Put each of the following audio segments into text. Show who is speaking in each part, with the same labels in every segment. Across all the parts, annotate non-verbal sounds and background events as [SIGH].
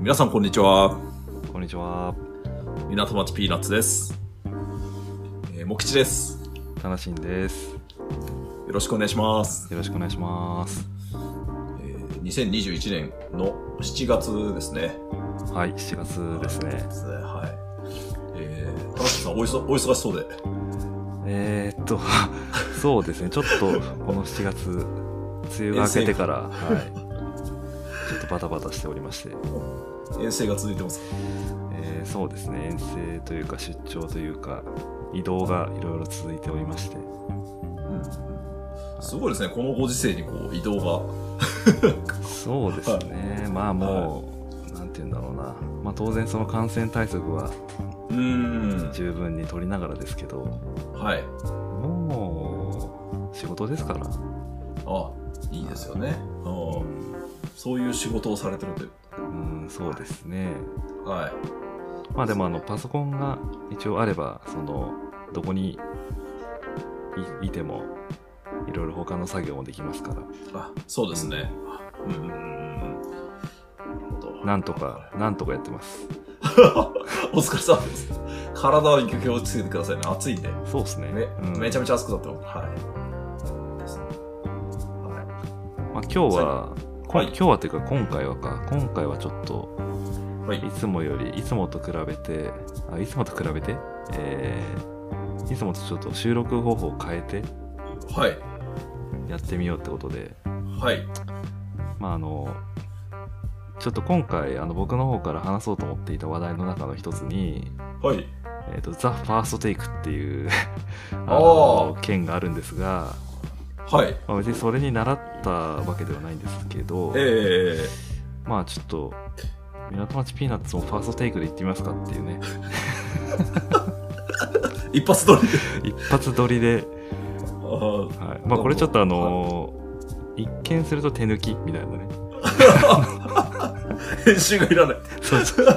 Speaker 1: 皆さんこんにちは
Speaker 2: こんにちは。
Speaker 1: 港町ピーナッツですえー、もきちです
Speaker 2: たなしんです。
Speaker 1: よろしくお願いします、
Speaker 2: よろしくお願いします。
Speaker 1: えー、2021年の7月ですね
Speaker 2: はい、7月ですね。
Speaker 1: はいえー、田中さんお忙お忙しそうで
Speaker 2: えー、っと、 [LAUGHS] そうですね、ちょっとこの7月、梅雨が明けてから、はい、ちょっとバタバタしておりまして、
Speaker 1: 遠征が続いてます
Speaker 2: えーそうですね、遠征というか出張というか、移動がいろいろ続いておりまして、
Speaker 1: すごいですねこのご時世にこう移動
Speaker 2: そうですね、まあもう、なんて言うんだろうな、まあ当然その感染対策は
Speaker 1: がうーん
Speaker 2: 十分に取りながらですけど、
Speaker 1: はい
Speaker 2: もう、仕事ですから。
Speaker 1: あいいですよねうんそういう仕事をされてるという
Speaker 2: うん、そうですね。
Speaker 1: はい
Speaker 2: まあでもあのパソコンが一応あればそのどこにいいてもいろいろ他の作業もできますから
Speaker 1: あそうですねうんうんうんうんなるほど
Speaker 2: なんとかなんとかやってます
Speaker 1: お疲れ様です。体に気をつけてくださいね。暑いんで。ね、
Speaker 2: そうですねうん
Speaker 1: めちゃめちゃ暑くなってます。はい。ですね。は
Speaker 2: まあ、今日は、こ
Speaker 1: はい
Speaker 2: ん今日はというか今回はか今回はちょっと
Speaker 1: い。はい
Speaker 2: い。つもよりいつもと比べてあいつもと比べてえーいつもとちょっと収録方法を変えて
Speaker 1: はい。
Speaker 2: やってみようってことで
Speaker 1: はい。
Speaker 2: まああのちょっと今回あの僕の方から話そうと思っていた話題の中の一つに
Speaker 1: はい。
Speaker 2: えー、とザ・ファーストテイクっていう
Speaker 1: [LAUGHS]
Speaker 2: あ
Speaker 1: お
Speaker 2: の件があるんですが、
Speaker 1: はい。
Speaker 2: まあ、別にそれに習ったわけではないんですけど、
Speaker 1: え
Speaker 2: まあちょっと港町ピーナッツもファーストテイクで行ってみますかっていうね
Speaker 1: ー、一発撮り。
Speaker 2: 一発撮りで、
Speaker 1: あー
Speaker 2: はいまあ、これちょっとあの一見すると手抜きみたいなね
Speaker 1: 編集がいらない。
Speaker 2: そうそ
Speaker 1: あ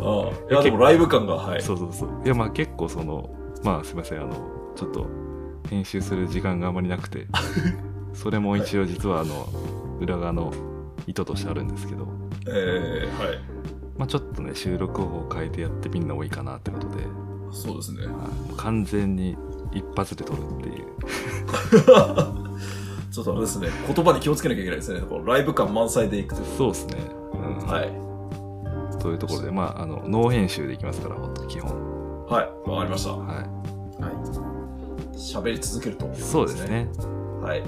Speaker 1: ーいや、でもライブ感が、はい。
Speaker 2: うそうそういやまあ結構そのまあすいませんあのちょっと編集する時間があまりなく
Speaker 1: [LAUGHS]
Speaker 2: てそれも一応実はあの裏側の意図としてあるんですけど
Speaker 1: えー、はい。
Speaker 2: まあ、ちょっとね収録方法を変えてやってみんな多いかなってことで、
Speaker 1: そうですね。
Speaker 2: まあもう完全に一発で撮るっていう
Speaker 1: ちょっとあれですね。言葉に気をつけなきゃいけないですね。こうライブ感満載でいくという。
Speaker 2: そうですね、うん
Speaker 1: はい。
Speaker 2: というところでまああのノー編集でいきますからほんと基本
Speaker 1: はい。わかりました。は。
Speaker 2: はい
Speaker 1: 喋り続けると。
Speaker 2: いそうです。ね
Speaker 1: はい。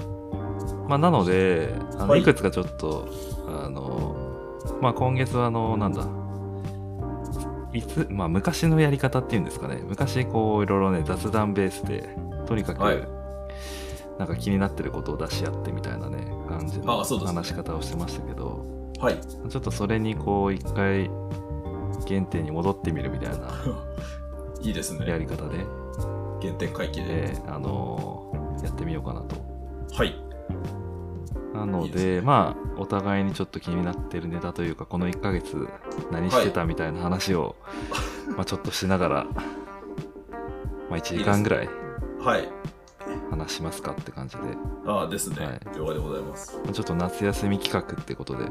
Speaker 2: まあなのであの
Speaker 1: はい
Speaker 2: いくつかちょっとあのまあ今月はあのなんだいつまあ、昔のやり方っていうんですかね昔こういろいろね雑談ベースでとにかく、
Speaker 1: はい
Speaker 2: なんか気になってることを出し合ってみたいなね感じの
Speaker 1: あそうですね
Speaker 2: 話し方をしてましたけど、
Speaker 1: はい。
Speaker 2: ちょっとそれにこう一回原点に戻ってみるみたいない
Speaker 1: いですね。
Speaker 2: やり方で、
Speaker 1: 原点回帰で。
Speaker 2: えーあのーやってみようかなと。
Speaker 1: はい。
Speaker 2: なので
Speaker 1: いいですね
Speaker 2: まあお互いにちょっと気になってるネタというかこの1ヶ月何してたみたいな話を、まあちょっとしなが
Speaker 1: [LAUGHS]
Speaker 2: ら、まあ、1時間ぐらい
Speaker 1: はい。
Speaker 2: 話しますかって感じで、
Speaker 1: ああ、ですね。
Speaker 2: はい
Speaker 1: 了解でございます。
Speaker 2: まあちょっと夏休み企画っ
Speaker 1: [LAUGHS]
Speaker 2: てことで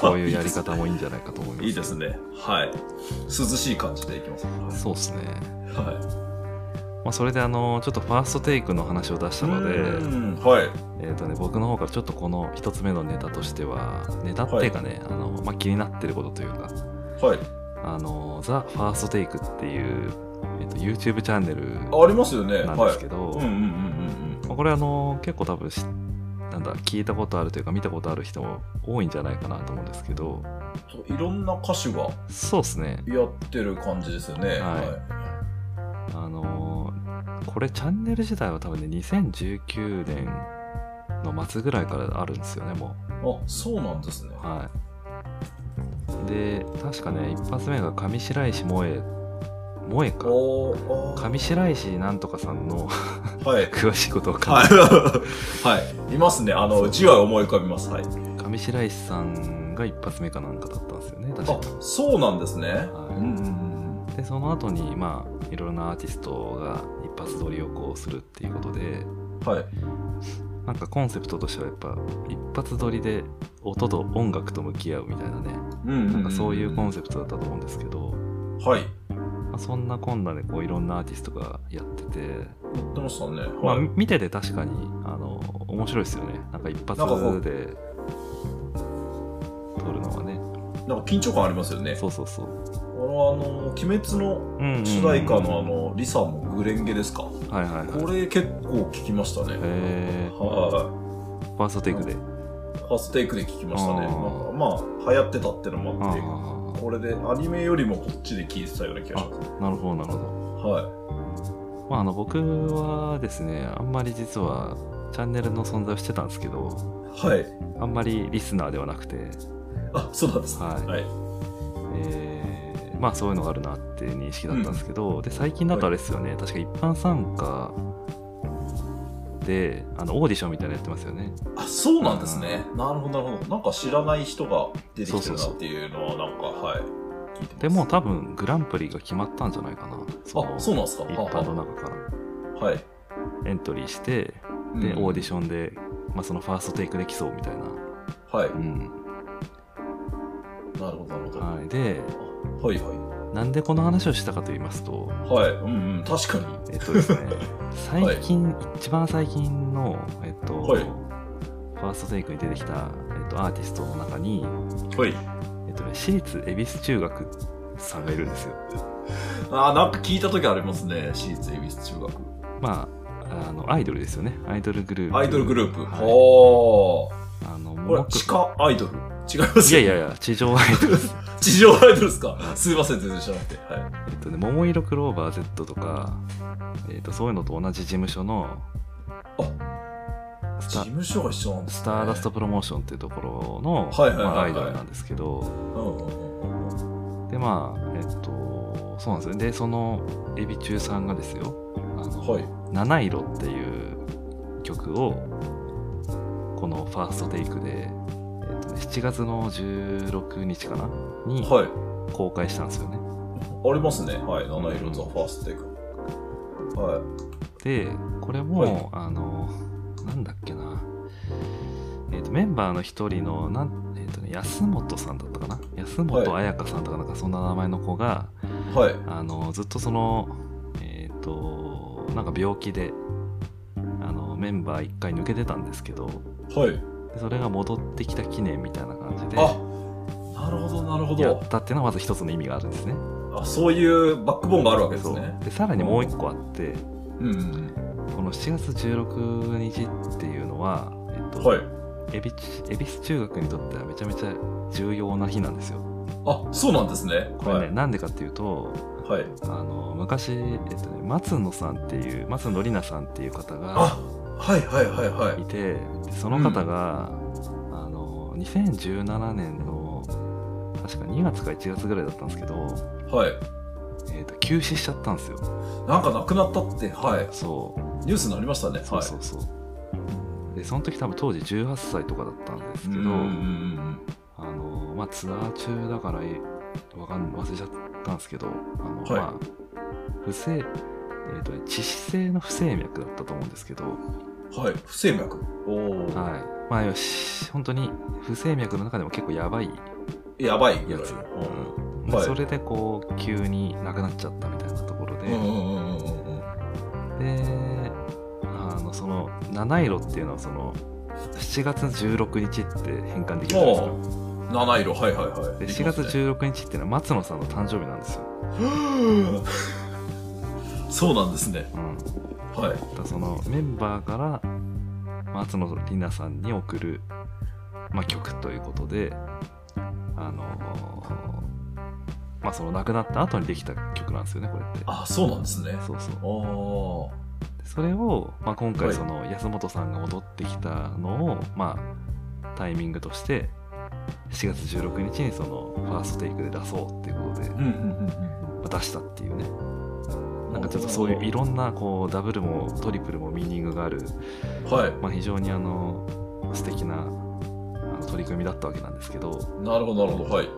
Speaker 2: こういうやり方もいいんじゃないかと思います。
Speaker 1: いいですね。はい。涼しい感じでいきます。
Speaker 2: そうですね、
Speaker 1: は
Speaker 2: まあ、それであのーちょっとファーストテイクの話を出し
Speaker 1: い。
Speaker 2: たので、
Speaker 1: うんはい。
Speaker 2: えーとね、僕の方からちょっとこの一つ目のネタとしてはネタっていうかね、あのまあ、気になってることというか
Speaker 1: はい。
Speaker 2: あの「ザ・ファーストテイクっていう、えー、と YouTube チャンネル
Speaker 1: ありますよね。
Speaker 2: なんで
Speaker 1: は
Speaker 2: すけ
Speaker 1: い。
Speaker 2: ど、
Speaker 1: うんうんうんうん
Speaker 2: まあこれあの結構多分しなんだ聞いたことあるというか見たことある人も多いんじゃないかなと思うんですけど
Speaker 1: うんと。いろんな歌手が
Speaker 2: そうですね
Speaker 1: やってる感じですよね。は
Speaker 2: はあのこれチャンネル自体は多分ね2019年の末ぐらいからあるんですよねもう。
Speaker 1: い。あ、そうなんですね。
Speaker 2: はい。で、確かね、一発目が上白石萌え、萌えか。
Speaker 1: おーあー
Speaker 2: 上白石なんとかさんの [LAUGHS]
Speaker 1: はい。
Speaker 2: 詳しいことわかんない。
Speaker 1: はい。 [LAUGHS] はい。いますね。あの、字は思い浮かびます。はい。
Speaker 2: 上白石さんが一発目かなんかだったんですよね、確
Speaker 1: あ
Speaker 2: か。、
Speaker 1: そうなんですね。
Speaker 2: はい
Speaker 1: うんうんうん
Speaker 2: で、その後に、まあ、いろんなアーティストが一発撮りをこうするっていうことで、
Speaker 1: うん。はい。
Speaker 2: なんかコンセプトとしてはやっぱ一発撮りで音と音楽と向き合うみたいなね、
Speaker 1: うん
Speaker 2: なんかそういうコン
Speaker 1: セ
Speaker 2: セプトだったと思うんですけど、
Speaker 1: プト。はい。
Speaker 2: まあ、そんなこんなでこういろんなアーティストがやってて、
Speaker 1: 言ってましたね。
Speaker 2: まあ
Speaker 1: はい。
Speaker 2: 見てて確かにあの面白いですよね。なんか一発
Speaker 1: なんかこう
Speaker 2: で撮るのはね。
Speaker 1: なんか緊張感ありますよね。
Speaker 2: そうそうそう。
Speaker 1: あの、あの、鬼滅の
Speaker 2: うんうんうん
Speaker 1: 主題歌のあの、リサもグレンゲですか。こ
Speaker 2: はいはいはい。
Speaker 1: れ結構聞きましたね。
Speaker 2: えー、
Speaker 1: は
Speaker 2: ファーストテイクで。
Speaker 1: い。ファーストテイクで聞きましたね。
Speaker 2: あ
Speaker 1: なん
Speaker 2: ー
Speaker 1: かまあ、流行ってたってのも
Speaker 2: あ
Speaker 1: あ
Speaker 2: あ
Speaker 1: って、これでアニメよりもこっちで聞いてたような気がします。
Speaker 2: なるほどなるほど。
Speaker 1: は
Speaker 2: まああの僕はですね、あんまり実はチャンネルの存在をしてたんですけど、
Speaker 1: い。はい。
Speaker 2: あんまりリスナーではなくて、
Speaker 1: あ、そうなんです。
Speaker 2: はい
Speaker 1: はい。
Speaker 2: えーまあそういうのがあるなって認識だったんですけど、で最近だとあれですよね、確か一般参加であのオーディションみたいなのやってますよね。
Speaker 1: あ、そうなんですね。なるほど、なるほど。なんか知らない人が出てきてるな
Speaker 2: そうそうそう
Speaker 1: っていうのは、なんか、はい。聞いてます
Speaker 2: でもう多分グランプリが決まったんじゃないかな。その
Speaker 1: あ、そうなんですか。
Speaker 2: 一般の中から
Speaker 1: ああはい。
Speaker 2: エントリーして、で、オーディションで、まあ、そのファーストテイクで競うみたいな。
Speaker 1: ョン。はい。
Speaker 2: うん。
Speaker 1: なるほど、なるほど。
Speaker 2: はい。で、
Speaker 1: はい、は
Speaker 2: なんでこの話をしたかと言いますと、
Speaker 1: い。はい。うんうん、確かに。
Speaker 2: えっ
Speaker 1: [LAUGHS]
Speaker 2: とですね、最近、一番最近の、えっと、
Speaker 1: はい
Speaker 2: ファーストテイクに出てきた、えっと、アーティストの中に、
Speaker 1: はい。
Speaker 2: えっとね、私立恵比寿中学さんがいるんですよ。
Speaker 1: あー、なんか聞いた時ありますね。私立恵比寿中学。
Speaker 2: まあ、あの、アイドルですよね。アイドルグループ。
Speaker 1: アイドルグループ。
Speaker 2: はい
Speaker 1: おー。
Speaker 2: あの、
Speaker 1: こ
Speaker 2: も
Speaker 1: れ、
Speaker 2: も
Speaker 1: 地下アイドル違います
Speaker 2: いやいやいや、地上アイドルです。
Speaker 1: 地上アイドルですかすいません、全然知らなくて。はい。
Speaker 2: えっとね、桃色クローバー Z とか、えっと、そういうのと同じ事務所のス
Speaker 1: 事
Speaker 2: タ
Speaker 1: 務所が一緒なんですね
Speaker 2: スターダストプロモーションっていうところの、
Speaker 1: はいはいはいはい
Speaker 2: まあアイドルなんですけど、
Speaker 1: うんうんうんうん
Speaker 2: で、まあ、えっと、そうなんですよね。で、その、エビ中さんがですよ、あの、
Speaker 1: はい。
Speaker 2: 七色っていう曲を、このファーストテイクで、えっとね、7月の16日かなに
Speaker 1: はい。
Speaker 2: 公開したんですよね。
Speaker 1: ありますね。はい。七色ザ・ファーストテイク。はい。
Speaker 2: でこれも、
Speaker 1: はい
Speaker 2: あのなんだっけな、えー、とメンバーの一人のなん、えーとね、安本さんだったかな安本
Speaker 1: は
Speaker 2: 彩香さんとかなんかそんな名前の子が
Speaker 1: はい。
Speaker 2: あのずっとそのえっ、となんか病気であのメンバー一回抜けてたんですけど
Speaker 1: はい。
Speaker 2: でそれが戻ってきた記念みたいな感じで
Speaker 1: あなるほど、なるほ
Speaker 2: や
Speaker 1: ど
Speaker 2: っ。たっていうのはまず一つの意味があるんですね。
Speaker 1: あそういうバックボーンがあるわけです
Speaker 2: そ
Speaker 1: ね
Speaker 2: う。でさらにもう一個あって
Speaker 1: うんうん
Speaker 2: この7月16日っていうのは、えっ
Speaker 1: う
Speaker 2: と
Speaker 1: ん。はい。
Speaker 2: 恵比寿恵比寿中学にとってはめちゃめちゃ重要な日なんですよ。
Speaker 1: あそうなんですね。
Speaker 2: これね、
Speaker 1: はい。
Speaker 2: なんでかっていうと
Speaker 1: はい、
Speaker 2: あの昔、えっとね、松野さんっていう松野里奈さんっていう方が
Speaker 1: あはいはいはいはい
Speaker 2: い。てでその方が、あの2017年の確か2月か1月ぐらいだったんですけど、
Speaker 1: はい。
Speaker 2: えっと休止しちゃったんですよ。
Speaker 1: なんかなくなったって、はい。
Speaker 2: そう
Speaker 1: ニュースになりましたね。
Speaker 2: そう
Speaker 1: はい。
Speaker 2: そうそう。でその時多分当時18歳とかだったんです
Speaker 1: うん
Speaker 2: け
Speaker 1: う
Speaker 2: ど。
Speaker 1: んうん
Speaker 2: あのまあ、ツアー中だからえわかん忘れちゃったんですけどあの、
Speaker 1: はい
Speaker 2: まあ、不正えっ、とね致死性の不整脈だったと思うんですけど、はい
Speaker 1: うん。はい。不整脈。おお。
Speaker 2: まあ、よし本当に不整脈の中でも結構やばい
Speaker 1: やばいぐ
Speaker 2: や
Speaker 1: らい
Speaker 2: つ、
Speaker 1: う
Speaker 2: うん
Speaker 1: はい
Speaker 2: それでこう急になくなっちゃったみたいなところで、
Speaker 1: んうんうんうんうんうん。
Speaker 2: であのその七色っていうのはその7月16日って変換できるじゃないですか
Speaker 1: おー七色、はいはいはい。
Speaker 2: で4月16日っていうのは松野さんの誕生日なんですよ、
Speaker 1: うん [LAUGHS] そうなんですね。
Speaker 2: うん、
Speaker 1: はい。
Speaker 2: だからそのメンバーから松野里奈さんに送る、まあ、曲ということであのーまあその亡くなった後にできた曲なんですよねこれって
Speaker 1: あ、そうなんですね。
Speaker 2: そうそう
Speaker 1: おー。
Speaker 2: でそれを、まあ、今
Speaker 1: は
Speaker 2: 回
Speaker 1: い
Speaker 2: その安本さんが戻ってきたのを、まあタイミングとして7月16日にそのファーストテイクで出そうっていうことで、ま
Speaker 1: うんうんうん
Speaker 2: あ出したっていうね
Speaker 1: う
Speaker 2: なんかちょっとそういういろんなこうダブルもトリプルもミーニングがある
Speaker 1: はい。
Speaker 2: まあ、非常にあの素敵なあの取り組みだったわけなんですけど、
Speaker 1: なるほど、なるほど。はい。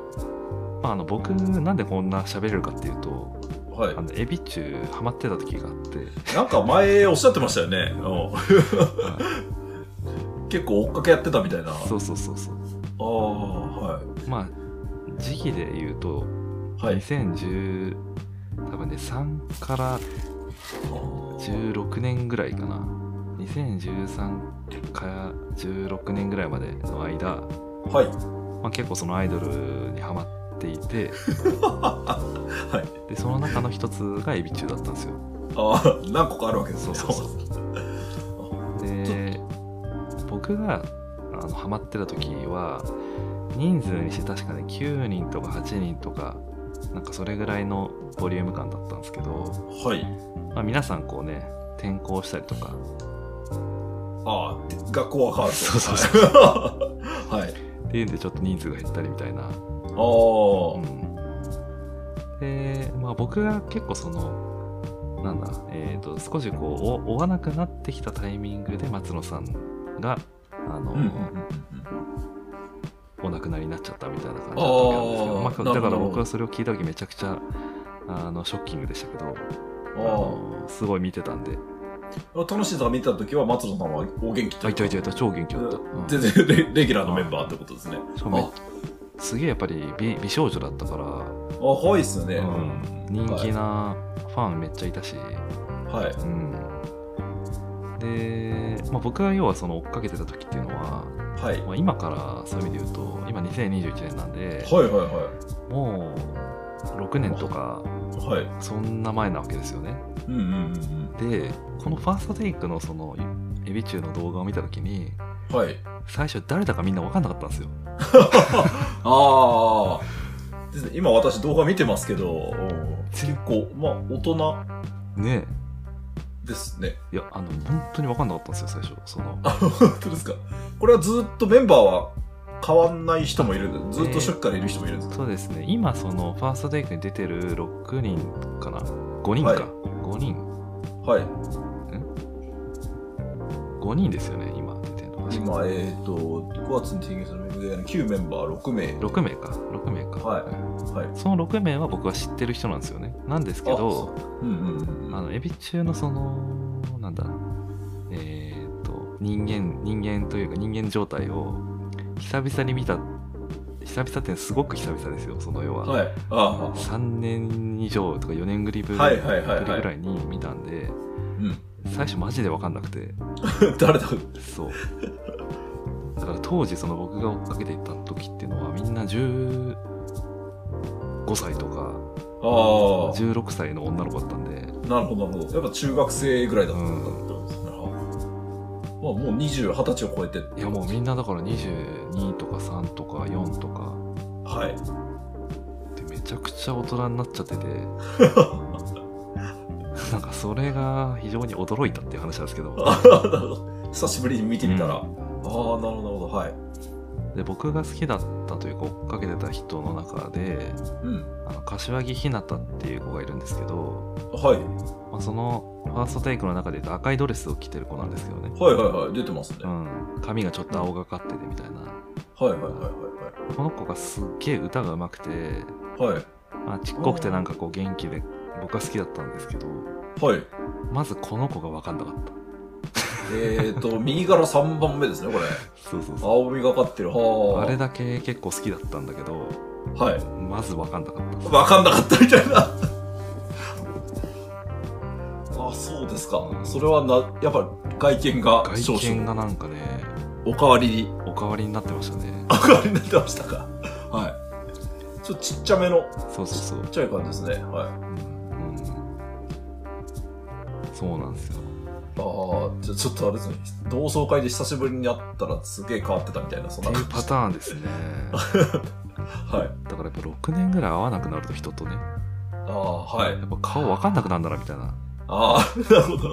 Speaker 2: まあ、あの僕なんでこんな喋れるかっていうと
Speaker 1: はい
Speaker 2: あ。のエビ中ハマってた時があって
Speaker 1: なんか前おっしゃってましたよね。うん結構追っかけやってたみたいな。
Speaker 2: そうそうそうそう
Speaker 1: ああ、は
Speaker 2: まあ時期で言う
Speaker 1: い。
Speaker 2: と
Speaker 1: はい。
Speaker 2: 2010多分ね3から16年ぐらいかな2013から16年ぐらいまでの間、
Speaker 1: はい。
Speaker 2: まあ、結構そのアイドルにハマっていて
Speaker 1: はい。
Speaker 2: でその中の一つがエビ中だったんですよ
Speaker 1: ああ、何個かあるわけですね。
Speaker 2: そうそうで僕があのハマってた時は人数にして確かね9人とか8人とかなんかそれぐらいのボリューム感だったんですけど、
Speaker 1: はい。
Speaker 2: まあ、皆さんこうね転校したりとか
Speaker 1: ああ、で学校は変わると。
Speaker 2: そうそう
Speaker 1: そう。 [LAUGHS] はい。
Speaker 2: っていうんでちょっと人数が減ったりみたいなう
Speaker 1: あ
Speaker 2: ん、で、まあ、僕が結構そのなんだえっ、と少しこうお追わなくなってきたタイミングで松野さんがあの、
Speaker 1: あ。うんうん
Speaker 2: お亡くなりになっちゃったみたいな感じだったわけなんですけど
Speaker 1: あー
Speaker 2: まあ、だ
Speaker 1: なる
Speaker 2: か
Speaker 1: ほ
Speaker 2: ら
Speaker 1: ど
Speaker 2: 僕はそれを聞いた時めちゃくちゃあのショッキングでしたけどあ
Speaker 1: うんうん。あ
Speaker 2: のすごい見てたんで
Speaker 1: あ。楽しいと見てた時は、松野さんはお元気
Speaker 2: あ
Speaker 1: と
Speaker 2: いたいたいた超元気だった、うん
Speaker 1: 全然レレギュラーのメンバーってことですね。
Speaker 2: しかもめすげえやっぱり美美少女だったから
Speaker 1: あ、はいっすよね。
Speaker 2: うん人気なファンめっちゃいたし、
Speaker 1: はい。はい。
Speaker 2: うん、で、まあ、僕が要はその追っかけてた時っていうのは、
Speaker 1: はい。
Speaker 2: まあ、今からそういう意味で言うと今2021年なんで、
Speaker 1: はいはいは
Speaker 2: もう6年とか
Speaker 1: い。はい。
Speaker 2: そんな前なわけですよね
Speaker 1: うんうんうん
Speaker 2: でこのファーストテイクのそのエビ中の動画を見た時に
Speaker 1: うん。はい。
Speaker 2: 最初誰だかみんな分かんなかったんですよ
Speaker 1: ああ。ですね。今私動画見てますけど、結構、まあ、大人
Speaker 2: ね
Speaker 1: ですね。 [LAUGHS]
Speaker 2: えいやあの本当に分かんなかったんですよ最初その
Speaker 1: あ、本当ですか。これはずっとメンバーは変わんない人もいるんで、ずっと初期からいる人もいるんですか、
Speaker 2: そうですね今そのファーストテイクに出てる6人かな5人か、
Speaker 1: はい
Speaker 2: 5人
Speaker 1: はい。
Speaker 2: 5人ですよね今出てるの確か
Speaker 1: 今、えっ、と、5月に提言するメンバーの9メンバー6名。
Speaker 2: 6名か6名か、
Speaker 1: はい
Speaker 2: うん
Speaker 1: はい。
Speaker 2: その6名は僕は知ってる人なんですよねなんですけど
Speaker 1: うんうんうん。
Speaker 2: あのエビ中のそのなんだえーっと人間人間というか人間状態を久々に見た久々ってすごく久々ですよその要は、
Speaker 1: はい。ああ。
Speaker 2: 3年以上とか4年ぶりぶり
Speaker 1: はい
Speaker 2: ぐ
Speaker 1: はいはいはい。
Speaker 2: らいに見たんで
Speaker 1: うん。 [LAUGHS]
Speaker 2: 最初マジで分かんなくて
Speaker 1: 誰だ
Speaker 2: そう。 [LAUGHS] だから当時その僕が追っかけていった時っていうのはみんな15歳とか
Speaker 1: ああ。
Speaker 2: 16歳の女の子だったんで
Speaker 1: なるほど、なるほど。やっぱ中学生ぐらいだったんだ
Speaker 2: う
Speaker 1: ってことですね。あまあ、もう20、20歳を超えて。
Speaker 2: いやもうみんなだから22とか3とか4とか
Speaker 1: はい。 [LAUGHS]
Speaker 2: でめちゃくちゃ大人になっちゃっててなんかそれが非常に驚いたっていう話なんですけど
Speaker 1: あなるほど久しぶりに見てみたら。
Speaker 2: う
Speaker 1: ああ、なるほど、なるほど。はい。
Speaker 2: で僕が好きだったというか追っかけてた人の中で
Speaker 1: うん。
Speaker 2: あの柏木ひなたっていう子がいるんですけど
Speaker 1: はい。
Speaker 2: まあ、そのファーストテイクの中で言うと赤いドレスを着てる子なんですけどね、
Speaker 1: はいはいはい。出てますね。
Speaker 2: う
Speaker 1: はい
Speaker 2: ん、髪がちょっと青がかっててみたいな
Speaker 1: はいはいは
Speaker 2: この子がすっげえ歌が上手く
Speaker 1: い
Speaker 2: て、
Speaker 1: はい。はい。
Speaker 2: まあ、ちっこくてなんかこう元気で僕は好きだったんですけど
Speaker 1: はい。
Speaker 2: まずこの子が分かんなかった
Speaker 1: えーと、 [LAUGHS] 右から3番目ですね、これ。
Speaker 2: そうそうそう
Speaker 1: 青みがかってる。は
Speaker 2: あれ
Speaker 1: だ。
Speaker 2: だけ結構好きだったんだけど
Speaker 1: はい。
Speaker 2: まず分かんなかった
Speaker 1: わかんなかったみたいな。 [LAUGHS] あ、そうですか。それはな、やっぱ外見が少
Speaker 2: 外
Speaker 1: 々
Speaker 2: 見がなんかね
Speaker 1: おかわりに。 [LAUGHS]
Speaker 2: おかわりになってましたね
Speaker 1: おかわりになってましたか。はい。ちょっとちっちゃめの、
Speaker 2: そうそうそう
Speaker 1: ちっちゃい感じですね。はい。
Speaker 2: うんそうなんですよ
Speaker 1: ああ、じゃあちょっとあれですね。同窓会で久しぶりに会ったらすげえ変わってたみたいな、そん
Speaker 2: って
Speaker 1: な
Speaker 2: いう
Speaker 1: 感
Speaker 2: パターン [LAUGHS] ですね
Speaker 1: じ。はい。
Speaker 2: だからやっぱ6年ぐらい会わなくなると人とね
Speaker 1: ああ、はい
Speaker 2: や。っぱ顔分かんなくなるんだなみたいな、
Speaker 1: ああ、なるほど。 [LAUGHS]
Speaker 2: うん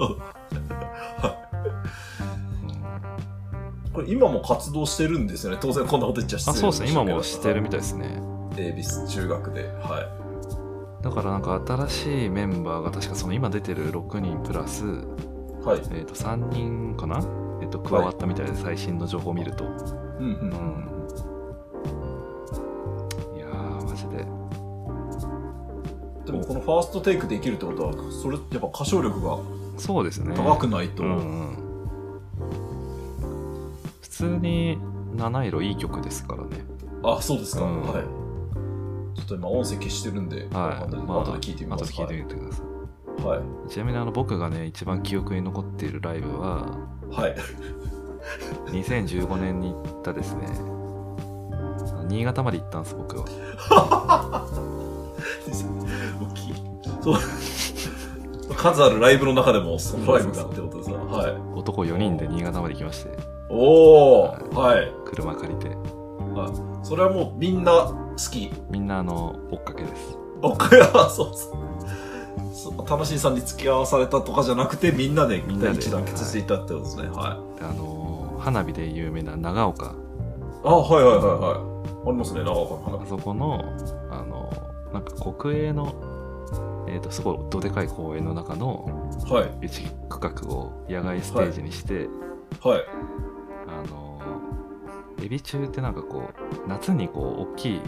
Speaker 1: これ今も活動してるんですよね。当然こんなこと言っちゃ失
Speaker 2: あ
Speaker 1: 礼
Speaker 2: そうですね今もしてるみ
Speaker 1: た
Speaker 2: たいですね
Speaker 1: い。エービス中学で。は
Speaker 2: だからなんか新しいメンバーが確かその今出てる6人プラス、
Speaker 1: い。はい。
Speaker 2: えー、と3人かな、えー、と加わったみたいで最新の情報を見ると、
Speaker 1: うんう。
Speaker 2: うんんいやーマジで
Speaker 1: でもこのファーストテイクできるってことは、それやっぱ歌唱力が
Speaker 2: そうですね
Speaker 1: 高くないと。
Speaker 2: うんうん普通に七色いい曲ですからね。
Speaker 1: あ、そうですか。
Speaker 2: うん
Speaker 1: はい。ちょっと今、音声消してるんで、
Speaker 2: は。
Speaker 1: わかんないい
Speaker 2: まあ、
Speaker 1: 後で聞いてみます。
Speaker 2: 後で聞いてみてください。
Speaker 1: はい。
Speaker 2: ちなみにあの僕がね、一番記憶に残っているライブは、
Speaker 1: はい。 [LAUGHS] はい
Speaker 2: 2015年に行ったですね、あの新潟まで行ったんです、僕は。
Speaker 1: 大きい。そう。 [LAUGHS] 数あるライブの中でも、そのライブがってことですね。はい。
Speaker 2: 男4人で新潟まで行きまして、
Speaker 1: おー、はい。
Speaker 2: 車借りて、
Speaker 1: あそれはもうみんな好き。
Speaker 2: みんなあの、追っかけです。
Speaker 1: 僕は、そうそう。そう楽しいさんに付き合わされたとかじゃなくて、みんなで
Speaker 2: みんなで
Speaker 1: 一致団結していたってことですね。はい。
Speaker 2: であのー、花火で有名な長岡、
Speaker 1: あ、はいはいはいはい。ありますね、長岡の
Speaker 2: あそこの、あのー、なんか国営の、えっ、と、すごいどでかい公園の中の
Speaker 1: 花火。はい。
Speaker 2: 一区画を野外ステージにして、
Speaker 1: はい。
Speaker 2: あのエビ中ってなんかこう夏にこう大きい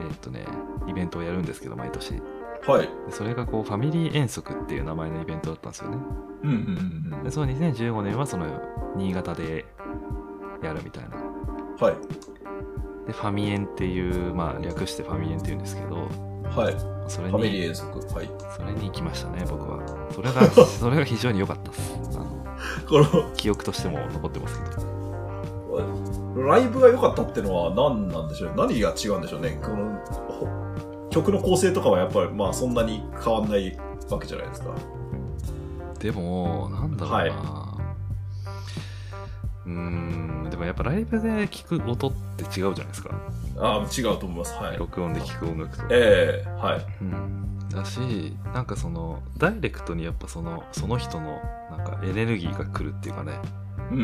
Speaker 2: えーっとねイベントをやるんですけど毎年で
Speaker 1: はい。
Speaker 2: それがこうファミリー遠足っていう名前のイベントだったんですよね
Speaker 1: うんうんうんう。
Speaker 2: でその2015年はその新潟でやるみたいなん
Speaker 1: はい。
Speaker 2: でファミエンっていうまあ略してファミエンっていうんですけど
Speaker 1: はい。
Speaker 2: それ
Speaker 1: ファミリー
Speaker 2: に
Speaker 1: 遠足。はい。
Speaker 2: それに行きましたね僕はそれ
Speaker 1: [LAUGHS]
Speaker 2: がそれが非常に良かったですあの
Speaker 1: この、
Speaker 2: 記憶としても残ってますけど
Speaker 1: ライブが良かったってのは何なんでしょうね何が違うんでしょうねこの、ほ曲の構成とかはやっぱり、まあそんなに変わんないわけじゃないですか。
Speaker 2: でも、なんだろうな、
Speaker 1: はいう
Speaker 2: ーん、でもやっぱライブで聞く音って違うじゃないですか。
Speaker 1: ああ、違うと思います。はい。
Speaker 2: 録音で聞く音楽と。
Speaker 1: ええはい。
Speaker 2: うん、だし、なんかその、ダイレクトにやっぱその、その人の、なんかエネルギーが来るっていうかね、
Speaker 1: うんう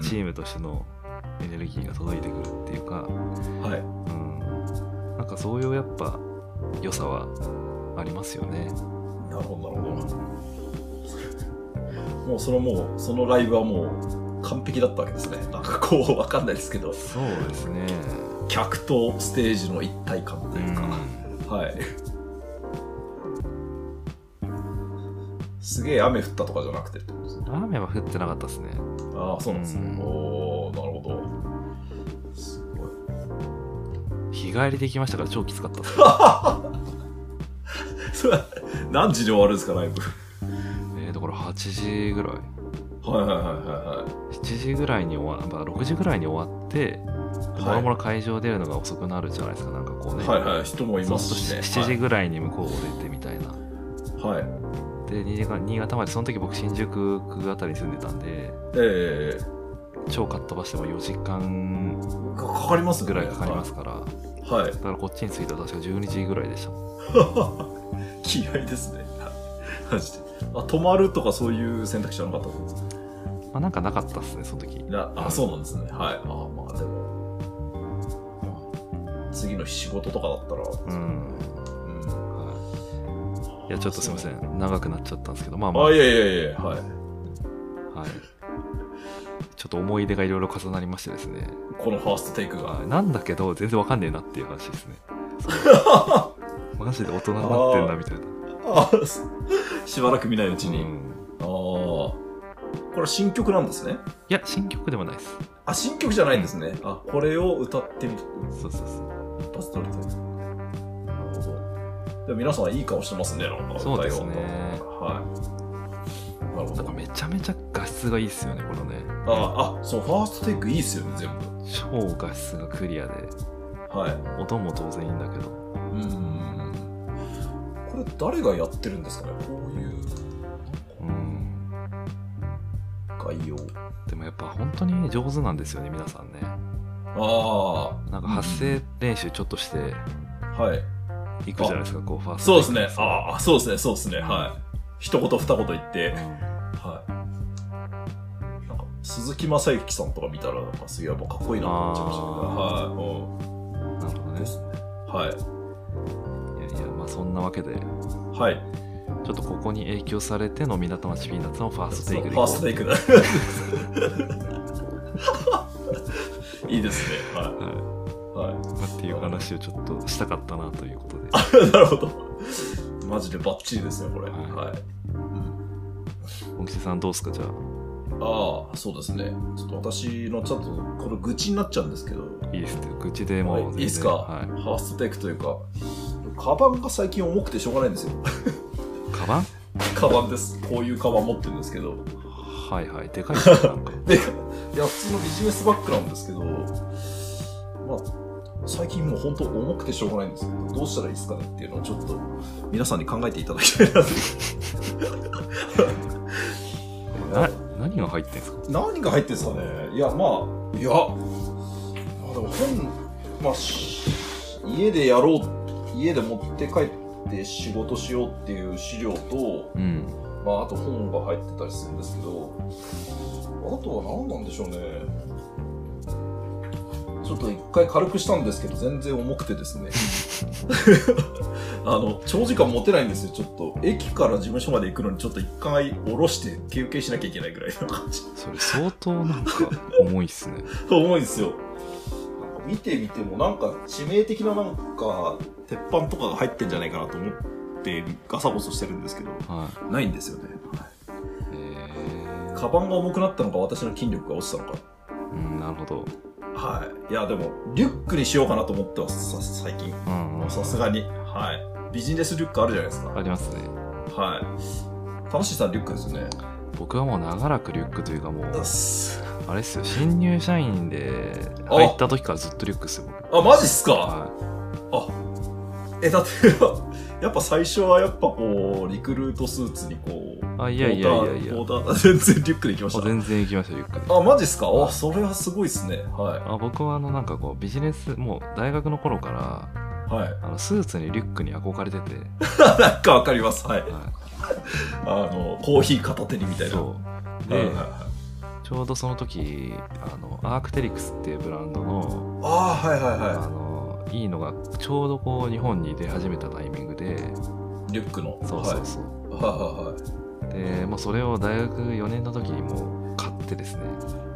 Speaker 1: ん
Speaker 2: チームとしてのエネルギーが届いてくるっていうか、
Speaker 1: うん。はい。
Speaker 2: うん、なんかそういうやっぱ、良さはありますよね。
Speaker 1: なるほど、なるほど。もうそのもう、そのライブはもう完璧だったわけですね。なんかこう、わかんないですけど、
Speaker 2: そうですね。
Speaker 1: 客とステージの一体感というか。はい。すげえ雨降ったとかじゃなくてってことですね。
Speaker 2: 雨は降ってなかったですね。
Speaker 1: ああ、そうなんですね。
Speaker 2: うん
Speaker 1: おー、なるほど。すごい。
Speaker 2: 日帰りで行きましたから超きつかったっす
Speaker 1: [LAUGHS] それは [LAUGHS] 何時に終わるんですか、ライブ。
Speaker 2: えー、だから8時ぐらい
Speaker 1: はいはいは
Speaker 2: 7時ぐらいに終わまあ6時ぐらいに終わって
Speaker 1: い
Speaker 2: もろもろ会場出るのが遅くなるじゃないですかなんかこうね、
Speaker 1: いはい。はいはい、人もい
Speaker 2: そ
Speaker 1: ま
Speaker 2: うす
Speaker 1: すし
Speaker 2: る
Speaker 1: ね。
Speaker 2: と7時ぐらいに向こうを出てみたいな、
Speaker 1: はい。はい、
Speaker 2: で新潟新潟までその時僕新宿区あたりに住んでたんで
Speaker 1: ええ
Speaker 2: 超かっ飛ばしても4時間
Speaker 1: かかかりますね
Speaker 2: ぐらいかかりますから、
Speaker 1: はい。
Speaker 2: だからこっちに着いたら確か12時ぐらいでしたもん
Speaker 1: 気合いですね。マジで。あ、泊まるとかそういう選択肢はなかったんですか
Speaker 2: まあ、なんかなかったっすねその時
Speaker 1: なあ、そうなんですね。はい。あ、まあでも、次の日仕事とかだった
Speaker 2: う
Speaker 1: ら、
Speaker 2: ん、
Speaker 1: うん。
Speaker 2: はい、いやちょっとすいません長くなっちゃったんですけどまあまあ
Speaker 1: あ、いやいやいや、はい。
Speaker 2: はい、ちょっと思い出がいろいろ重なりましてですね、
Speaker 1: このファーストテイクが。
Speaker 2: はいなんだけど全然わかんねえなっていう話ですね [LAUGHS] マジで大人になってんなみたいな
Speaker 1: あ [LAUGHS] すしばらく見ないうちに。
Speaker 2: うん
Speaker 1: ああ。これは新曲なんですね。
Speaker 2: いや新曲でもないです
Speaker 1: あ、新曲じゃないんですね。あ、これを歌ってみ
Speaker 2: そうそうそう
Speaker 1: 一発撮りたい。なるほど。でも皆さんいい顔してますね、なんか。
Speaker 2: そうですね
Speaker 1: はい。なるほ
Speaker 2: なんか
Speaker 1: ど。
Speaker 2: めちゃめちゃ画質がいいっすよねこのね
Speaker 1: あ、あ、そう、ファーストテイクいいっすよね、全部。
Speaker 2: 超画質がクリアで
Speaker 1: はい。
Speaker 2: 音も当然いいんだけど
Speaker 1: うん。これ誰がやってるんですかねこういう
Speaker 2: うん
Speaker 1: 概要。
Speaker 2: でもやっぱ本当に上手なんですよね皆さんね
Speaker 1: あ
Speaker 2: なんか発声練習ちょっとして
Speaker 1: あ。はい。
Speaker 2: いくじゃないですかこうファース
Speaker 1: そう
Speaker 2: ト
Speaker 1: ですね。ああ、そうですね、そうですね。はい。一言二言言って。はい。なんか、鈴木雅之さんとか見たら、なんかすげえやっぱかっこいいなと思っちゃいましたけど。はい。うん
Speaker 2: うん、なるほどね
Speaker 1: ですね。はい。
Speaker 2: いやいやまあそんなわけで
Speaker 1: はい。
Speaker 2: ちょっとここに影響されての港町ピーナッツのファーストテイクでい
Speaker 1: ファー
Speaker 2: こ
Speaker 1: ス
Speaker 2: う
Speaker 1: トテイクだ。 [LAUGHS] いいですね。は。
Speaker 2: は
Speaker 1: は
Speaker 2: い、
Speaker 1: い [LAUGHS]
Speaker 2: っていう話をちょっとしたかったなということで
Speaker 1: い。なるほど。マジでバッチリですね、これ。
Speaker 2: はい
Speaker 1: はい。
Speaker 2: 大木瀬さんどうですかじゃあ
Speaker 1: ああ、そうですね。ちょっと私のちょっと、これ愚痴になっちゃうんですけど、
Speaker 2: いいですって口でもう
Speaker 1: は
Speaker 2: 全
Speaker 1: い
Speaker 2: 然
Speaker 1: いいっすか、
Speaker 2: はい
Speaker 1: ファーストテイクというか、カバンが最近重くてしょうがないんですよ。
Speaker 2: カバン
Speaker 1: カバンです。こういうカバン持ってるんですけど。
Speaker 2: はいはいでかいっすねなんか
Speaker 1: [LAUGHS] で、いや、普通のビジネスバッグなんですけど、まあ、最近もう本当重くてしょうがないんですけど、どうしたらいいですかねっていうのをちょっと、皆さんに考えてい [LAUGHS] ただきたいなと。
Speaker 2: な何が入ってんですか
Speaker 1: 何が入ってんすかねいやまあいやまあでも本まあし家でやろう家で持って帰って仕事しようっていう資料と、
Speaker 2: うん
Speaker 1: まあ、あと本が入ってたりするんですけどあとは何なんでしょうねちょっと一回軽くしたんですけど全然重くてですね [LAUGHS] あの長時間持てないんですよちょっと駅から事務所まで行くのにちょっと一回下ろして休憩しなきゃいけないぐらいな感じ
Speaker 2: それ相当なんか重いっすね
Speaker 1: 重いんですよなんか見てみてもなんか致命的ななんか鉄板とかが入ってんじゃないかなと思ってガサゴソしてるんですけど
Speaker 2: は
Speaker 1: ないんですよね
Speaker 2: いえ
Speaker 1: カバンが重くなったのか私の筋力が落ちたのか
Speaker 2: ー、うんなるほど
Speaker 1: はいいやでもリュックにしようかなと思ってますさ最近
Speaker 2: うんうん
Speaker 1: さすがにはいビジネスリュックあるじゃないですか
Speaker 2: ありますね
Speaker 1: はい楽しいさんリュックですよね
Speaker 2: 僕はもう長らくリュックというかもう
Speaker 1: うっす
Speaker 2: あれっすよ新入社員で入った時からずっとリュックっすよ僕
Speaker 1: あマジっすか
Speaker 2: は
Speaker 1: あえだって [LAUGHS] やっぱ最初はやっぱこうリクルートスーツにこう
Speaker 2: いあいやいやいやいや
Speaker 1: ポーターポーター全然リュックで行きま
Speaker 2: あ
Speaker 1: し
Speaker 2: 全然行きましたリュックで
Speaker 1: た。あ、マジっすかあ、それはすごいっすね。は
Speaker 2: あ僕はあのなんかこうビジネスもう大学の頃から
Speaker 1: い。はい。
Speaker 2: あのスーツにリュックに憧れてて、
Speaker 1: なんかわかります。はい。
Speaker 2: は
Speaker 1: あの、コーヒー片手にみた
Speaker 2: い、
Speaker 1: いな。は
Speaker 2: そう
Speaker 1: いはい
Speaker 2: で
Speaker 1: はい
Speaker 2: ちょうどその時あのアークテリクスっていうブランドの,、
Speaker 1: あー、はい
Speaker 2: い、あ
Speaker 1: は
Speaker 2: のいいのがちょうどこう日本に出始めたタイミングで
Speaker 1: いはい。リュックの。
Speaker 2: そうそうそう、
Speaker 1: は
Speaker 2: でもうそれを大学4年の時にもう買ってですね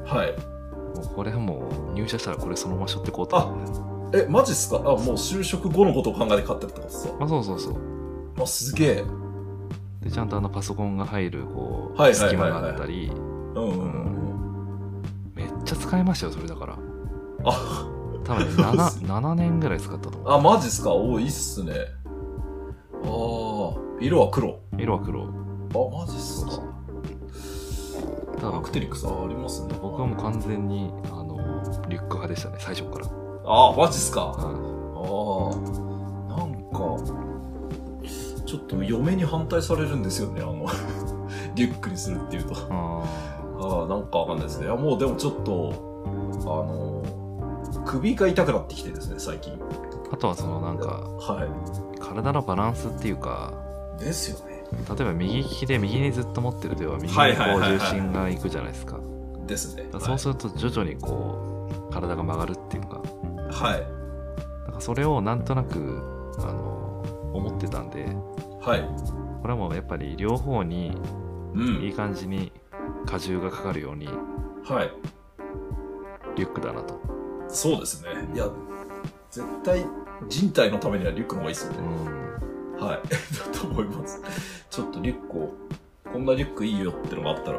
Speaker 1: いはいはい。はい。
Speaker 2: もうこれはもう入社したらこれそのまましょってこうと思って
Speaker 1: え、マジっすかあ、もう就職後のことを考えて買ってるってことさ。
Speaker 2: あそうそうそう
Speaker 1: あ、すげえ。
Speaker 2: でちゃんとあのパソコンが入るこ
Speaker 1: はいうはいはいはい
Speaker 2: 隙間があったり
Speaker 1: うんうんうん。
Speaker 2: めっちゃ使いましたよそれだから
Speaker 1: あ、
Speaker 2: 多分
Speaker 1: [LAUGHS] そうっ
Speaker 2: 7,
Speaker 1: す
Speaker 2: 7年ぐらい使ったと思
Speaker 1: あ、マジっすかおいいっすね。あー、色は黒。
Speaker 2: う色は黒
Speaker 1: あ、マジっすか
Speaker 2: そうだから
Speaker 1: アクテリックスありますね。
Speaker 2: 僕はもう完全にあのリュック派でしたね最初から
Speaker 1: あー、マジっすか
Speaker 2: う
Speaker 1: ああ
Speaker 2: ん
Speaker 1: なんかちょっと嫁に反対されるんですよねあの [LAUGHS] リュックにするっていうと
Speaker 2: あ
Speaker 1: ああなんかわかんないですねいやもうでもちょっとあの首が痛くなってきてですね最近
Speaker 2: あとはそのなんか
Speaker 1: は
Speaker 2: 体のバランスっていうか
Speaker 1: いですよね
Speaker 2: 例えば右利きで右にずっと持ってる手は右にこ
Speaker 1: はいはいはいうはい
Speaker 2: 重心がいくじゃないですかだ
Speaker 1: ですね
Speaker 2: からそうすると徐々にこう体が曲がるっていうか
Speaker 1: はい
Speaker 2: だからそれをなんとなくあの思ってたんで
Speaker 1: はい、
Speaker 2: これはもうやっぱり両方に
Speaker 1: う
Speaker 2: いい
Speaker 1: ん
Speaker 2: 感じに荷重がかかるように
Speaker 1: はい
Speaker 2: リュックだなと、
Speaker 1: そうですねいや絶対人体のためにはリュックの方がいいですよね
Speaker 2: うん、
Speaker 1: はい。 [LAUGHS] だと思います。ちょっとリュックを、こんなリュックいいよってのがあったら、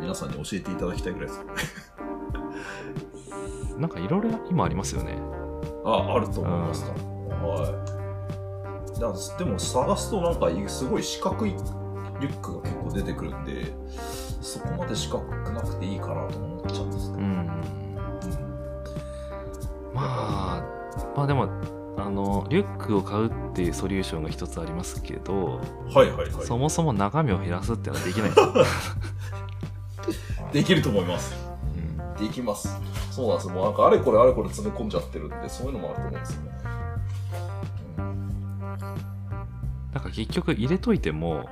Speaker 1: 皆さんに教えていただきたいぐらいです。
Speaker 2: なんかいろいろ今ありますよね
Speaker 1: あ、あると思いました。はい。だからでも探すとなんかすごい四角いリュックが結構出てくるんで、そこまで四角くなくていいかなと思っちゃうんです
Speaker 2: う
Speaker 1: けど。
Speaker 2: ん
Speaker 1: うん
Speaker 2: まあまあでもあのリュックを買うっていうソリューションが一つありますけど、
Speaker 1: はいはいはい。
Speaker 2: そもそも中身を減らすっていうのはできないんですよ、
Speaker 1: できると思います。できます。そうなんですよ。もうなんかあれこれあれこれ詰め込んじゃってるんで、そういうのもあると思うんですよね。うん
Speaker 2: なんか結局入れといても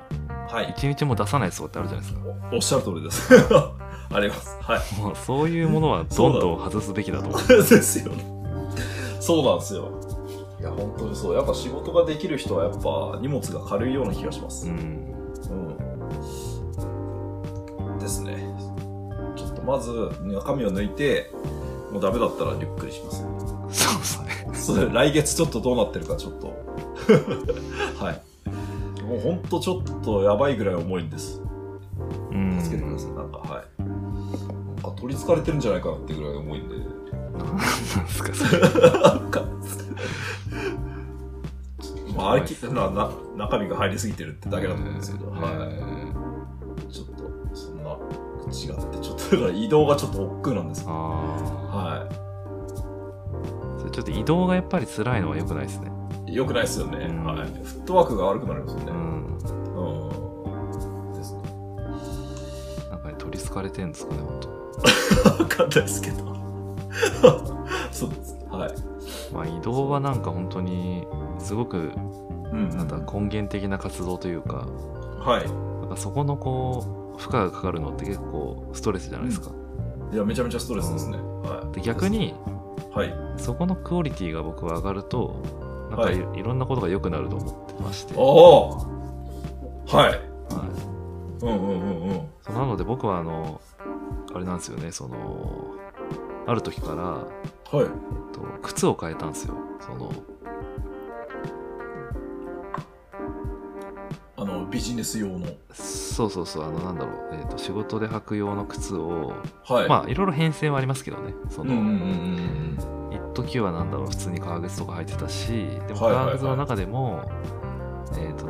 Speaker 1: はい。
Speaker 2: 一日も出さないそうってあるじゃないですか
Speaker 1: おおっしゃる通りです。 [LAUGHS] あります。はい。
Speaker 2: もうそういうものはどんどん外すべきだと思う
Speaker 1: ですよね。そうなんですよ。いや、本当にそう。やっぱ仕事ができる人はやっぱ荷物が軽いような気がしま
Speaker 2: う
Speaker 1: す。
Speaker 2: ん
Speaker 1: うん。ですね。ちょっとまず中身を抜いて、もうダメだったらリュックにします。
Speaker 2: そうですね
Speaker 1: それ来月ちょっとどうなってるかちょっと。 [LAUGHS] はい。もうほんとちょっとやばいぐらい重いんです。
Speaker 2: うん
Speaker 1: 助けてください。なんか、はい。なんか取りつかれてるんじゃないかなってぐらい重いんで。
Speaker 2: なんですかそれ
Speaker 1: なんか、まあ、あれきなな中身が入りすぎてるってだけだと思うんですけど、はいちょっと、そんな、口がって、ちょっと、だから移動がちょっと億劫なんですけど、
Speaker 2: あ
Speaker 1: は
Speaker 2: あそれちょっと移動がやっぱり辛いのは良くないですね
Speaker 1: い。良くないですよね、
Speaker 2: うん
Speaker 1: はい。フットワークが悪くなりますよね
Speaker 2: う。ん
Speaker 1: うん。ですね。
Speaker 2: なんかね取り憑かれてるんですかね本当。
Speaker 1: わかんないですけど。 [LAUGHS] そうです。はい。
Speaker 2: まあ移動はなんか本当にすごく
Speaker 1: うん。
Speaker 2: なんだ根源的な活動というか
Speaker 1: はい。
Speaker 2: なんかそこのこう負荷がかかるのって結構ストレスじゃないですか、
Speaker 1: いや、めちゃめちゃストレスですね。は
Speaker 2: で逆に
Speaker 1: い。はい。
Speaker 2: そこのクオリティが僕は上がるとなんかい,、、
Speaker 1: はい
Speaker 2: ろんなことが良くなると思ってまして、
Speaker 1: あ
Speaker 2: は
Speaker 1: あはい。
Speaker 2: い、
Speaker 1: うんうんうんうん。
Speaker 2: そうなので僕はあのあれなんですよねそのある時から、
Speaker 1: はい。
Speaker 2: えっと、靴を変えたんですよその
Speaker 1: あの、ビジネス用の。
Speaker 2: そうそうそうあのなんだろう、えっと仕事で履く用の靴を、
Speaker 1: はい。
Speaker 2: まあいろいろ変遷はありますけどねそ
Speaker 1: うん
Speaker 2: の、
Speaker 1: うんうんうん
Speaker 2: 一時はなんだろう普通に革靴とか履いてたしでも
Speaker 1: はいはいはい
Speaker 2: 革靴の中でも、えっ、と、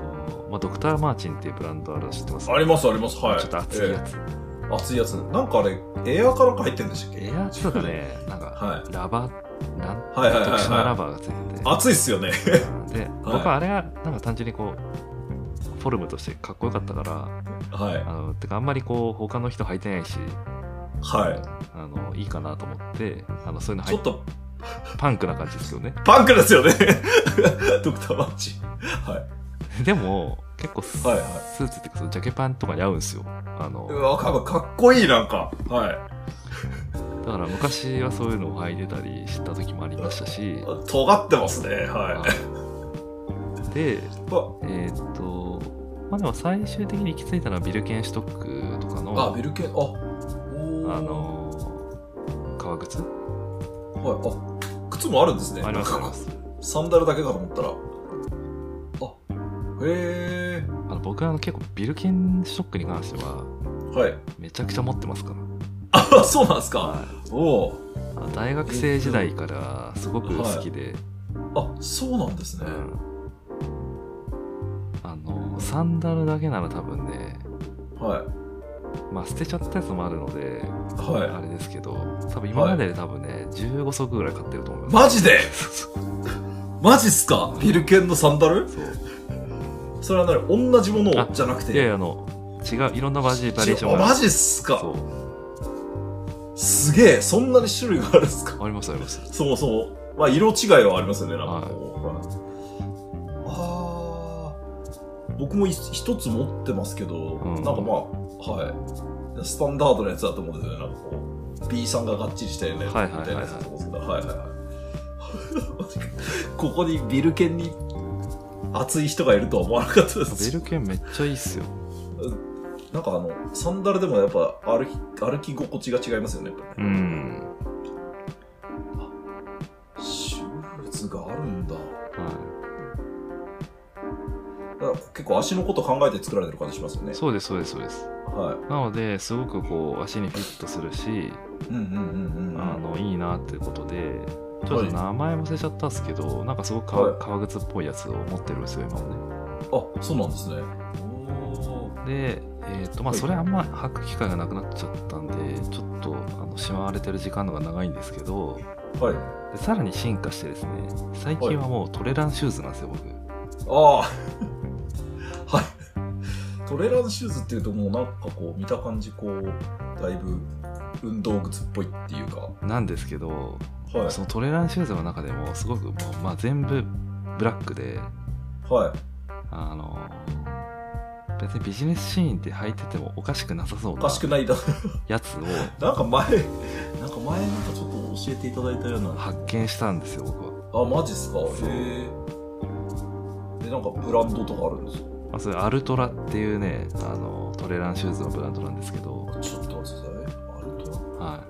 Speaker 2: まあ、ドクター・マーチンっていうブランドあるの知ってます
Speaker 1: うん。ありますあります。はい。
Speaker 2: ちょっと熱いやつ、
Speaker 1: えー熱いやつ。なんかあれ、エアかなんか入ってるんでしたっけ
Speaker 2: エアーとか。ねなんか、
Speaker 1: は
Speaker 2: ラバーなん
Speaker 1: はいはいはい
Speaker 2: 特殊なラ
Speaker 1: は
Speaker 2: バーがついてて、
Speaker 1: い。熱いっすよね。
Speaker 2: で僕はあれがなんか単純にこうフォルムとしてかっこよかったから
Speaker 1: はい。
Speaker 2: あのてかあんまりこう他の人履いてないし
Speaker 1: は
Speaker 2: あのいいかなと思ってあのそういうの
Speaker 1: い。ち
Speaker 2: 履
Speaker 1: ょ
Speaker 2: い
Speaker 1: っと、
Speaker 2: パンクな感じですけどね [LAUGHS]
Speaker 1: パンクですよね。 [LAUGHS] ドクターマッチ。はい。
Speaker 2: でも結構ス,、
Speaker 1: はいはい
Speaker 2: スーツっていうかそのジャケパンとかに合うんですよあの
Speaker 1: うわ、かかっこいい、なんか。はい。
Speaker 2: だから昔はそういうのを履いてたりした時もありましたし、
Speaker 1: 尖ってますね。は
Speaker 2: はいで
Speaker 1: い。わ
Speaker 2: えーっとまあでも最終的に行き着いたのはビルケンシュトックとか
Speaker 1: あ、
Speaker 2: の
Speaker 1: ベルケン、あ、おー
Speaker 2: あ、のー革靴
Speaker 1: はい、あ、靴もあるんですね。
Speaker 2: あります
Speaker 1: な
Speaker 2: あ
Speaker 1: ん
Speaker 2: り
Speaker 1: か
Speaker 2: ます
Speaker 1: サンダルだけかと思ったら。あ、へえ。
Speaker 2: あの僕はあの結構ビルケンシュトックに関しては
Speaker 1: はい。
Speaker 2: めちゃくちゃ持ってますから
Speaker 1: あ、そうなんですか。
Speaker 2: はい
Speaker 1: おお。
Speaker 2: あの大学生時代からすごく好きで、
Speaker 1: あ、そうなんですね
Speaker 2: う。んあのサンダルだけなら多分ね
Speaker 1: はい。
Speaker 2: まあ捨てちゃったやつもあるのであ
Speaker 1: は
Speaker 2: れですけど多分今までで多分ね、15足ぐらい買ってると思い
Speaker 1: い。
Speaker 2: ま
Speaker 1: マ
Speaker 2: す [LAUGHS]
Speaker 1: ジで
Speaker 2: そう
Speaker 1: マジっすかビルケンのサンダル
Speaker 2: そうそう
Speaker 1: それは何同じも
Speaker 2: あ
Speaker 1: のじゃなくて。
Speaker 2: いやいやあの違ういろんなバジバリエーション
Speaker 1: あ
Speaker 2: があ
Speaker 1: マ
Speaker 2: る
Speaker 1: ジっす
Speaker 2: そ
Speaker 1: か
Speaker 2: う
Speaker 1: すげえ。そんなに種類があるんですか
Speaker 2: ありますあります
Speaker 1: そもそも。まあ、色違いはありますよね、なんかこう。ああ。僕もい一つ持ってますけど、
Speaker 2: うん
Speaker 1: なんかまあ、はい。スタンダードなやつだと思うんですよね、なんかこう。B さんががっちりしたよね、みた
Speaker 2: はいいはいはいはい
Speaker 1: なやつだと思うんですけど、はいはいはい。ここにビル犬に熱い人がいるとは思わなかったで
Speaker 2: ベ
Speaker 1: す。
Speaker 2: ルケンめっちゃいいっすよ
Speaker 1: なんかあの、サンダルでもやっぱ歩き、歩き心地が違いますよね、やっぱりね
Speaker 2: うん、
Speaker 1: シューズがあるんだ。
Speaker 2: は
Speaker 1: だから結構足のこと考えて作られてる感じしますよね
Speaker 2: い、。そうですそうですそうです
Speaker 1: はい。
Speaker 2: なのですごくこう足にフィットするし、
Speaker 1: うんうんうんうん。
Speaker 2: あのいいなってことでちょっと名前忘れちゃったんですけど、なんかすごく
Speaker 1: はい
Speaker 2: 革革靴っぽいやつを持ってるんですよ今もね
Speaker 1: あ、そうなんですね。お
Speaker 2: でえっ、とまあ
Speaker 1: はい
Speaker 2: それあんま履く機会がなくなっちゃったんでちょっとあのしまわれてる時間のが長いんですけど
Speaker 1: ーはい。
Speaker 2: でさらに進化してですね最近はもうトレランシューズなんですよ僕
Speaker 1: [LAUGHS] ああ。はい。トレーラーのシューズっていうともうなんかこう見た感じこう、だいぶ運動靴っぽいっていうか。は
Speaker 2: なんですけどそ
Speaker 1: い。
Speaker 2: のトレランシューズの中でもすごくもう、まあ、全部ブラックで
Speaker 1: はい。
Speaker 2: あの別にビジネスシーンで履いててもおかしくなさそう
Speaker 1: お
Speaker 2: な
Speaker 1: かしくないだ。 [LAUGHS]
Speaker 2: やつを
Speaker 1: なんか前、なんか前なんかちょっと教えていただいたような。
Speaker 2: 発見したんですよ僕は、
Speaker 1: あ、マジっすか。へえ。で、なんかブランドとかあるんですか
Speaker 2: まあ、それアルトラっていうねあのトレランシューズのブランドなんですけど、
Speaker 1: ちょっと待ってください。あると
Speaker 2: は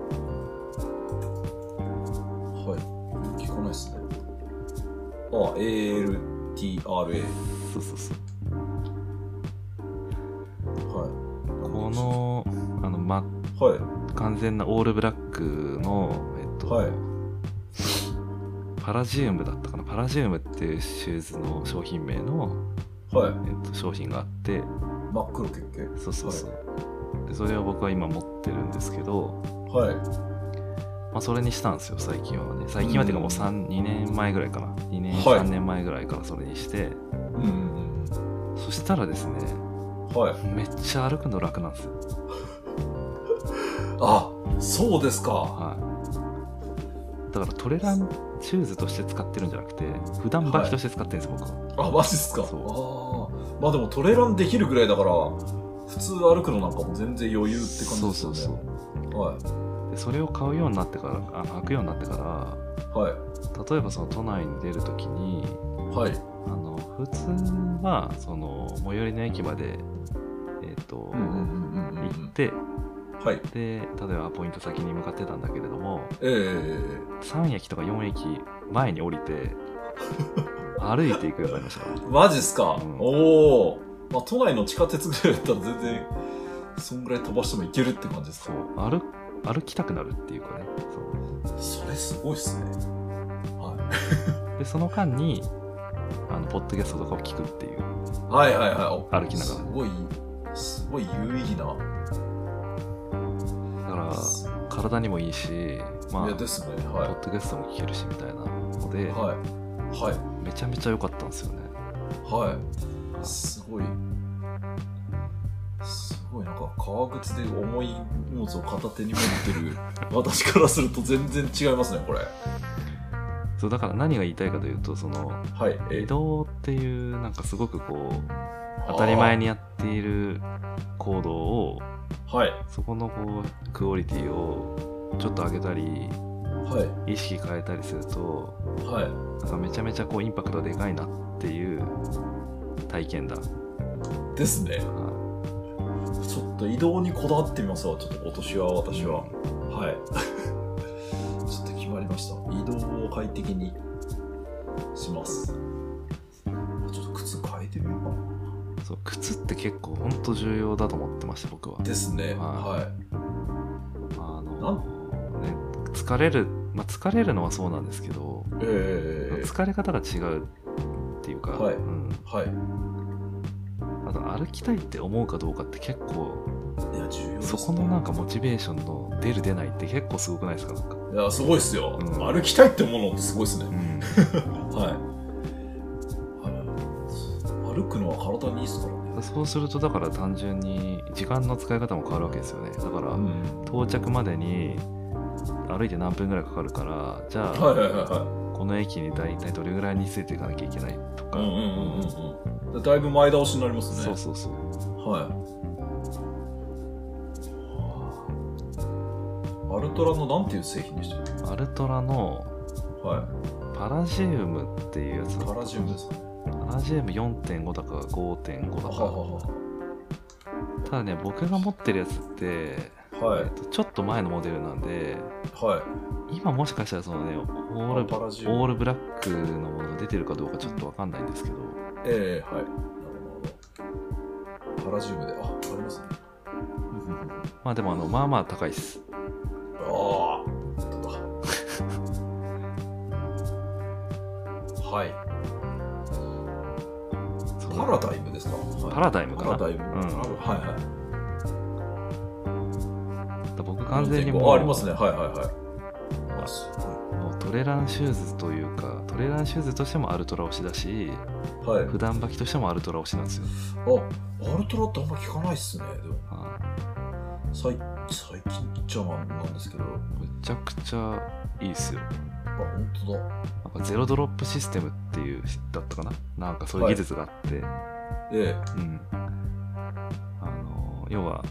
Speaker 1: はい。聞かないですね。あ、ALTRA。
Speaker 2: い、そうそうそう
Speaker 1: はい。
Speaker 2: このあの真っ
Speaker 1: はい。
Speaker 2: 完全なオールブラックの、えっと
Speaker 1: はい
Speaker 2: パラジウムだったかなパラジウムっていうシューズの商品名の、
Speaker 1: はい。
Speaker 2: えっと、商品があって
Speaker 1: 真っ黒血形。
Speaker 2: そうそうそう、でそれを僕は今持ってるんですけど、
Speaker 1: はい。
Speaker 2: まあ、それにしたんですよ最近はね最近はっていうかもう3 2年前ぐらいかな2年、
Speaker 1: はい
Speaker 2: 3年前ぐらいからそれにし
Speaker 1: う
Speaker 2: て
Speaker 1: んうん
Speaker 2: そしたらですね
Speaker 1: うん。はい。
Speaker 2: めっちゃ歩くの楽なんですよ
Speaker 1: あ、そうですか。
Speaker 2: はいだからトレランシューズとして使ってるんじゃなくて普段履きとして使ってるんです、僕は
Speaker 1: あ、マジっすか。ああ
Speaker 2: そう
Speaker 1: ー。まあでもトレランできるぐらいだから、普通歩くのなんかも全然余裕って感じですよね。
Speaker 2: そうそう
Speaker 1: そう。はい。
Speaker 2: そうでそれを買うようになってからあの履くようになってから
Speaker 1: はい。
Speaker 2: 例えばその都内に出るときに
Speaker 1: はい。
Speaker 2: あの普通はその最寄りの駅までえっ、と、
Speaker 1: うんう
Speaker 2: 行って
Speaker 1: はい。
Speaker 2: で例えばアポイント先に向かってたんだけれども
Speaker 1: ええ
Speaker 2: 3駅とか4駅前に降り
Speaker 1: [LAUGHS]
Speaker 2: て歩いていくようになりましたから
Speaker 1: マジっすか。
Speaker 2: うん
Speaker 1: おお。まあ都内の地下鉄ぐらいだったら全然、そんぐらい飛ばしてもいけるって感じです
Speaker 2: そ
Speaker 1: か。
Speaker 2: う歩歩きたくなるっていうかねそ
Speaker 1: それすごいっすね。は
Speaker 2: うでその間にあのポッドキャストとかを聞くっていう
Speaker 1: い。はいはいはい。
Speaker 2: 歩きながら
Speaker 1: すごい、すごい有意義な。
Speaker 2: だから体にもいいしま
Speaker 1: い
Speaker 2: あポ
Speaker 1: や
Speaker 2: ッ
Speaker 1: ですね。はい。
Speaker 2: ドキャストも聞けるしみたいなので、
Speaker 1: はい。はい。
Speaker 2: めちゃめちゃ良かったんですよね
Speaker 1: はい。すごい。すごい、なんか革靴で重い荷物を片手に持ってる私からすると全然違いますね、これ。
Speaker 2: そうだから何が言いたいかというとその
Speaker 1: はい。
Speaker 2: 移
Speaker 1: え
Speaker 2: 動っていうなんかすごくこう当たり前
Speaker 1: に。
Speaker 2: にやっている行動を
Speaker 1: はい。
Speaker 2: そこのこうクオリティをちょっと上げたり
Speaker 1: は
Speaker 2: 意識変えたりすると
Speaker 1: い。はい。
Speaker 2: なんかめちゃめちゃこうインパクトでかいなっていう体験だ。
Speaker 1: ですね。
Speaker 2: は
Speaker 1: ちょっと移動にこだわってみますわ、ちょっと今年は私は。はい。 [LAUGHS] ちょっと決まりました。移動を快適にします。ちょっと靴変えてみようかな。
Speaker 2: いそう靴って結構ほんと重要だと思ってました僕は。
Speaker 1: ですね。
Speaker 2: は
Speaker 1: は
Speaker 2: あのね、疲れる、まあ、疲れるのはそうなんですけど、
Speaker 1: い。え
Speaker 2: 疲れ方が違うっていうか、
Speaker 1: はい
Speaker 2: うん、
Speaker 1: ー、はい。
Speaker 2: あと歩きたいって思うかどうかって結構
Speaker 1: いや、重要です、
Speaker 2: そ
Speaker 1: ね。
Speaker 2: このなんかモチベーションの出る出ないって結構すごくないですかなんか、
Speaker 1: いや、すごいっすよ。
Speaker 2: うん
Speaker 1: 歩きたいってものってすごいっすね。はい。はい歩くのは体にいいっすからね。
Speaker 2: そうするとだから単純に時間の使い方も変わるわけですよねだから、
Speaker 1: ん。
Speaker 2: 到着までに歩いて何分ぐらいかかるからじゃあ、
Speaker 1: はいはいはいは
Speaker 2: この駅に大体どれぐらいについていかなきゃいけないと
Speaker 1: い。
Speaker 2: か、
Speaker 1: うんうんうんうんうん。だいぶ前倒しになりますね。
Speaker 2: そうそうそう
Speaker 1: はい。アルトラのなんていう製品でしたっ
Speaker 2: アルトラの
Speaker 1: けはい。
Speaker 2: パラジウムっていうやつ
Speaker 1: パラジウムですね。
Speaker 2: パラジウム4.5だか
Speaker 1: は
Speaker 2: 5.5
Speaker 1: は
Speaker 2: だかただね僕が持ってるやつって、
Speaker 1: はは。は
Speaker 2: えっと、ちょっと前のモデルなんで
Speaker 1: い。はい。
Speaker 2: 今もしかしたらそのねオール
Speaker 1: パラジウム
Speaker 2: オールブラックのものが出てるかどうかちょっとわかんないんですけど
Speaker 1: ええはい。なるほど。パラジウムで、あ、ありますね。
Speaker 2: まあでもあのまあまあ高いっす
Speaker 1: ああ、本当だ。はい。
Speaker 2: そう
Speaker 1: パラダイムですか、はい
Speaker 2: パラダイムか
Speaker 1: パ
Speaker 2: な
Speaker 1: ラダイム。
Speaker 2: う
Speaker 1: パ
Speaker 2: ん
Speaker 1: ラはいはい。
Speaker 2: 僕完全にもう
Speaker 1: あ、ありますね。はいはいはい。あ、す
Speaker 2: もうトレランシューズというかトレランシューズとしてもアルトラ推しだし
Speaker 1: ごい。はい。
Speaker 2: 普段履きとしてもアルトラ推しなんですよ、
Speaker 1: あ、アルトラってあんま聞かないっすね。でも、
Speaker 2: は
Speaker 1: 最最近っちゃなんですけど。
Speaker 2: いむちゃくちゃいいっすよ
Speaker 1: あ、本当だ。
Speaker 2: なんかゼロドロップシステムっていうだったかななんかそういう技術があって、
Speaker 1: え
Speaker 2: うんあの要は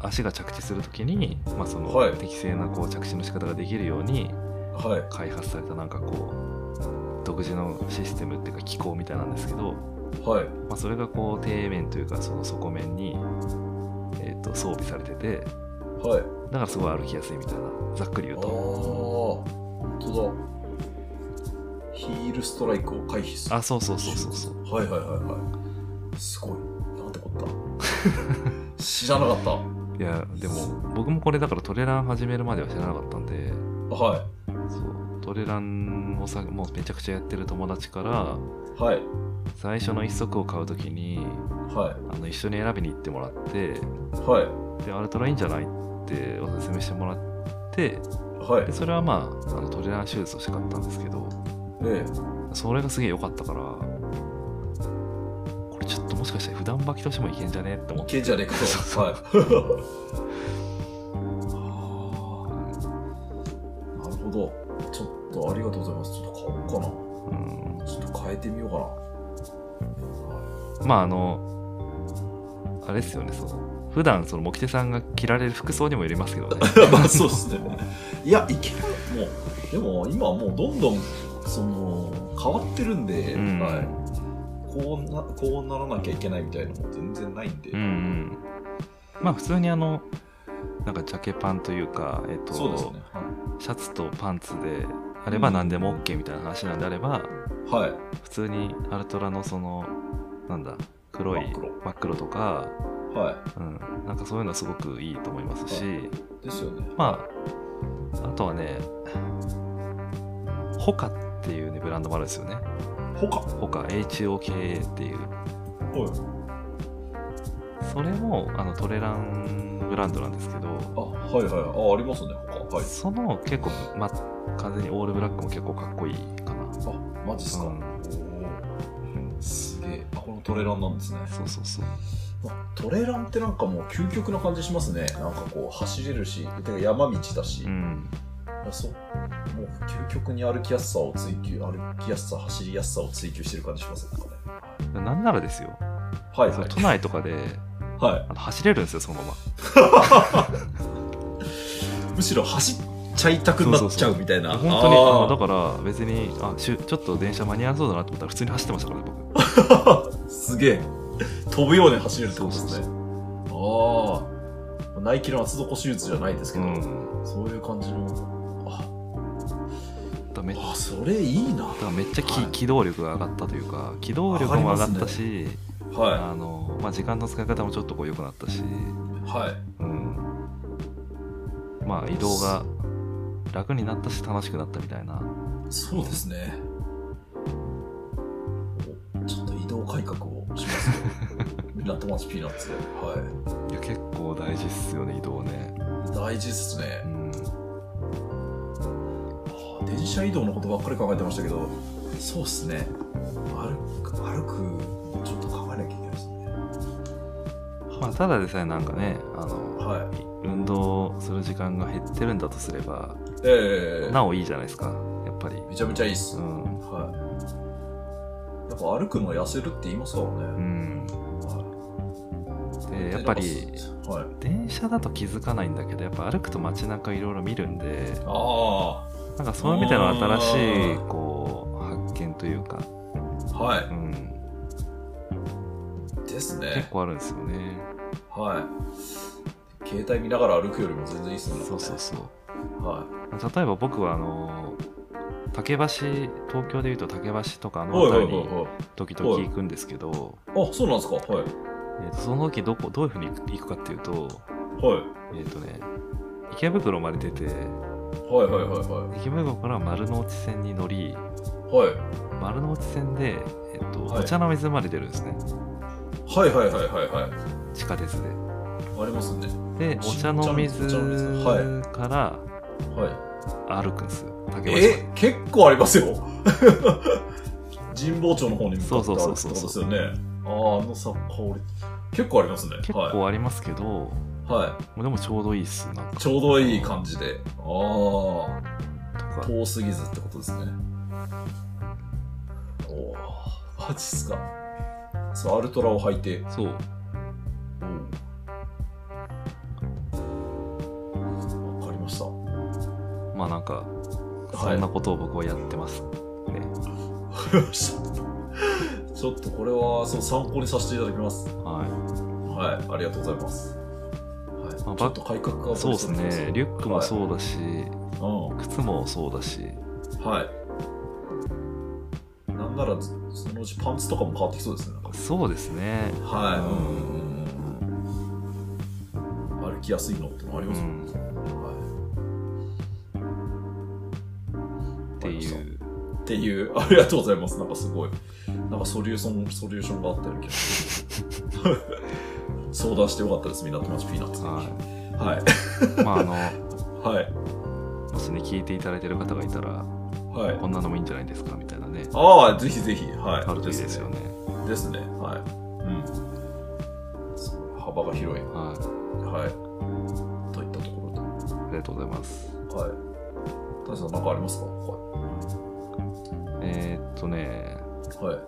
Speaker 2: 足が着地するときに、まあ、その
Speaker 1: はい
Speaker 2: 適正なこう着地の仕方ができるように
Speaker 1: えはい。
Speaker 2: 開発されたなんかこう独自のシステムっていうか機構みたいなんですけど、
Speaker 1: はい。
Speaker 2: まあ、それがこう底面というかその底面に、えー、と装備されてて
Speaker 1: はい。
Speaker 2: だからすごい歩きやすいみたいなざっくり言
Speaker 1: ああ、
Speaker 2: うと
Speaker 1: 本当だ。ヒールストライクを回避する。
Speaker 2: あそうそうそうそうそう
Speaker 1: [LAUGHS] はいはいはいはい。すごい。なんてこった。知らなかった。
Speaker 2: いやでも僕もこれだからトレラン始めるまでは知らなかったんで
Speaker 1: は
Speaker 2: そうトレランをさもうめちゃくちゃやってる友達から
Speaker 1: いはい
Speaker 2: 最初の一足を買うときに
Speaker 1: は
Speaker 2: あの一緒に選びに行ってもらって
Speaker 1: いはい
Speaker 2: であれトラいいんじゃないってお勧めしてもらって
Speaker 1: はい
Speaker 2: でそれはまああのトレラン手術をして買ったんですけど
Speaker 1: え
Speaker 2: それがすげえ良かったからこれちょっともしかして普段履きとしてもいけんじゃねって
Speaker 1: え
Speaker 2: 思
Speaker 1: い
Speaker 2: って
Speaker 1: けんじゃねえか
Speaker 2: そ
Speaker 1: と
Speaker 2: うそう
Speaker 1: はいなるほどちょっとありがとうございますちょっと買おうか
Speaker 2: うん
Speaker 1: なちょっと変えてみようかな
Speaker 2: まああのあれですよねその普段そのモキテさんが着られる服装にもより [LAUGHS] ますけどね
Speaker 1: まあそうですね。いや、いけない。もう、でも今はもうどんどん、その、変わってるんで、
Speaker 2: うん
Speaker 1: [LAUGHS] はい。こうな、こうならなきゃいけないみたいなのも全然ないんで。
Speaker 2: うんうんまあ普通にあのなんかジャケパンというか、えっと、
Speaker 1: そうですね。
Speaker 2: シャツとパンツであれば何でも OK みたいな話なんであれば、
Speaker 1: はい。はい。
Speaker 2: 普通にアルトラのそのなんだ黒い
Speaker 1: 真っ黒
Speaker 2: 真っ黒とか、
Speaker 1: は
Speaker 2: うん、なんかそういうのはすごくいいと思いますし、
Speaker 1: い。ですよね。
Speaker 2: まああとはねホカっていうねブランドもあるんですよね
Speaker 1: 他は
Speaker 2: ホカ HOKA っていう
Speaker 1: い。
Speaker 2: それもあのトレランブランドなんですけど、
Speaker 1: あ、はいはい。あ、ありますね。他。はい。
Speaker 2: その結構、まあ、完全にオールブラックも結構かっこいいかな
Speaker 1: あ、マジっすか。
Speaker 2: うん
Speaker 1: おお。すげえ。あ、このトレランなんですね。
Speaker 2: そうそうそう
Speaker 1: あトレランってなんかもう究極な感じしますね。なんかこう、走れるし、てか山道だし。
Speaker 2: うん
Speaker 1: いやそうもう究極に歩きやすさを追求歩きやすさ走りやすさを追求してる感じしますねなんかね
Speaker 2: なんならですよ、
Speaker 1: はい
Speaker 2: そ
Speaker 1: は
Speaker 2: の
Speaker 1: い
Speaker 2: 都内とかで
Speaker 1: は
Speaker 2: あの走れるんですよそのまま
Speaker 1: いむしろ走っちゃいたくなっちゃうみたいな
Speaker 2: 本当にあのだ
Speaker 1: あ
Speaker 2: から別にあしゅちょっと電車間に合わそうだなと思ったら普通に走ってましたからね僕
Speaker 1: ーすげえ飛ぶように走れるってことです
Speaker 2: そう
Speaker 1: ねああナイキの厚底手術じゃないですけど、
Speaker 2: うん
Speaker 1: そういう感じのあ
Speaker 2: だからめだか
Speaker 1: あそれいいな
Speaker 2: らめっちゃき、
Speaker 1: はい
Speaker 2: 機動力が上がったというか機動力も上がったし、
Speaker 1: は
Speaker 2: あのまあ、時間の使い方もちょっとこう良くなったし、
Speaker 1: いはい
Speaker 2: うん、まあ移動が楽になったし楽しくなったみたいな
Speaker 1: そうですねおちょっと移動改革をします [LAUGHS] よみんな友達ピーナッツではい
Speaker 2: いや結構大事っすよね移動ね、
Speaker 1: 大事っすね
Speaker 2: う、ん、
Speaker 1: 電車移動のことばっかり考えてましたけどそうっすね歩く歩くちょっと考えなきゃいけないですね
Speaker 2: まあただでさえなんかねあの
Speaker 1: はい
Speaker 2: 運動する時間が減ってるんだとすれば
Speaker 1: ええ
Speaker 2: なおいいじゃないですかやっぱり
Speaker 1: めちゃめちゃいいっす、
Speaker 2: うん
Speaker 1: はいやっぱ歩くの痩せるって言いますから
Speaker 2: う
Speaker 1: ね、
Speaker 2: ん
Speaker 1: は
Speaker 2: で
Speaker 1: い
Speaker 2: やっぱり
Speaker 1: はい
Speaker 2: 電車だと気づかないんだけどやっぱ歩くと街中いろいろ見るんで
Speaker 1: あ
Speaker 2: なんかそういう意味での新しい
Speaker 1: あー
Speaker 2: こう発見というか、
Speaker 1: あは
Speaker 2: うん、
Speaker 1: いですね
Speaker 2: 結構あるんですよね
Speaker 1: はい携帯見ながら歩くよりも全然いいっすね
Speaker 2: そうそうそう
Speaker 1: は
Speaker 2: 例えば僕はあの竹橋東京でいうと竹橋とかあ
Speaker 1: い
Speaker 2: の
Speaker 1: はいはい
Speaker 2: 辺り
Speaker 1: はい
Speaker 2: に
Speaker 1: はい
Speaker 2: 時々行くんですけど、
Speaker 1: あ、そうなんですか。はい。
Speaker 2: えーとその時どこどういうふうに行くかっていうと
Speaker 1: はい。
Speaker 2: えっ、とね池袋まで出て
Speaker 1: はいはいはいは
Speaker 2: 池袋から丸の内線に乗り
Speaker 1: い。はい。
Speaker 2: 丸の内線で、えーと
Speaker 1: はい
Speaker 2: お茶の水まで出るんですね
Speaker 1: はいはいはいはいはい。
Speaker 2: 地下鉄で
Speaker 1: ありますね。
Speaker 2: でお茶の水
Speaker 1: お茶の水は
Speaker 2: か
Speaker 1: は
Speaker 2: ら歩くんですよ竹
Speaker 1: い。
Speaker 2: 橋
Speaker 1: え、結構ありますよ。 [LAUGHS] 神保町の方に向かってあるってことですよね。あーあのさ、香り。結構ありますね。
Speaker 2: 結
Speaker 1: は
Speaker 2: 構ありますけど、も
Speaker 1: い。は
Speaker 2: うでもちょうどいいっすなんか
Speaker 1: い。ちょうどいい感じで。あ
Speaker 2: と
Speaker 1: あ、
Speaker 2: か
Speaker 1: 遠すぎずってことですね。おお、マジっすか。そう、アルトラを履いて。
Speaker 2: そう
Speaker 1: わかりました。
Speaker 2: まあなんかそんなことを僕はやってます、ね
Speaker 1: わかりました。ちょっとこれはそう参考にさせていただきます。
Speaker 2: は
Speaker 1: はい、ありがとうございます。はい、
Speaker 2: まあ
Speaker 1: ちょっと改革が
Speaker 2: い、そうですねリュックも
Speaker 1: う。
Speaker 2: そうだし、
Speaker 1: は
Speaker 2: 靴もそうだし
Speaker 1: い、うん、はい。なんならそのうちパンツとかも変わってきそうですね。なんか
Speaker 2: そうですね
Speaker 1: はい、
Speaker 2: う
Speaker 1: うんうんうんうん。歩きやすいのってのありますもんね。はい。
Speaker 2: っていうう
Speaker 1: っていう、ありがとうございます。なんかすごい。なんかソリューション、ソリューションがあったような気がする。相談してよかったです、みんな友達ピーナッツに。
Speaker 2: は
Speaker 1: はい。
Speaker 2: いまああの
Speaker 1: はい。
Speaker 2: もしね聞いていただいてる方がいたら
Speaker 1: はい。
Speaker 2: こんなのもいいんじゃないですかみたいなね
Speaker 1: ああ、ぜひぜひ。はい。
Speaker 2: あるといいですよね
Speaker 1: ですね。はい。うん。すごい幅が広い。
Speaker 2: はい
Speaker 1: はい。といったところ
Speaker 2: ありがとうございます
Speaker 1: で。はい。大志さん、なんかありますかは
Speaker 2: えーっとね
Speaker 1: い。はい。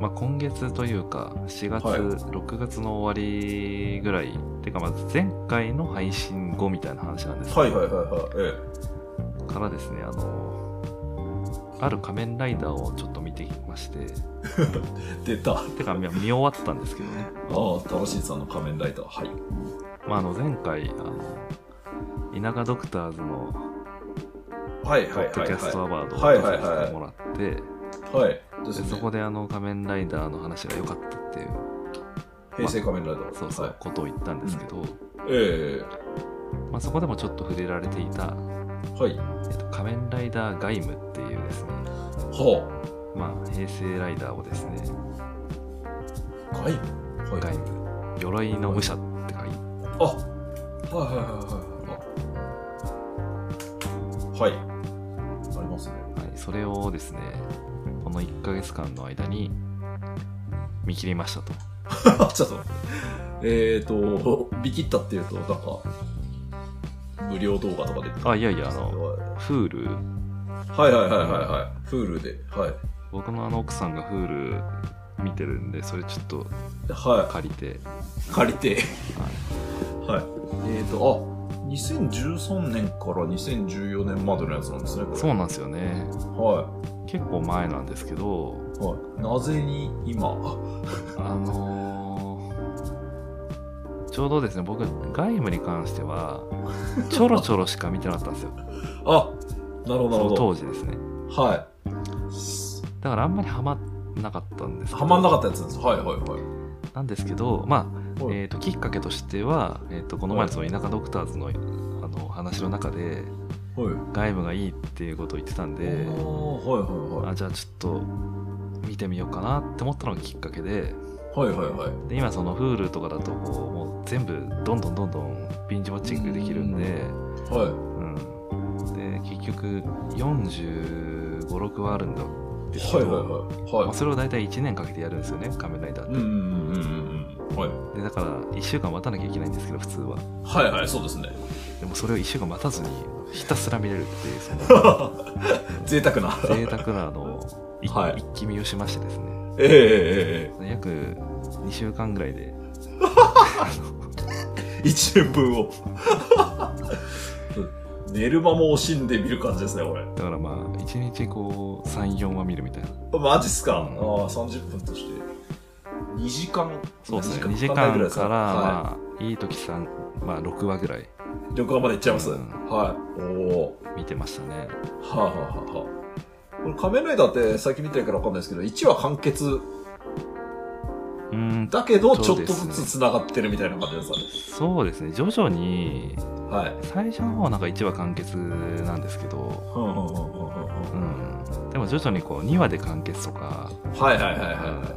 Speaker 2: まあ、今月というか4月、
Speaker 1: はい
Speaker 2: 6月の終わりぐらいってかまず前回の配信後みたいな話なんですけど
Speaker 1: はいはいはいはい。え
Speaker 2: からですねあのある仮面ライダーをちょっと見てきまして
Speaker 1: え。出た。あ
Speaker 2: てか見見終わったんですけどね、
Speaker 1: あ、楽しいさんの仮面ライダー。はい。
Speaker 2: まあ、あの前回あの稲賀ドクターズの
Speaker 1: はい
Speaker 2: ポ
Speaker 1: はい
Speaker 2: ッド
Speaker 1: はい
Speaker 2: キャストア
Speaker 1: は
Speaker 2: ワードを
Speaker 1: はい
Speaker 2: 出
Speaker 1: はいはい
Speaker 2: させてもらって、
Speaker 1: い。はい。で
Speaker 2: です
Speaker 1: ね
Speaker 2: そこであの仮面ライダーの話が良かったっていう
Speaker 1: 平成仮面ライダー。
Speaker 2: そうそう、
Speaker 1: はい
Speaker 2: ことを言ったんですけど、
Speaker 1: え
Speaker 2: まあ、そこでもちょっと触れられていた
Speaker 1: えはい。
Speaker 2: えっと、仮面ライダーガイムっていうですね、
Speaker 1: は
Speaker 2: まあ、平成ライダーをですね、
Speaker 1: あ。はい。はい。
Speaker 2: ガイム、鎧の武者って書い
Speaker 1: あはいはいはいはいはい。はい。ありますね。 [LAUGHS]
Speaker 2: て、はい、それをですね、この1ヶ月間の間に見切りましたと。
Speaker 1: あ、ちょっと待って。えっ、ー、と、 [LAUGHS] 見切ったっていうと、なんか、無料動画とかで。
Speaker 2: あ、いやいや、あの、
Speaker 1: は
Speaker 2: Hulu、
Speaker 1: いはいはいはいはい。Hulu で。はい。
Speaker 2: 僕のあの奥さんが Hulu 見てるんで、それちょっと
Speaker 1: は
Speaker 2: 借りて、
Speaker 1: い。借りて。
Speaker 2: はい
Speaker 1: はい。えっ、ー、と、あ、2013年から2014年までのやつなんですね、これ。
Speaker 2: そうなんですよね。
Speaker 1: は
Speaker 2: 結構前なんですけど、
Speaker 1: い。はい。なぜに今、あ
Speaker 2: あのーちょうどですね、僕、外務に関して
Speaker 1: [LAUGHS]
Speaker 2: は、ちょろちょろしか見てなかったんですよ。
Speaker 1: あ、なるほどなる
Speaker 2: その
Speaker 1: ほど。
Speaker 2: 当時ですね。
Speaker 1: はい。
Speaker 2: だからあんまりハマんなかったんですけど
Speaker 1: はまんなかったやつなんです。はいはいはい。
Speaker 2: なんですけど、まあ、
Speaker 1: はい
Speaker 2: えーと、きっかけとしては、えーと、この前のその田舎ドクターズの、あの、話の中で、
Speaker 1: はい。
Speaker 2: 外務がいいっていうことを言ってたんで、
Speaker 1: あーはいは
Speaker 2: あ、じゃあちょっと、見てみようかなって思ったのがきっかけで、
Speaker 1: いはい。はいはいはい。
Speaker 2: で今その Hulu とかだとこうもう全部どんどんどんどんビンジウォッチングできるんで、
Speaker 1: は
Speaker 2: うん、で結局4 5 6はあるんだ
Speaker 1: い。
Speaker 2: です
Speaker 1: は
Speaker 2: け
Speaker 1: い
Speaker 2: ど、
Speaker 1: はいはい。
Speaker 2: まあ、
Speaker 1: はい。
Speaker 2: それを大体1年かけてやるんですよね仮面ライダーっ
Speaker 1: う
Speaker 2: て、
Speaker 1: んうんうんうんうん。はい。
Speaker 2: でだから1週間待たなきゃいけないんですけど普通は
Speaker 1: はいはい、そうですね。
Speaker 2: でもそれを1週間待たずにひたすら見れるっていうその
Speaker 1: 贅沢な。
Speaker 2: 贅沢なあ [LAUGHS] の一,、
Speaker 1: はい
Speaker 2: 一気見をしましてですね
Speaker 1: えええええ
Speaker 2: 約2週間ぐらいで
Speaker 1: え。1円分を。寝る間も惜しんで見る感じですね、これ。
Speaker 2: だからまあ1日こう34話見るみたいな
Speaker 1: マジっすか。ああ
Speaker 2: うん
Speaker 1: ー、30分として。2時間。
Speaker 2: そうですね、2
Speaker 1: 二
Speaker 2: 時間から、まあ、いい時さん、まあ、6話ぐらい
Speaker 1: い。旅館まで行っちゃいます。
Speaker 2: うん
Speaker 1: はい。おお。
Speaker 2: 見てましたね。
Speaker 1: はあ、はあはあはあ、これ仮面ライダーって最近見てないからわかんないですけど、1話完結
Speaker 2: うーん、
Speaker 1: だけど、ち
Speaker 2: そ
Speaker 1: ょ
Speaker 2: う
Speaker 1: っと
Speaker 2: ですね
Speaker 1: ずつ繋がってるみたいな感じですよね。
Speaker 2: そうですね、徐々に、
Speaker 1: はい。
Speaker 2: 最初の方はなんか1話完結なんですけど、
Speaker 1: うんうんうんうんうんうん
Speaker 2: うん、でも徐々にこう2話で完結とか、
Speaker 1: はいはいはいは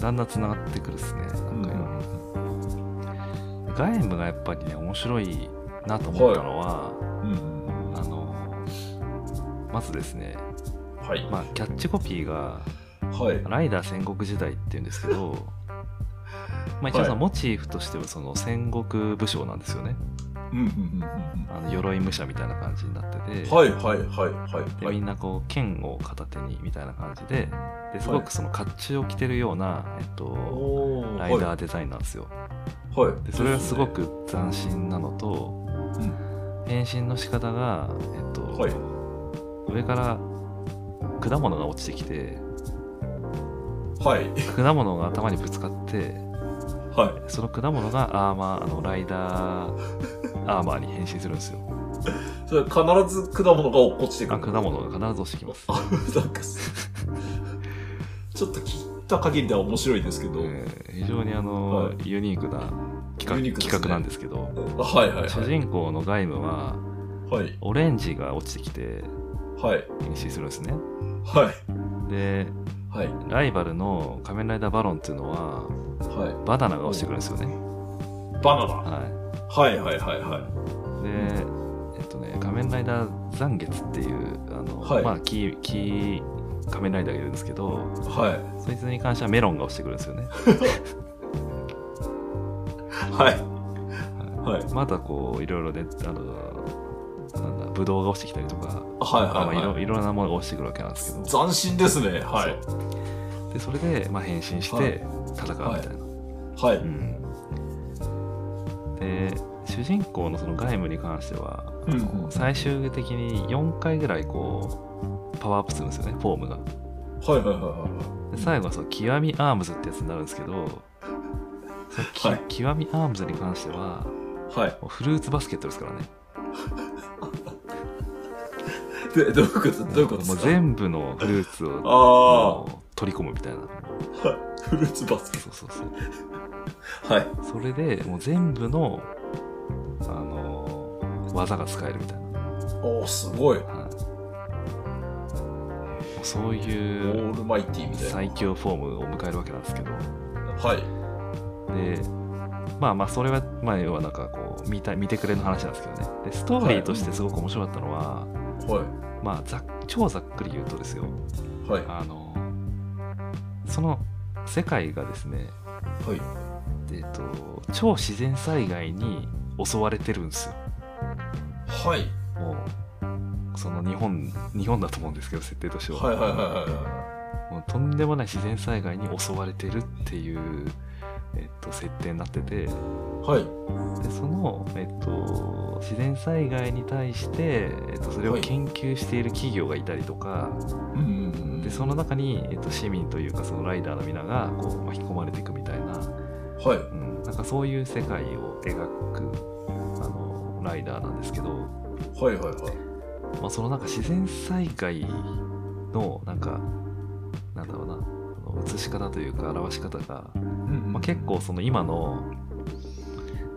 Speaker 2: だんだんつながってくるですね、なんかいろいろ外務がやっぱりね、面白いなと思ったのは、
Speaker 1: い。うんうんうん
Speaker 2: あの、まずですね、
Speaker 1: はい。
Speaker 2: まあ、キャッチコピーが、
Speaker 1: はい。
Speaker 2: ライダー戦国時代っていうんですけ
Speaker 1: [LAUGHS]
Speaker 2: ど、まあ、一応その
Speaker 1: はい
Speaker 2: モチーフとしてはその戦国武将なんですよね、
Speaker 1: うんうんうんうん
Speaker 2: あの鎧武者みたいな感じになってて、
Speaker 1: はいはいはいはい。
Speaker 2: で
Speaker 1: は
Speaker 2: み
Speaker 1: い
Speaker 2: んなこう剣を片手にみたいな感じでですご
Speaker 1: は
Speaker 2: くその甲冑を着てるような、えっと、
Speaker 1: おー
Speaker 2: ライダーデザインなんですよ。
Speaker 1: はい。はい
Speaker 2: でそれがすご。く斬新なのと、変身の仕方が、えっと
Speaker 1: はい
Speaker 2: 上から果物が落ちてきて
Speaker 1: はい。
Speaker 2: 果物が頭にぶつかって
Speaker 1: は
Speaker 2: その果物がアーマーあのライダーアーマーに変身するんですよ。
Speaker 1: い。それ必ず果物が落っこちてく [LAUGHS]
Speaker 2: あ
Speaker 1: る。
Speaker 2: 果物が必ず落ちてきます。
Speaker 1: あ、なんかす、ちょっとき、った限りでは面白いですけど、
Speaker 2: えー非常にあの、
Speaker 1: は
Speaker 2: ユニークな
Speaker 1: ユ
Speaker 2: 企
Speaker 1: ニー
Speaker 2: 画
Speaker 1: クですね
Speaker 2: 企画なんですけど、
Speaker 1: あはいはい
Speaker 2: 主
Speaker 1: は
Speaker 2: 人公のガイムはい
Speaker 1: はい
Speaker 2: オレンジが落ちてきて
Speaker 1: はい
Speaker 2: 変身するんですね
Speaker 1: はい
Speaker 2: で
Speaker 1: はい
Speaker 2: ライバルの仮面ライダーバロンっていうのは
Speaker 1: は
Speaker 2: バナナが落ちてくるんですよね
Speaker 1: いバナナ
Speaker 2: は
Speaker 1: はいはいはいはい
Speaker 2: いでえっとね仮面ライダー残月っていうあの、
Speaker 1: はい
Speaker 2: まあキーキー仮面ライダーがいるんですけど
Speaker 1: は
Speaker 2: そいつに関してはメロンが落ちてくるんですよね
Speaker 1: いはい [LAUGHS] はい
Speaker 2: まだこういろいろねあのなんだブドウが落ちてきたりとかまあ
Speaker 1: はい
Speaker 2: まあ
Speaker 1: はいいは
Speaker 2: ろいろんなものが落ちてくるわけなんですけど
Speaker 1: い斬新ですねはい
Speaker 2: そうでそれで、まあ、変身し
Speaker 1: は
Speaker 2: て
Speaker 1: い
Speaker 2: 戦うみたいな、
Speaker 1: は
Speaker 2: う
Speaker 1: い
Speaker 2: ん、で主人公のその外務に関しては、
Speaker 1: うんうん
Speaker 2: あの最終的に4回ぐらいこうパワーアップするんですよねフォームが
Speaker 1: はいはいはいは
Speaker 2: で最後はその極みアームズってやつになるんですけどそのき
Speaker 1: はい
Speaker 2: 極みアームズに関してはい
Speaker 1: はい
Speaker 2: もうフルーツバスケットですからね
Speaker 1: でどういうことどういうことです
Speaker 2: もう
Speaker 1: か
Speaker 2: 全部のフルーツを
Speaker 1: [LAUGHS] あ
Speaker 2: もう取り込むみたいな
Speaker 1: あはいフルーツバスケ
Speaker 2: そうそうそう
Speaker 1: はい
Speaker 2: それでもう全部の、あのー技が使えるみたいな、
Speaker 1: おおすごい
Speaker 2: はいもうそう
Speaker 1: オ
Speaker 2: いう
Speaker 1: ールマイティみたいな
Speaker 2: 最強フォームを迎えるわけなんですけど
Speaker 1: はい
Speaker 2: でまあまあそれは、まあ、要はなんかこう見た見てくれの話なんですけどねでストーリーとしてすごく面白かったのは、
Speaker 1: は
Speaker 2: まあざっ超ざっくり言うとですよ
Speaker 1: いはい
Speaker 2: あのその世界がですね、
Speaker 1: はい
Speaker 2: えっと超自然災害に襲われてるんですよ
Speaker 1: はい
Speaker 2: もうその日本日本だと思うんですけど設定としては、
Speaker 1: はいはいはいは
Speaker 2: もうとんでもない自然災害に襲われてるっていう、えっと、設定になっててで
Speaker 1: いはいはい
Speaker 2: その、えっと、自然災害に対して、えっと、それを
Speaker 1: はい
Speaker 2: 研究している企業がいたりとか、
Speaker 1: うんうんうん
Speaker 2: でその中に、えっと、市民というかそのライダーの皆がこう巻き込まれていくみたいな,、
Speaker 1: はい
Speaker 2: うん、なんかそういう世界を描くあのライダーなんですけど。
Speaker 1: はいはいはい
Speaker 2: まあ、そのなんか自然災害のなんかなんだろうなあの映し方というか表し方が、
Speaker 1: うん
Speaker 2: まあ、結構その今の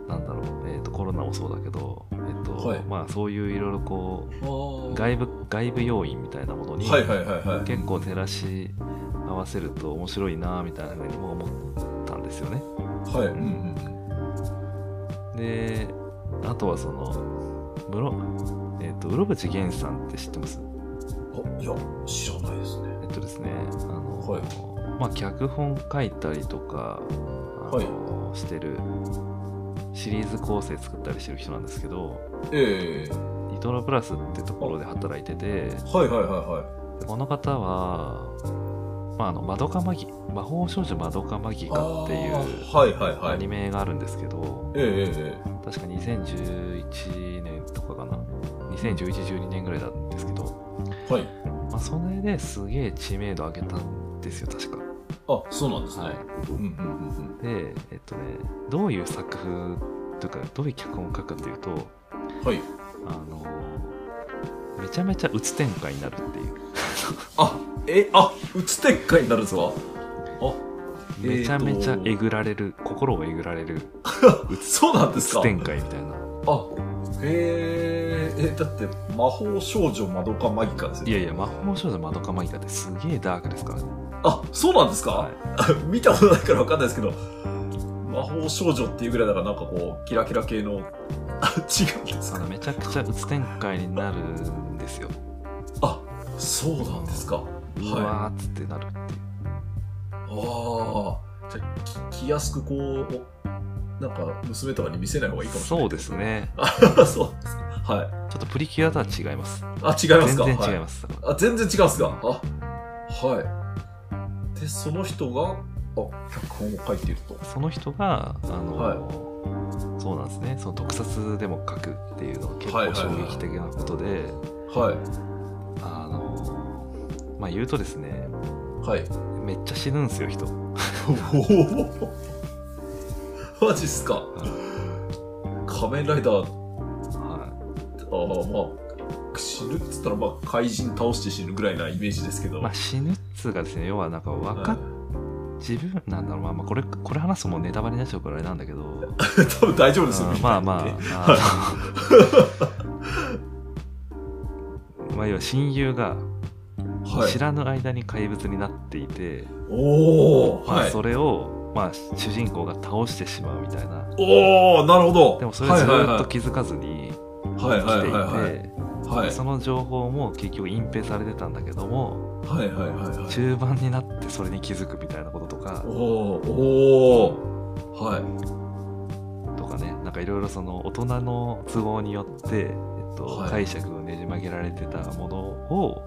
Speaker 2: なんだろう、えー、とコロナもそうだけど、えーと
Speaker 1: はい
Speaker 2: まあ、そういういろいろこう
Speaker 1: 構
Speaker 2: 外部外部要因みたいなものに
Speaker 1: はいはいはいはい
Speaker 2: 結構照らし合わせると面白いなみたいなふうにも思ったんですよね。
Speaker 1: はいうんうん
Speaker 2: であとはその室,、えー、と室伏源さんって知ってます
Speaker 1: うんあいや知らないですね
Speaker 2: えっとですね、あの、
Speaker 1: はい
Speaker 2: まあ、脚本書いたりとか、あのしてる、シリーズ構成作ったりしてる人なんですけど、
Speaker 1: ええ
Speaker 2: ニトロプラスってところで働いてて、
Speaker 1: はいはいはい
Speaker 2: でこの方は、まあ、あの、まどかマギ、魔法少女まどかマギカ
Speaker 1: は
Speaker 2: っ
Speaker 1: い
Speaker 2: ていう
Speaker 1: あーはいはいは
Speaker 2: アニ
Speaker 1: い
Speaker 2: メがあるんですけど、
Speaker 1: ええええええ
Speaker 2: 確か2011年とかかな、2011、12年ぐらいなんですけど、
Speaker 1: はい
Speaker 2: まあ、それですげえ知名度上げたんですよ、確か。
Speaker 1: あそうなんですね、
Speaker 2: はい
Speaker 1: うんうんうんうん
Speaker 2: で、えっとね、どういう作風というかどういう脚本を書くかっていうと
Speaker 1: はい。
Speaker 2: あのめちゃめちゃうつ展開になるっていう
Speaker 1: あ、え、あ、うつ展開になるぞ。えーと
Speaker 2: めちゃめちゃえぐられる、心をえぐられる
Speaker 1: あ、そうなんで
Speaker 2: う
Speaker 1: す
Speaker 2: つ
Speaker 1: か。
Speaker 2: 展開みたいな
Speaker 1: あ、えー、え、だって、魔法少女マドカマギカですよ。
Speaker 2: いやいや魔法少女まどかマギカってすげえダークですからね、
Speaker 1: あ、そうなんですか、
Speaker 2: は
Speaker 1: [LAUGHS] 見たことないからわかんないですけど、魔法少女っていうぐらいだからなんかこう、キラキラ系の、 [LAUGHS] あ、違うんで
Speaker 2: い、
Speaker 1: す
Speaker 2: あ
Speaker 1: か
Speaker 2: のめちゃくちゃうつ展開になるんですよ
Speaker 1: あ、そうなんですか。は
Speaker 2: う
Speaker 1: い。あ
Speaker 2: わーっつってなるっていう
Speaker 1: あー。じゃあ、き着やすくこう、おなんか娘とかに見せない方がいいかもしれない
Speaker 2: そ
Speaker 1: う
Speaker 2: ですね
Speaker 1: あ [LAUGHS] そうですはい。
Speaker 2: ちょっとプリキュアとは違います
Speaker 1: あ、違います
Speaker 2: 全
Speaker 1: か
Speaker 2: 然違い
Speaker 1: は
Speaker 2: ます、
Speaker 1: あ、全然違うんすかあ、はい。で、その人が、あ、脚本を書いていると。
Speaker 2: その人があの、
Speaker 1: はい
Speaker 2: そうなんですねその特撮でも書くっていうのは結
Speaker 1: はいは
Speaker 2: 構
Speaker 1: い
Speaker 2: 衝
Speaker 1: はい
Speaker 2: 撃的なことで、
Speaker 1: はい。
Speaker 2: あのまあ言うとですね
Speaker 1: はい。
Speaker 2: めっちゃ死ぬんですよ人
Speaker 1: おおマジっすか仮面ライダー、
Speaker 2: は
Speaker 1: あまあ、死ぬっつったら、まあ、怪人倒して死ぬぐらいなイメージですけ
Speaker 2: い
Speaker 1: ど。
Speaker 2: まあ死ぬっつうかですね要はなんか分か
Speaker 1: は
Speaker 2: っ自分なんだろうまあまあこれこれ話すともうネタバレになっちゃうからあれなんだけど
Speaker 1: [LAUGHS] 多分大丈夫ですよ、
Speaker 2: あ
Speaker 1: み
Speaker 2: ー
Speaker 1: ん
Speaker 2: ま
Speaker 1: な
Speaker 2: あ
Speaker 1: ね
Speaker 2: まあ
Speaker 1: [LAUGHS]
Speaker 2: あのまあ要は親友が
Speaker 1: はい
Speaker 2: 知。らぬ間に怪物になっていて、
Speaker 1: おお
Speaker 2: まあ
Speaker 1: はい。
Speaker 2: それを、まあ、主人公が倒してしまうみたいな
Speaker 1: おおなるほど。
Speaker 2: でもそれずっと
Speaker 1: は
Speaker 2: 気づかずに
Speaker 1: い
Speaker 2: 生
Speaker 1: はい
Speaker 2: きてい
Speaker 1: はい
Speaker 2: て
Speaker 1: はい。はいはい
Speaker 2: その情報も結局隠蔽されてたんだけども
Speaker 1: はいはいはいはい。
Speaker 2: 中盤になってそれに気づくみたいなこととか
Speaker 1: おおおーはい。
Speaker 2: とかねなんかいろいろその大人の都合によって、えっと
Speaker 1: はい
Speaker 2: 解釈をねじ曲げられてたものを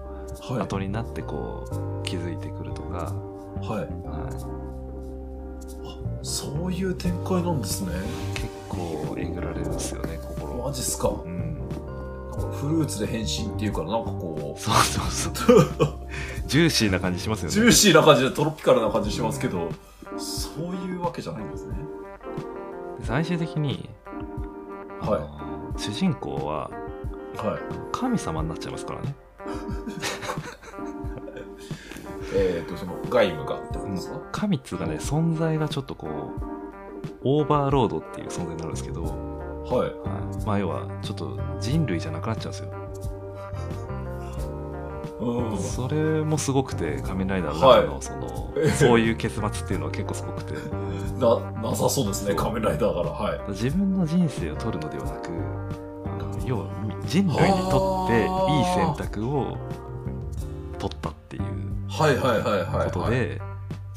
Speaker 1: はい。
Speaker 2: 後になってこう気づいてくるとか、
Speaker 1: はい。
Speaker 2: は
Speaker 1: そういう展開なんですね。
Speaker 2: い、結構えぐられるんですよね
Speaker 1: マ
Speaker 2: 心
Speaker 1: ジっすか
Speaker 2: う。ん
Speaker 1: なんかフルーツで変身っていうから、なんかこ
Speaker 2: そうそ
Speaker 1: [LAUGHS]
Speaker 2: うそう
Speaker 1: う、
Speaker 2: ジューシーな感じしますよね
Speaker 1: ジューシーな感じでトロピカルな感じしますけど、そういうわけじゃないんですね。
Speaker 2: 最終的に、あの
Speaker 1: はい
Speaker 2: 主人公は
Speaker 1: はい。
Speaker 2: 神様になっちゃいますからね
Speaker 1: えっ、ー、と、その外務がってことですか、
Speaker 2: 神っつうかね存在がちょっとこうオーバーロードっていう存在になるんですけど、は
Speaker 1: はい。
Speaker 2: いまあ要はちょっと人類じゃなくなっちゃうんですよ、
Speaker 1: うん。
Speaker 2: それもすごくて仮面ライダーの中のその、
Speaker 1: ええ
Speaker 2: そういう結末っていうのは結構すごくて
Speaker 1: な、なさそうですね、仮面ライダーから。はい。
Speaker 2: 自分の人生を取るのではなくあの要は人類にとっていい選択を取ったっていう
Speaker 1: はいはいはいはい、
Speaker 2: こと
Speaker 1: はい。
Speaker 2: で、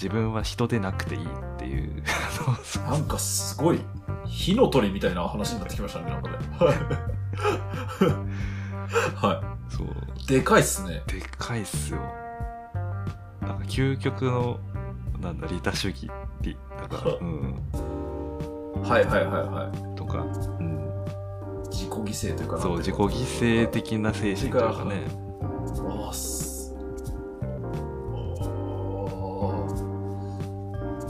Speaker 2: 自分は人でなくていいっていう、 [LAUGHS] あのそう
Speaker 1: なんかすごい、火の鳥みたいな話になってきましたね、なんかね。は
Speaker 2: そう、
Speaker 1: い。でかいっすね。
Speaker 2: でかいっすよ。なんか究極の、なんだ、利他主義、利、なん
Speaker 1: [LAUGHS]
Speaker 2: か、う
Speaker 1: はいはいはいはい。
Speaker 2: ん、とか、うん、
Speaker 1: 自己犠牲というかなんてい
Speaker 2: そう、自己犠牲的な精神というかね、
Speaker 1: わあすあ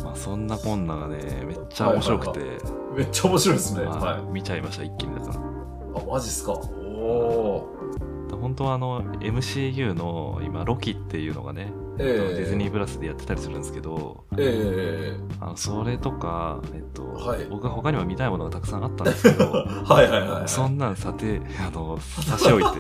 Speaker 2: まあ、そんなこんながね、めっちゃ面白くて、
Speaker 1: ーめっちゃ面白いですね。
Speaker 2: まあ
Speaker 1: は
Speaker 2: 見ちゃいました、一気にだから。
Speaker 1: い。あ、マジっすか。おー。
Speaker 2: 本当はあの MCU の今ロキっていうのがね、
Speaker 1: え
Speaker 2: えっとディズニー
Speaker 1: ー。
Speaker 2: プラスでやってたりするんですけど、
Speaker 1: え
Speaker 2: あのそれとか、えっと
Speaker 1: はい
Speaker 2: 僕は他にも見たいものがたくさんあったんですけ
Speaker 1: ー [LAUGHS]
Speaker 2: ど
Speaker 1: はいはいはい。
Speaker 2: そんなんさてあの差し置いて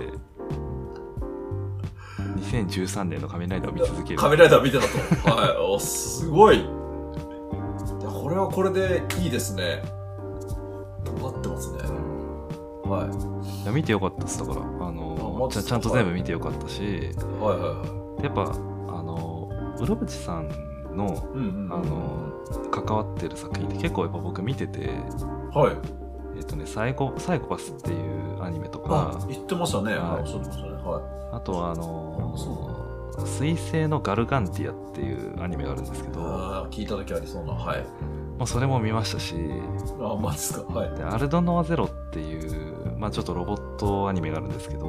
Speaker 2: 2013年の「仮面ライダー」を見続ける
Speaker 1: カメライダー見てたと。はい。お、すごい。いやこれはこれでいいですね。尖ってますね。はい。
Speaker 2: いや見てよかったですだからあ
Speaker 1: あマ
Speaker 2: の
Speaker 1: ジ
Speaker 2: ち
Speaker 1: っ
Speaker 2: ゃ
Speaker 1: すか
Speaker 2: ちゃんと全部見てよかったし
Speaker 1: はいはいは
Speaker 2: やっぱあの室伏さんの
Speaker 1: い。うんうんうん。
Speaker 2: あの関わってる作品って結構やっぱ僕見てて、
Speaker 1: はい。
Speaker 2: えっとね、サイコサイコパスっていうアニメと
Speaker 1: あ
Speaker 2: か、
Speaker 1: 言ってましたね。
Speaker 2: はい
Speaker 1: あおっしゃってましたね。は
Speaker 2: あとはあの
Speaker 1: あ
Speaker 2: ー水星のガルガンティアっていうアニメがあるんですけ
Speaker 1: い。
Speaker 2: ど、ま
Speaker 1: ああ、聞いた時ありそうな。はい。
Speaker 2: あ、それも見ましたし
Speaker 1: あ、マジっすか。はい。
Speaker 2: でアルドノアゼロっていう、まあ、ちょっとロボットアニメがあるんですけど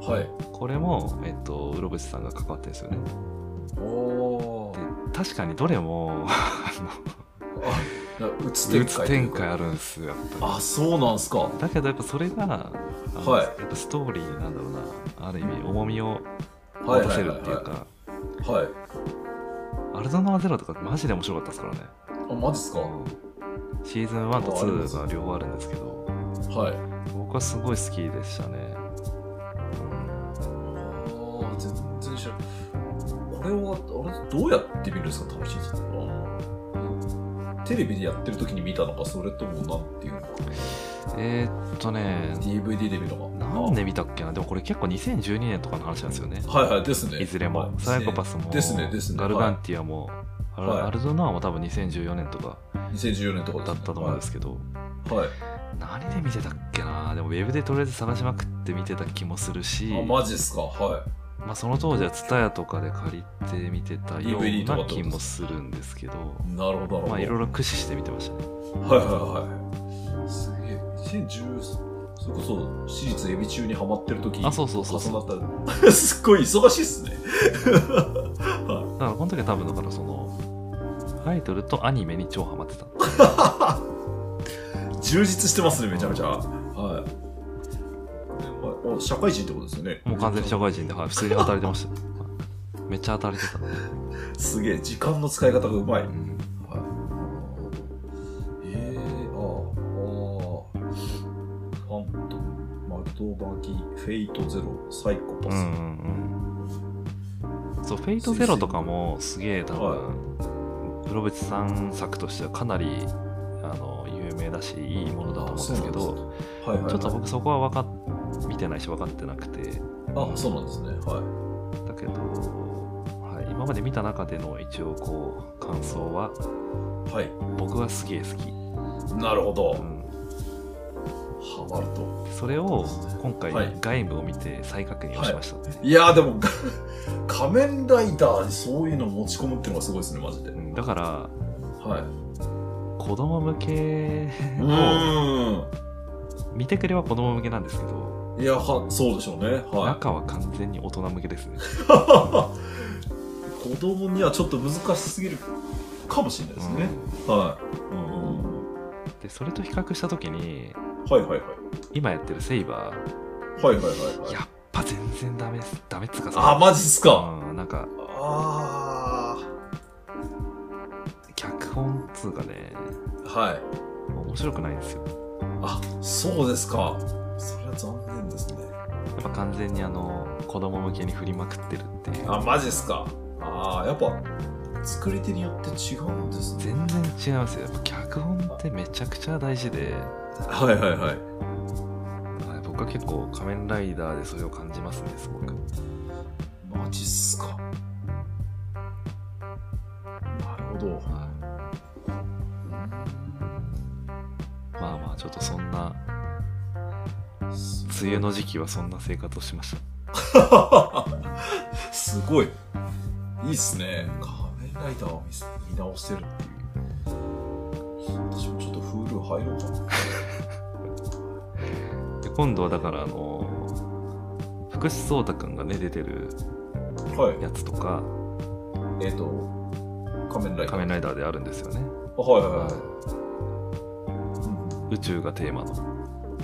Speaker 1: はい。
Speaker 2: これも、えっと、ウロブチさんが関わってるんですよね
Speaker 1: お
Speaker 2: で
Speaker 1: ー。
Speaker 2: 確かにどれも
Speaker 1: あ、なうつ
Speaker 2: 打
Speaker 1: 展開。
Speaker 2: つ [LAUGHS] 展開あるんですよやっぱ
Speaker 1: あ、そうなんすか。
Speaker 2: りだけどやっぱそれがあの
Speaker 1: はい
Speaker 2: やっぱストーリーなんだろうなある意味重みを
Speaker 1: は
Speaker 2: 持
Speaker 1: い
Speaker 2: た
Speaker 1: は
Speaker 2: せ
Speaker 1: い
Speaker 2: る
Speaker 1: は
Speaker 2: っ
Speaker 1: い
Speaker 2: ていう
Speaker 1: は
Speaker 2: か
Speaker 1: い。はい。
Speaker 2: アルドノアゼロとかマジで面白かったですからね
Speaker 1: あ、マジっすか。
Speaker 2: うんシーズン1と
Speaker 1: ああります
Speaker 2: 2が両方あるんですけど
Speaker 1: はい。
Speaker 2: 僕はすごい好きでしたね
Speaker 1: ああ、全然知らない。これは、あれ、どうやって見るんですか、楽しいですかテレビでやってる時に見たのか、それともなんていうのか、
Speaker 2: えー、っとね
Speaker 1: DVD で見るのか。
Speaker 2: なんで見たっけなでもこれ結構2012年とかの話なんですよね
Speaker 1: はいはい、ですね。
Speaker 2: いずれも、
Speaker 1: はいですね
Speaker 2: サイコパスも
Speaker 1: ですねですね
Speaker 2: ガルガンティアも、あれ
Speaker 1: はい
Speaker 2: アルドナアも多分2014年とか
Speaker 1: 2014年とかです
Speaker 2: だ
Speaker 1: ね
Speaker 2: ったと思うんですけど、
Speaker 1: はい。
Speaker 2: 何で見てたっけなでもウェブでとりあえず探しまくって見てた気もするし
Speaker 1: あ、マジっすか。はい。
Speaker 2: まあ、その当時は TSUTAYA とかで借りて見てたよ
Speaker 1: DVD
Speaker 2: う
Speaker 1: とか
Speaker 2: な
Speaker 1: ってこと
Speaker 2: 気
Speaker 1: です
Speaker 2: もするんですけど
Speaker 1: なるほど、なるほど。
Speaker 2: まあいろいろ駆使して見てましたね
Speaker 1: はいはいはい。すげえ、2010、それこそ、私立エビ中にハマってる時
Speaker 2: あそうそうそうそう
Speaker 1: 重なったら、 [LAUGHS] すっごい忙しいっすね。
Speaker 2: だからこの時は多分だからそのアイドルとアニメに超ハマってた
Speaker 1: 充実してますね、めちゃめちゃ。はい。これはあ社会人ってことですよね。
Speaker 2: [LAUGHS] もう完全に社会人で、はい、普通に働いてましためっちゃ働いてた
Speaker 1: すげえ、時間の使い方がうまい。はい。
Speaker 2: うん
Speaker 1: えー、ああ、ああ、ファントム、マルドバギ、フェイトゼロ、サイコパ
Speaker 2: う
Speaker 1: ス。
Speaker 2: んうんうんそう、フェイトゼロとかもすげえ多分、黒渕さん作としてはかなりあの有名だし、いいものだと思うんですけ
Speaker 1: そ
Speaker 2: ど、
Speaker 1: うなんですねはいはいはい、
Speaker 2: ちょっと僕そこはわかっ見てないし分かってなくて、
Speaker 1: あ、そうなんですね。は
Speaker 2: だけど、はい、今まで見た中での一応こう感想は、
Speaker 1: い。はい。
Speaker 2: 僕はすげえ好き。
Speaker 1: なるほ
Speaker 2: う
Speaker 1: ど。
Speaker 2: ん
Speaker 1: ハマると。
Speaker 2: それを今回
Speaker 1: はい
Speaker 2: 外部を見て再確認をしましたっていう
Speaker 1: いやーでも、 [LAUGHS] 仮面ライダーにそういうの持ち込むっていうのがすごいですね、マジで。
Speaker 2: うんだから
Speaker 1: はい。
Speaker 2: 子供向け
Speaker 1: う
Speaker 2: を
Speaker 1: ー
Speaker 2: 見てくれは子供向けなんですけど
Speaker 1: ん。いや、は、そうでしょうね。は
Speaker 2: 中は完全に大人向けですね、
Speaker 1: い。子供にはちょっと難しすぎるかもしれないですね。はい。うんうんうん
Speaker 2: うんでそれと比較した時に
Speaker 1: はいはいはい。
Speaker 2: 今やってるセイバ
Speaker 1: は
Speaker 2: ー
Speaker 1: いはいはいはい。
Speaker 2: やっぱ全然ダメですダメっつうか
Speaker 1: あー、マジっすか。
Speaker 2: うんなんか
Speaker 1: あ
Speaker 2: 脚本っつうかね
Speaker 1: あ。はい。
Speaker 2: 面白くないんですよ
Speaker 1: あ、そうですか。それは残念ですね。
Speaker 2: やっぱ完全にあの子供向けに振りまくってるっていう
Speaker 1: あ、マジっすか。ああ、やっぱ、作り手によって違うんですね。
Speaker 2: 全然違いますよやっぱ脚本ってめちゃくちゃ大事で
Speaker 1: はいはいはい。
Speaker 2: はい僕は結構仮面ライダーでそれを感じますねすごく
Speaker 1: マジっすか。なるほど。
Speaker 2: はいまあまあちょっとそんな梅雨の時期はそんな生活をしました
Speaker 1: すごい。いいっすね。仮面ライダーを見せ見直してるっていう。私もちょっとフール入ろうかな。
Speaker 2: で今度はだからあの福士蒼太くんがね出てる
Speaker 1: はい。
Speaker 2: やつとか
Speaker 1: えっ、と、仮面ライダー。
Speaker 2: 仮面ライダーであるんですよね、
Speaker 1: あはいはいはい。
Speaker 2: は
Speaker 1: うん
Speaker 2: い、宇宙がテーマの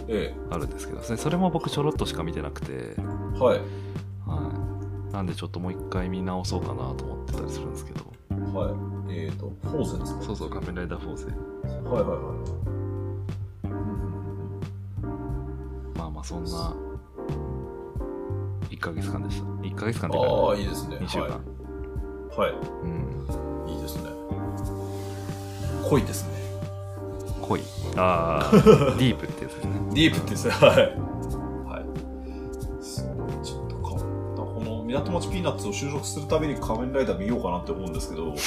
Speaker 1: え
Speaker 2: あるんですけどそれそれも僕ちょろっとしか見てなくて、
Speaker 1: えはい。
Speaker 2: はい、なんでちょっともう一回見直そうかなと思ってたりするんですけど
Speaker 1: はい。えっ、と、フォーゼですか
Speaker 2: そうそう仮面ライダー4世
Speaker 1: はいはいはい。うん
Speaker 2: まあまあそんな1ヶ月間でした1ヶ月間で
Speaker 1: ああ、いいですね。
Speaker 2: 2週間、
Speaker 1: はい。
Speaker 2: うん
Speaker 1: はい。いいですね。濃いですね。
Speaker 2: 濃いああデ
Speaker 1: [LAUGHS]
Speaker 2: ィープってやつですね
Speaker 1: ディープってですね。はい。はい。そう、ちょっとか、この港町ピーナッツを就職するために仮面ライダー見ようかなって思うんですけど、 [LAUGHS] なか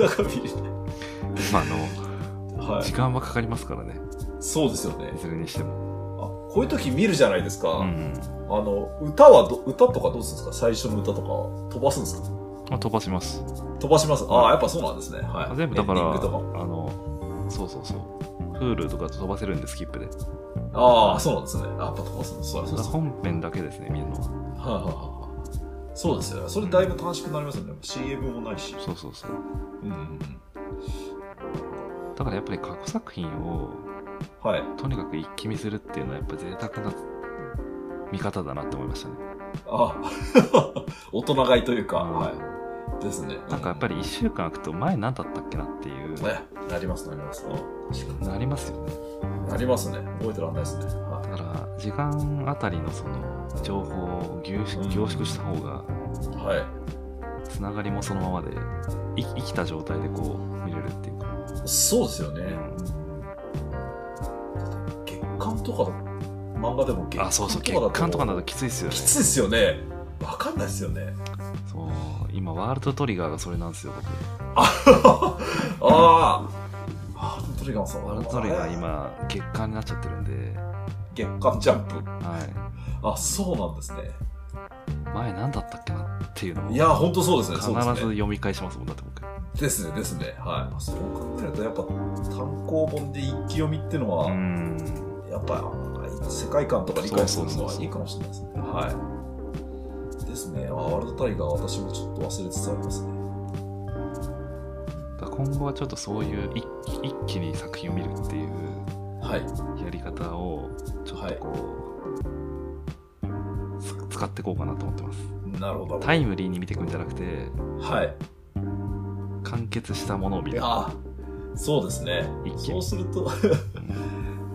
Speaker 1: なか見れない。
Speaker 2: まああ
Speaker 1: は
Speaker 2: の時
Speaker 1: い。
Speaker 2: 間はかかりますからね
Speaker 1: そうですよね
Speaker 2: い。ずれにしても
Speaker 1: あ、こういう時見るじゃないですか。
Speaker 2: うん、
Speaker 1: あの、歌はど、歌とかどうするんですか最初の歌とか飛ばすんですか
Speaker 2: まあ、飛ばします
Speaker 1: 飛ばします。ああ、やっぱそうなんですね。はい。
Speaker 2: 全部だから
Speaker 1: エンデ
Speaker 2: あ
Speaker 1: ィングと
Speaker 2: のそうそうそう Hulu とかと飛ばせるんでスキップでだか
Speaker 1: か。ああ、そうなんですね。あやっぱ飛ばすんです。そうそう
Speaker 2: ら
Speaker 1: そう。はい
Speaker 2: 本編だけですね見るのは
Speaker 1: はいはいはい。そうですよね。それだいぶ短縮になりますよね。CM もないし。
Speaker 2: そうそうそう
Speaker 1: うんうんうん。
Speaker 2: だからやっぱり過去作品を
Speaker 1: はい。
Speaker 2: とにかく一気見するっていうのはやっぱ贅沢な見方だなって思いましたね
Speaker 1: あ [LAUGHS] 大人買いというか、
Speaker 2: うん
Speaker 1: はい。ですね。
Speaker 2: なんかやっぱり1週間空くと前何だったっけなっていう
Speaker 1: うん、ね、なります、なります。うん
Speaker 2: なりますよね
Speaker 1: なりますね。覚えてらんないですね。は
Speaker 2: だから時間あたりのその情報を凝縮
Speaker 1: うん
Speaker 2: 凝縮した方が
Speaker 1: い。はい。
Speaker 2: つながりもそのままでい生きた状態でこう見れるっていうか
Speaker 1: そうですよね。月刊とか、漫画でも月刊とかだと
Speaker 2: あそうそう血管とかだときついですよね
Speaker 1: きついですよね。わかんないですよね。
Speaker 2: そう今ワールドトリガーがそれなんですよ僕
Speaker 1: ああ。ワールドトリガーもそう
Speaker 2: ワールドトリガー。今月間になっちゃってるんで、
Speaker 1: 月刊ジャンプ。
Speaker 2: は
Speaker 1: あ、そうなんですね。
Speaker 2: い、前何だったっけなっていうのを
Speaker 1: い
Speaker 2: 必
Speaker 1: や、本当そうですね。
Speaker 2: ず
Speaker 1: そうですね
Speaker 2: 読み返しますもんだって僕
Speaker 1: ですね、ですね。はい。そう考えると、やっぱ単行本で一気読みってのは、
Speaker 2: うん
Speaker 1: やっぱ世界観とか理解するのはいいかもしれないですね。はい。ですね。あワールドタイガー、私もちょっと忘れつつありますね。
Speaker 2: だから今後はちょっとそういう一気一気に作品を見るっていう
Speaker 1: はい。
Speaker 2: やり方をちょっとこう、つ使っていこうかなと思ってます
Speaker 1: なるほど。
Speaker 2: タイムリーに見ていくんじゃなくて
Speaker 1: はい。
Speaker 2: 完結したものを見る。
Speaker 1: あそうですね
Speaker 2: 一気に
Speaker 1: そうすると
Speaker 2: うん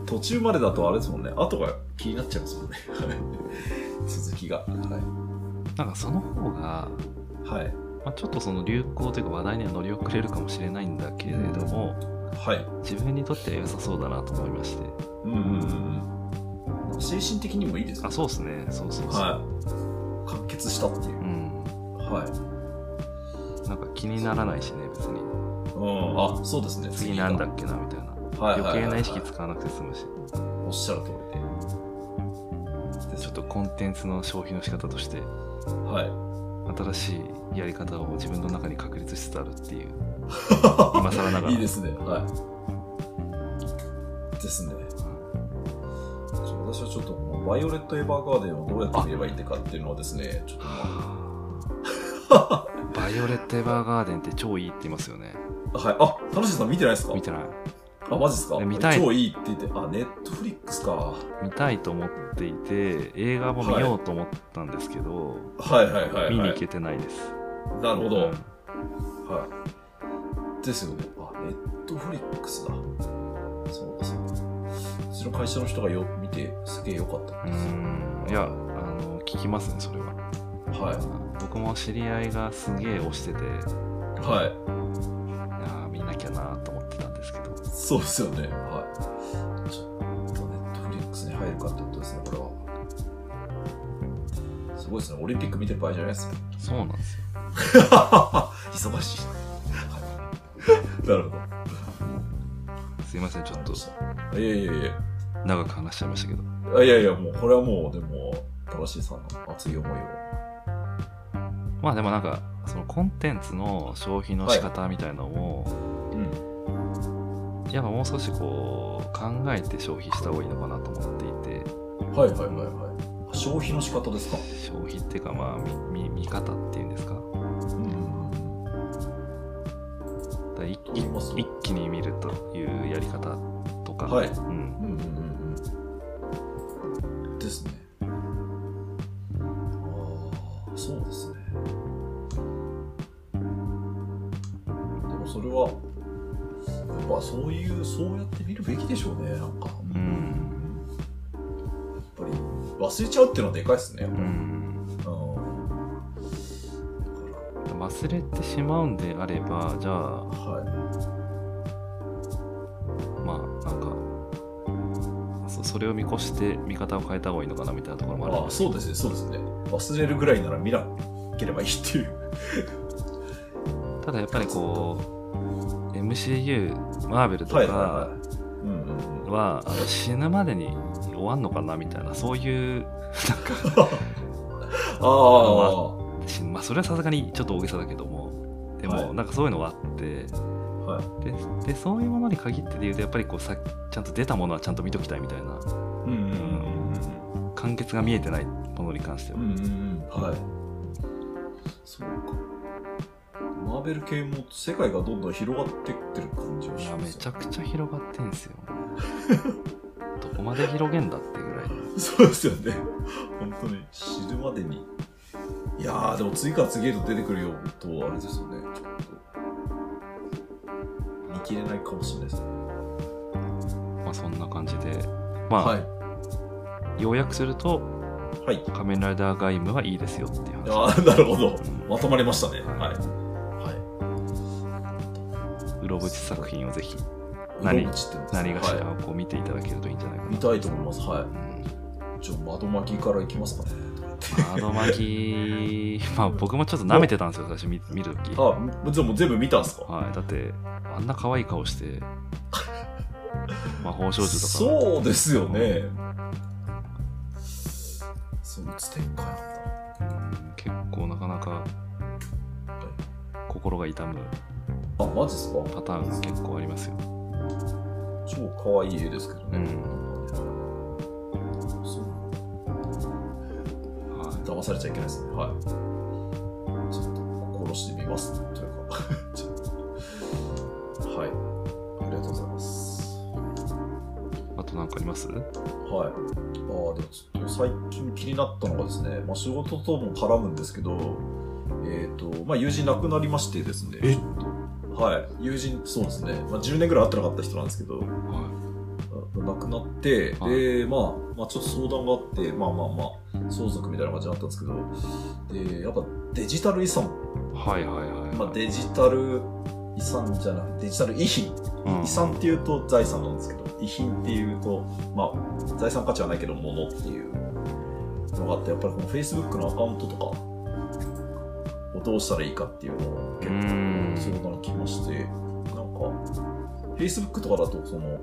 Speaker 1: 途中までだとあれですもんね後が気になっちゃいますもんね [LAUGHS] はい続きがは
Speaker 2: なんかその方が、
Speaker 1: いはい
Speaker 2: まあ、ちょっとその流行というか話題には乗り遅れるかもしれないんだけれども、
Speaker 1: はい
Speaker 2: 自分にとっては良さそうだなと思いまして。
Speaker 1: うんうんうんうん精神的にもいいですね
Speaker 2: あ、そうですね。そうそうそう。
Speaker 1: はい完結したっていうう、
Speaker 2: ん。
Speaker 1: はい
Speaker 2: なんか気にならないしね、別に。
Speaker 1: うんあそうですね
Speaker 2: 次なんだっけな、みたいな。
Speaker 1: はいは
Speaker 2: 余
Speaker 1: いはいはい
Speaker 2: 計な意識使わなくて済むし。
Speaker 1: おっしゃる通り
Speaker 2: ちょっとコンテンツの消費の仕方として、
Speaker 1: ではい
Speaker 2: 新しいやり方を自分の中に確立しつつあるっ
Speaker 1: [LAUGHS]
Speaker 2: ていう。今更ながら。
Speaker 1: いいですね。はい。ですね。私はちょっと、バイオレット・エヴァーガーデンをどうやって見ればいいんかっていうのはですね、ちょっと
Speaker 2: はあ [LAUGHS] バイオレット・エヴァーガーデンって超いいって言いますよね。
Speaker 1: はい。あ、田中さん見てないですか
Speaker 2: 見てない。
Speaker 1: あ、マジですか
Speaker 2: ね見たい
Speaker 1: 超いいって言って、あ、ネットフリックスか。は
Speaker 2: 見たいと思っていて、映画も見ようと思ったんですけど、
Speaker 1: いはいはい、はい。
Speaker 2: 見に行けてないです。
Speaker 1: なるほ
Speaker 2: う
Speaker 1: ど
Speaker 2: ん。
Speaker 1: はい。ですよね。あ、ネットフリックスだ。そうだそうだ。うちの会社の人がよ見て、すげえ良かった
Speaker 2: うー
Speaker 1: んですよ。
Speaker 2: んいやあの聞きますねそれは
Speaker 1: は
Speaker 2: 僕も知り合いがすげえ推してて
Speaker 1: い。はい。
Speaker 2: ああ見なきゃなと思ってたんですけど
Speaker 1: そうですよね。はい。ちょっとネットフリックスに入るかってことですね、これは。すごいですね。オリンピック見てる場合じゃない [LAUGHS] ですよ。
Speaker 2: そうなんですよ
Speaker 1: 忙しい。はい。なるほど。
Speaker 2: すいませんちょっと
Speaker 1: いやいやいや。
Speaker 2: 長く話しちゃいましたけど
Speaker 1: あいやいや、もう、これはもう、でも、正しいさんの熱い思いを。
Speaker 2: まあでもなんかそのコンテンツの消費の仕方みたいのも、
Speaker 1: うん。
Speaker 2: やっぱもう少しこう考えて消費した方がいいのかなと思っていて
Speaker 1: はいはいはいはい。消費の仕方ですか。
Speaker 2: 消費っていうかまあみみ見方っていうんですか
Speaker 1: うん。
Speaker 2: だから一
Speaker 1: 言います
Speaker 2: 一気に見るというやり方とか、
Speaker 1: はい
Speaker 2: うん、
Speaker 1: うんうんうんうん。ですね。ああ、そうですね。でもそれは、やっぱそういう、そうやって見るべきでしょうね、なんか。
Speaker 2: う
Speaker 1: やっ
Speaker 2: ん
Speaker 1: ぱり、忘れちゃうっていうのはでかいですね。やっ
Speaker 2: う
Speaker 1: ぱり
Speaker 2: ん
Speaker 1: うん。
Speaker 2: 忘れてしまうんであればじゃあ
Speaker 1: は
Speaker 2: まあなんかそそれを見越して見方を変えた方がいいのかなみたいなところもある
Speaker 1: い。ああ、そうですね、そうですね。忘れるぐらいなら見なければいいっていう。
Speaker 2: ただやっぱりこう MCU マーベルとか
Speaker 1: は
Speaker 2: は、
Speaker 1: いはいはい。うんうんうん。
Speaker 2: あの死ぬまでに終わんのかなみたいなそういう
Speaker 1: ああ。
Speaker 2: しまあそれはさすがにちょっと大げさだけどもでも、
Speaker 1: はい
Speaker 2: なんかそういうのがあって
Speaker 1: はい。
Speaker 2: ででそういうものに限ってで言うとやっぱりこうさちゃんと出たものはちゃんと見ときたいみたいな
Speaker 1: うんうん
Speaker 2: 完結が見えてないものに関しては、
Speaker 1: うんうんうんうんうんはいそうかマーベル系も世界がどんどん広がってってる感じが
Speaker 2: い
Speaker 1: し
Speaker 2: や
Speaker 1: ま
Speaker 2: め
Speaker 1: す
Speaker 2: ちゃくちゃ広がってんすよ [LAUGHS] どこまで広げんだってぐらい
Speaker 1: そうですよね本当に死ぬまでにいやーでも次から次へと出てくるよとあれですよねちょっと見切れないかもしれないですね
Speaker 2: まあそんな感じでまあ、要約すると
Speaker 1: いはい
Speaker 2: 「仮面ライダーガイム」はいいですよっていう話
Speaker 1: あーなるほど
Speaker 2: うん
Speaker 1: まとまりましたね
Speaker 2: は
Speaker 1: はい
Speaker 2: い
Speaker 1: は
Speaker 2: うろぶち作品をぜひ
Speaker 1: い
Speaker 2: 何
Speaker 1: 裏口ってことですね
Speaker 2: 何がしら
Speaker 1: は
Speaker 2: をこう見ていただけるといいんじゃないか
Speaker 1: い
Speaker 2: な
Speaker 1: 見たいと思いますは
Speaker 2: うん
Speaker 1: いじゃあ窓巻きからいきますかね
Speaker 2: 窓巻きまあ僕もちょっと舐めてたんですよ最初見見る時
Speaker 1: あ、もうじゃあもう全部見たんすか
Speaker 2: はいだってあんな可愛い顔して魔法少女とか
Speaker 1: そうですよね。そう、打つ展開なんだ。
Speaker 2: うん結構なかなか心が痛む
Speaker 1: あ、マジっすか
Speaker 2: パターンが結構ありますよ
Speaker 1: 超可愛い絵ですけど
Speaker 2: う
Speaker 1: ね。
Speaker 2: ん、
Speaker 1: そう
Speaker 2: は
Speaker 1: 騙されちゃいけないですね。はい。ちょっと心してみます。というか。 [LAUGHS] ちょっとはい。ありがとうございます。
Speaker 2: い、あと何かあります
Speaker 1: はい。ああ、でもちょっと最近気になったのがですね、まあ、仕事とも絡むんですけど、えっ、と、まあ、友人亡くなりましてですね。
Speaker 2: え
Speaker 1: ちょっとはい、友人、そうですね、まあ、10年ぐらい会ってなかった人なんですけど、
Speaker 2: は
Speaker 1: あ亡くなって、
Speaker 2: はい
Speaker 1: で、まあ、まあ、ちょっと相談があって、まあまあまあ、相続みたいな感じになったんですけど、で、やっぱデジタル遺産、
Speaker 2: いはいはいはい。
Speaker 1: まあ、デジタル遺産じゃなくて、デジタル遺品。
Speaker 2: うん
Speaker 1: 遺産っていうと財産なんですけど、遺品っていうと、まあ、財産価値はないけど、物っていうのがあって、やっぱりこの Facebook のアカウントとかをどうしたらいいかっていうのを結
Speaker 2: うーん
Speaker 1: 構相談来まして、なんか、Facebook とかだと、その、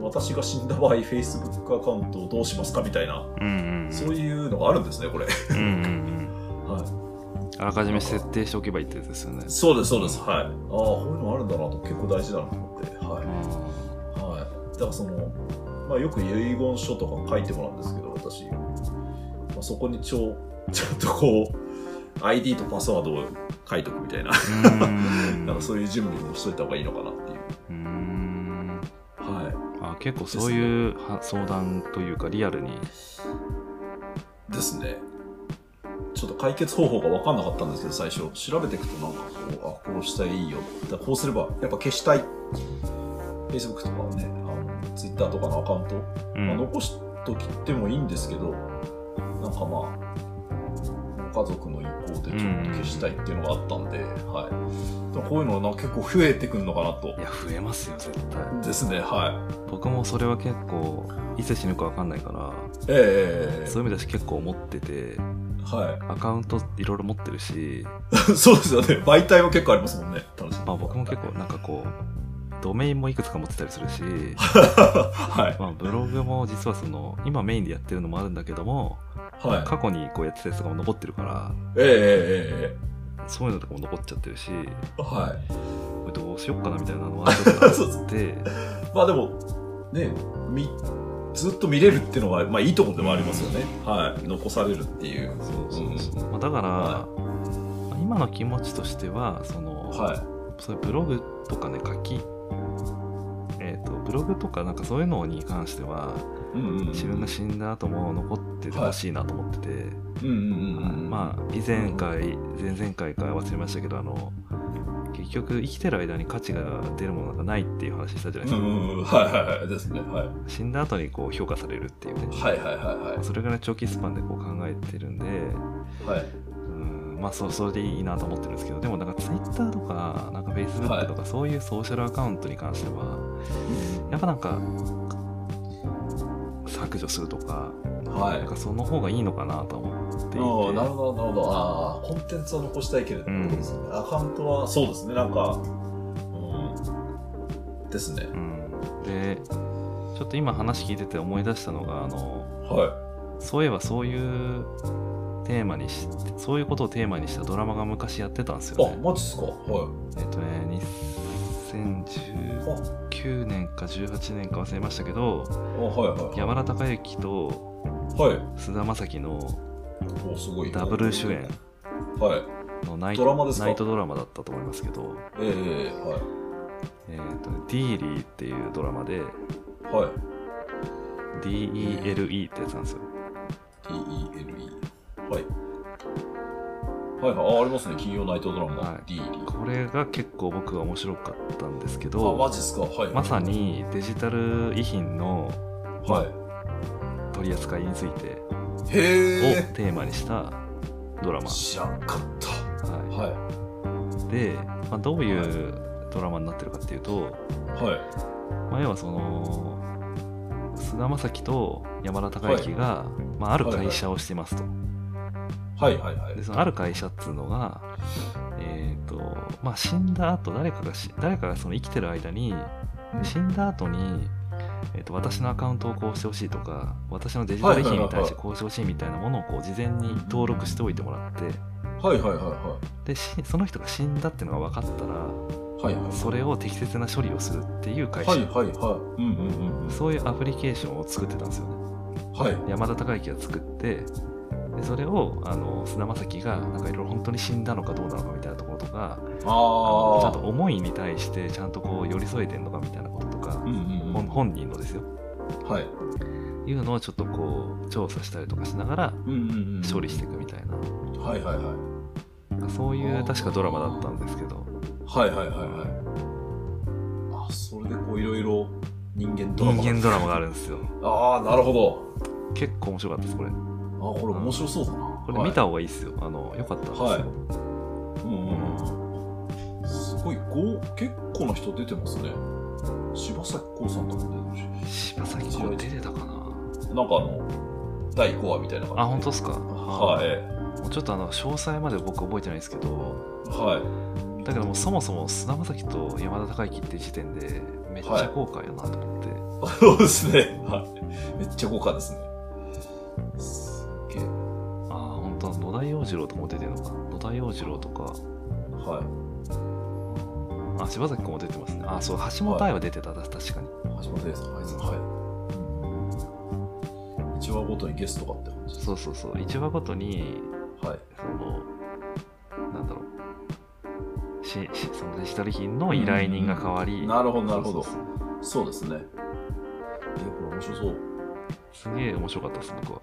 Speaker 1: 私が死んだ場合、Facebook アカウントをどうしますかみたいな、
Speaker 2: うんうん。
Speaker 1: そういうのがあるんですね、これ。
Speaker 2: うんうんうん。
Speaker 1: は
Speaker 2: あらかじめ設定しておけばいいってやつですよね
Speaker 1: い。。そうです、そうです。はい。ああ、こういうのあるんだなと、結構大事だなと思って。はい。はい、だからその、まあ、よく遺言書とか書いてもらうんですけど私、まあ、そこにちょ [LAUGHS] ちょっとこう ID とパスワードを書いとくみたいな
Speaker 2: うん。
Speaker 1: なんかそういう準備もしといた方がいいのかなっていう
Speaker 2: うーん
Speaker 1: は
Speaker 2: あ結構そういうは相談というかリアルに
Speaker 1: いですねちょっと解決方法が分かんなかったんですけど最初調べていくとなんかこうあこうしたらいいよだからこうすればやっぱ消したい Facebook とかねあの Twitter とかのアカウント
Speaker 2: うん
Speaker 1: まあ、残しときってもいいんですけど、なんかまあ、ご家族の意向でちょっと消したいっていうのがあったんで、はい。でもこういうのなんか結構増えてくるのかなと
Speaker 2: い。や増えますよ絶対
Speaker 1: ですね、はい。
Speaker 2: 僕もそれは結構いつ死ぬか分かんないから
Speaker 1: ええ
Speaker 2: そういう意味では結構思ってて
Speaker 1: は
Speaker 2: アカウントいろいろ持ってるし、
Speaker 1: い。 [LAUGHS] そうですよね。媒体も結構ありますもんね。楽しい。
Speaker 2: まあ、僕も結構なんかこうドメインもいくつか持ってたりす [LAUGHS] るし、
Speaker 1: はい。
Speaker 2: まあ、ブログも実はその今メインでやってるのもあるんだけども
Speaker 1: はい。
Speaker 2: 過去にこうやってたやつとかも残ってるから
Speaker 1: えええええ
Speaker 2: そういうのとかも残っちゃってるし
Speaker 1: えは
Speaker 2: これどうしよっかなみたいなの [LAUGHS] はちょっとあって。
Speaker 1: い。まあでも、ね、み、ずっと見れるっていうのが、まあいいところでもありますよね。はい。残されるっていう。
Speaker 2: そうそうそうまあ、だから、
Speaker 1: は
Speaker 2: まあ今の気持ちとしてはその、
Speaker 1: は。
Speaker 2: そういうブログとかね書きえー、とブログとかなんかそういうのに関してはい
Speaker 1: うんうん。
Speaker 2: 自分が死んだ後も残っててほしいなと思ってて、
Speaker 1: うんうんうんうん。
Speaker 2: まあ以前回前々回か忘れましたけどあの結局生きてる間に価値が出るものなんかないっていう話したじゃないで
Speaker 1: うん
Speaker 2: すか、
Speaker 1: うんうんはいはいはいですねはい
Speaker 2: 死んだ後にこう評価されるっていうね、
Speaker 1: はいはいは
Speaker 2: それぐらい長期スパンでこう考えてるんで
Speaker 1: いはいはい
Speaker 2: うんまあそうそれでいいなと思ってるんですけどでもなんか Twitter とかなんか Facebook とかそういうソーシャルアカウントに関しては、やっぱなんか削除するとか
Speaker 1: はい
Speaker 2: なんかその方がいいのかなと思っていて
Speaker 1: ああなるほどなるほどああコンテンツは残したいけれど
Speaker 2: うん
Speaker 1: も、そうですねアカウントはそうですねなんかうんですね
Speaker 2: うん、でちょっと今話聞いてて思い出したのがあの
Speaker 1: は
Speaker 2: そういえばそういうテーマにしそういうことをテーマにしたドラマが昔やってたんですよ
Speaker 1: いあ
Speaker 2: ね。
Speaker 1: マジっすかはい
Speaker 2: えっとね2019年か18年か忘れましたけど
Speaker 1: あはいはい
Speaker 2: 山田孝之と
Speaker 1: はい
Speaker 2: 菅田将暉の
Speaker 1: おすごい
Speaker 2: ダブル主演
Speaker 1: はい
Speaker 2: のナイ
Speaker 1: ドラマですか
Speaker 2: ナイトドラマだったと思いますけど、
Speaker 1: ええはい
Speaker 2: えー、とディーリーっていうドラマで
Speaker 1: はい
Speaker 2: DELE ってやつなんですよ
Speaker 1: DELE はいはいはいあありますね金曜ナイトドラ
Speaker 2: は
Speaker 1: マ
Speaker 2: い
Speaker 1: d
Speaker 2: これが結構僕は面白かったんですけ
Speaker 1: あマ
Speaker 2: ど
Speaker 1: ジっすかはい
Speaker 2: まさにデジタル遺品の
Speaker 1: はい
Speaker 2: 取り扱いについてを
Speaker 1: へえ
Speaker 2: テーマにしたドラマ、
Speaker 1: 知らんかった
Speaker 2: は
Speaker 1: はい
Speaker 2: い、で、まあ、どういうドラマになってるかっていうと、
Speaker 1: はい
Speaker 2: まあ、要はその菅田将暉と山田孝之が、まあ、ある会社をしてますと、
Speaker 1: はいはいはい
Speaker 2: でそのある会社っつうのが、えーとまあ、死んだ後誰かがし誰かがその生きてる間に死んだ後に、えー、と私のアカウントをこうしてほしいとか私のデジタル品に対してこうしてほしいみたいなものをこう事前に登録しておいてもらって
Speaker 1: はいはいはいは
Speaker 2: でしその人が死んだっていうのが分かったら
Speaker 1: いはいはい
Speaker 2: それを適切な処理をするっていう会社、
Speaker 1: はいはいはいうんうんうんうん
Speaker 2: そういうアプリケーションを作ってたんですよね
Speaker 1: はい
Speaker 2: 山田孝之が作ってでそれをあの菅田将暉がなんかいろいろ本当に死んだのかどうなのかみたいなところとかあのちゃんと
Speaker 1: ああ
Speaker 2: 思いに対してちゃんとこう寄り添えてんのかみたいなこととか
Speaker 1: う、んうんう
Speaker 2: 本
Speaker 1: ん
Speaker 2: 本人のですよ
Speaker 1: はい
Speaker 2: いうのをちょっとこう調査したりとかしながら
Speaker 1: うんうんうん
Speaker 2: 処理していくみたいな、
Speaker 1: はいはいはい
Speaker 2: そういう確かドラマだったんですけど
Speaker 1: はいはいはいはいあそれでこういろいろ人間ドラマ
Speaker 2: 人間ドラマがあ
Speaker 1: る
Speaker 2: るんですよ
Speaker 1: ああなるほど
Speaker 2: 結構面白かったですこれこ
Speaker 1: あこれ面白そうだな
Speaker 2: れ見た方がいいですよ、あのよかったんですよ、
Speaker 1: はいうんうんうんすごい豪結構な人出てますね柴咲コウさんとかも出てる
Speaker 2: 柴咲コウ出てたかな
Speaker 1: しなんかあの第5話みたいな感じで
Speaker 2: あ本当ですか
Speaker 1: はいい
Speaker 2: もうちょっとあの詳細まで僕覚えてないですけど
Speaker 1: はい
Speaker 2: だけどもうそもそも菅田将暉と山田孝之って時点でめっちゃ後悔だなと思って、
Speaker 1: [LAUGHS] そうですねはいめっちゃ豪華ですねすっげえ
Speaker 2: ああ本当だ野田洋次郎とかも出てるのか野田洋次郎とか
Speaker 1: はい
Speaker 2: あ柴咲コウも出てますねあそう橋本愛は出てた、確かに
Speaker 1: 橋本英さん、あいつはい。一話ごとにゲストがって感じです。
Speaker 2: そうそうそう一話ごとに
Speaker 1: はい。
Speaker 2: そのなんだろうししそのデジタル品の依頼人が変わり
Speaker 1: なるほど、なるほ
Speaker 2: そう
Speaker 1: ど
Speaker 2: そう。そう
Speaker 1: そうですね。え、これ面白そう。
Speaker 2: すげえ面白かったです僕は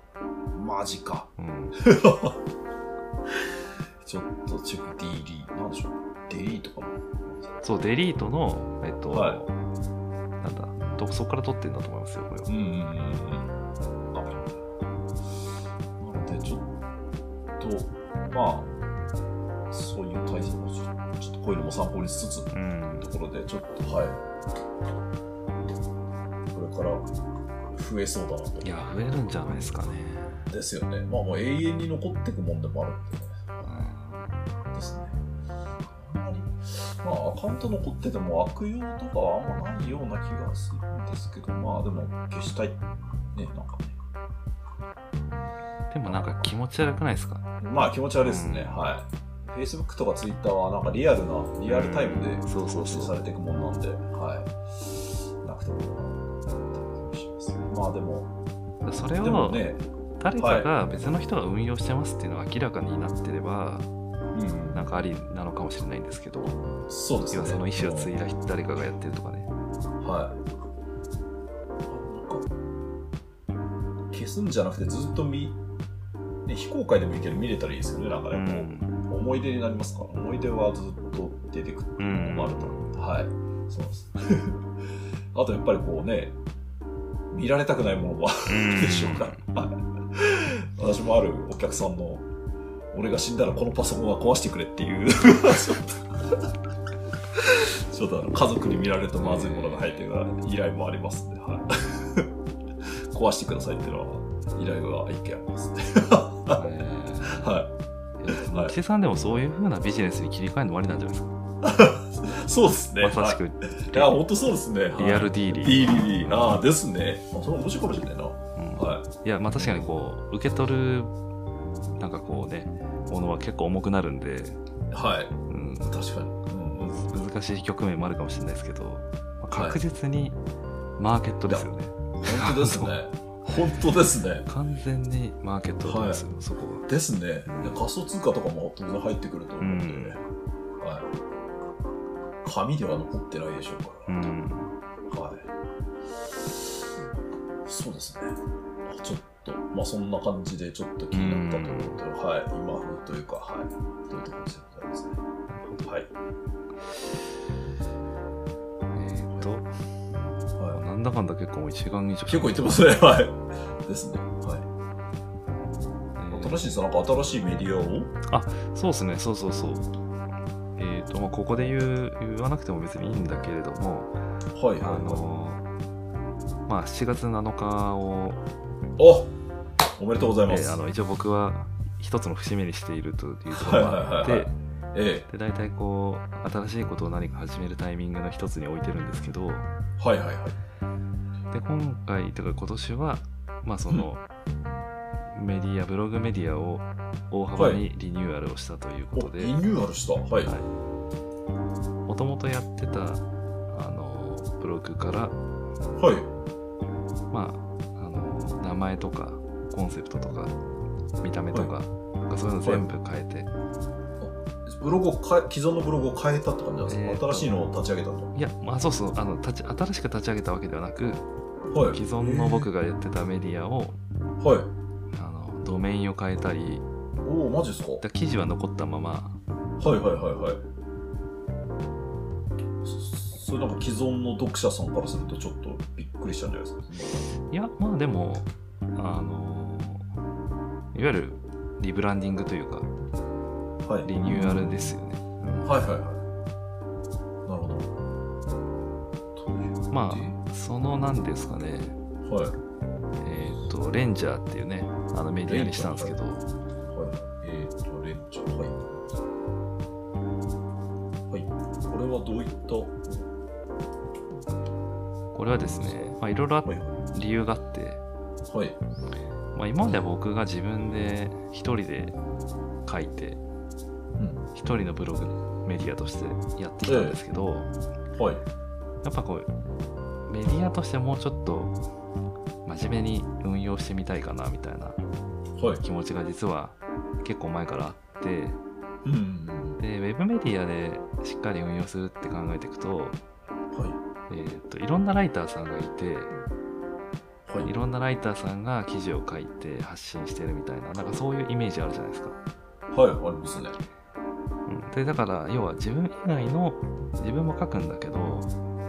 Speaker 1: マジか。
Speaker 2: うん
Speaker 1: ちょっとチェック D リー、なんでしょう。デリーとかも。
Speaker 2: そうデリートのえっと、
Speaker 1: はい
Speaker 2: なんだとそこから撮ってんだと思いますよこれは
Speaker 1: うんうんうんうん。なるほどなので、ちょっと、まあ、そういう対策をちょっと、ちょっとこういうのも参考にしつつ、
Speaker 2: うん
Speaker 1: ところで、ちょっと、はい。これから増えそうだなと。
Speaker 2: いや増えるんじゃないですかね、
Speaker 1: ですよね。まあもう永遠に残っていくもんでもあるんでね。
Speaker 2: うん
Speaker 1: ですね。あんまり、まあアカウント残ってても悪用とかはあんまないような気がするんですけど、まあでも消したい。ね、なんかね。
Speaker 2: でもなんか気持ち悪くないですか
Speaker 1: まあ気持ち悪いですね。
Speaker 2: うん
Speaker 1: はい。Facebook とか Twitter はなんかリアルな、リアルタイムで
Speaker 2: うんそうそ
Speaker 1: 更
Speaker 2: うそ
Speaker 1: 新
Speaker 2: う
Speaker 1: されていくもんなんで、はい。なくてもいいかなって気がします。まあでも、
Speaker 2: それ
Speaker 1: でも
Speaker 2: を
Speaker 1: ね、
Speaker 2: 誰かが別の人が運用してますっていうのが明らかになってれば
Speaker 1: うん
Speaker 2: なんかありなのかもしれないんですけど
Speaker 1: そうです
Speaker 2: 要
Speaker 1: ね。
Speaker 2: はその意思を継いだ人誰かがやってるとかね
Speaker 1: はい。消すんじゃなくて、ずっと見、ね、非公開でもいいけど見れたらいいですよね、なんか
Speaker 2: う
Speaker 1: ね、
Speaker 2: ん
Speaker 1: こう思い出になりますから、思い出はずっと出てくる
Speaker 2: う
Speaker 1: のもある
Speaker 2: ん
Speaker 1: と思うんで、はい、そうです。 [LAUGHS] あとやっぱりこうね、見られたくないものもあるでしょうから、 [LAUGHS] はい私もあるお客さんの、俺が死んだらこのパソコンは壊してくれっていう、 [LAUGHS] ちょっと、ちょっとあの家族に見られるとまずいものが入ってるから依頼もありますんで、はい [LAUGHS] 壊してくださいっていうのは、依頼が一件ありますね。
Speaker 2: え
Speaker 1: は
Speaker 2: ー木瀬さんでもそういう風なビジネスに切り替えるのもありなんじゃないですか
Speaker 1: い。そうですね。
Speaker 2: まさし
Speaker 1: はい
Speaker 2: く
Speaker 1: いや、本当そうですね。はい
Speaker 2: リアルディーリー
Speaker 1: DDD。ああ、ですね。あそれ面白いかもしれないな。
Speaker 2: うん
Speaker 1: はい
Speaker 2: やまあ確かにこう受け取るなんかこうねものは結構重くなるんで、
Speaker 1: い。はい。
Speaker 2: うん、
Speaker 1: 確かに。うんうん
Speaker 2: 難しい局面もあるかもしれないですけど、まあ確実にマーケットですよね、
Speaker 1: 本当です
Speaker 2: [LAUGHS]
Speaker 1: ね。本当ですね。
Speaker 2: 完全にマーケットなんですよ、そこは
Speaker 1: ですね。いや仮想通貨とかも当然入ってくると思うんで、ねはい。紙では残ってないでしょうか
Speaker 2: うん
Speaker 1: ら。はい。そうですね。あちょっと、まあそんな感じでちょっと気になったところで、はい。今風というか、はい。というところでございますね。はい。
Speaker 2: えーっと
Speaker 1: はい
Speaker 2: なんだかんだ結構もう1時間以上
Speaker 1: 結構言ってますね、 [LAUGHS] はい。ですね。はい。
Speaker 2: えー
Speaker 1: 新しいさ、なんか新しいメディアを
Speaker 2: そうですねそうそうそうえーっとまあここで言う言わなくても別にいいんだけれども
Speaker 1: はい、
Speaker 2: あ
Speaker 1: は
Speaker 2: のまあ7月7日を
Speaker 1: い。おおめでとうございま
Speaker 2: え
Speaker 1: す。
Speaker 2: ーあの一応僕は一つの節目にしているというとこ
Speaker 1: は
Speaker 2: ろ
Speaker 1: い
Speaker 2: も
Speaker 1: はい
Speaker 2: あっ
Speaker 1: はい、はい
Speaker 2: て。
Speaker 1: え
Speaker 2: で大体こう新しいことを何か始めるタイミングの一つに置いてるんですけど
Speaker 1: え。はいはいはい。
Speaker 2: で今回というか今年はまあその、メディアブログメディアを大幅にリニューアルをしたということ
Speaker 1: お
Speaker 2: で
Speaker 1: リニューアルした。はい。
Speaker 2: はいもともとやってたあのブログから
Speaker 1: はい。
Speaker 2: まああの名前とかコンセプトとか見た目とか、なんかそういうの全部変えて、
Speaker 1: ブログを変え、既存のブログを変えたって感じなんですか、
Speaker 2: えーと
Speaker 1: 新しいのを立ち上げたと。
Speaker 2: い、やまあそうそうあの立ち新しく立ち上げたわけではなく
Speaker 1: はい。
Speaker 2: 既存の僕がやってたメディアを
Speaker 1: えー。はい。
Speaker 2: あのドメインを変えたり
Speaker 1: おお、マジですか
Speaker 2: だ記事は残ったまま
Speaker 1: はいはいはいはい。それなんか既存の読者さんからするとちょっとびっくりしたんじゃないですか
Speaker 2: いやまあでもあのいわゆるリブランディングというか
Speaker 1: はい
Speaker 2: リニューアルですよね、
Speaker 1: はいはいはいなるほどという
Speaker 2: ま
Speaker 1: あ
Speaker 2: あそのなんですかね
Speaker 1: はい
Speaker 2: えっ、とレンジャーっていうねあのメディアにしたんですけど
Speaker 1: はいえー、とレンジャーはいはいこれはどういった
Speaker 2: これはですねまあいろいろあ
Speaker 1: はい
Speaker 2: 理由があって、
Speaker 1: はい
Speaker 2: まあ、今までは僕が自分で一人で書いて
Speaker 1: うん
Speaker 2: 一人のブログメディアとしてやってきたんですけど、
Speaker 1: はい
Speaker 2: やっぱこうメディアとしてもうちょっと真面目に運用してみたいかなみたいな
Speaker 1: はい
Speaker 2: 気持ちが実は結構前からあって
Speaker 1: うんうん
Speaker 2: でウェブメディアでしっかり運用するって考えていくと,、
Speaker 1: うんは
Speaker 2: えー、といろんなライターさんがいて
Speaker 1: いはい
Speaker 2: いろんなライターさんが記事を書いて発信してるみたいななんかそういうイメージあるじゃないですか。
Speaker 1: はいありますね
Speaker 2: うん、でだから要は自分以外の自分も書くんだけど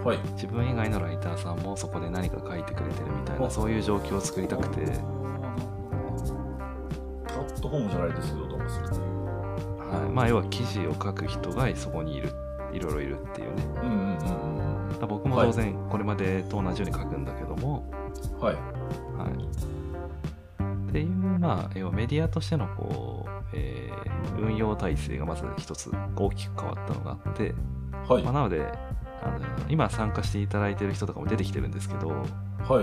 Speaker 1: はい
Speaker 2: 自分以外のライターさんもそこで何か書いてくれてるみたい
Speaker 1: あ
Speaker 2: なそういう状況を作りたく
Speaker 1: あ
Speaker 2: て
Speaker 1: ーなるほどプラットフォームじゃないですけど、どうもするっていう。
Speaker 2: はい、まあ要は記事を書く人がそこにいるいろいろいるっていうね
Speaker 1: うんうんうん
Speaker 2: だから僕も
Speaker 1: はい
Speaker 2: 当然これまでと同じように書くんだけども、
Speaker 1: うん。はい。
Speaker 2: はいっていうまあ要はメディアとしてのこう、えー運用体制がまず一つ大きく変わったのがあって、
Speaker 1: はい。
Speaker 2: まあ、
Speaker 1: はい
Speaker 2: なのであの今参加していただいてる人とかも出てきてるんですけど
Speaker 1: はい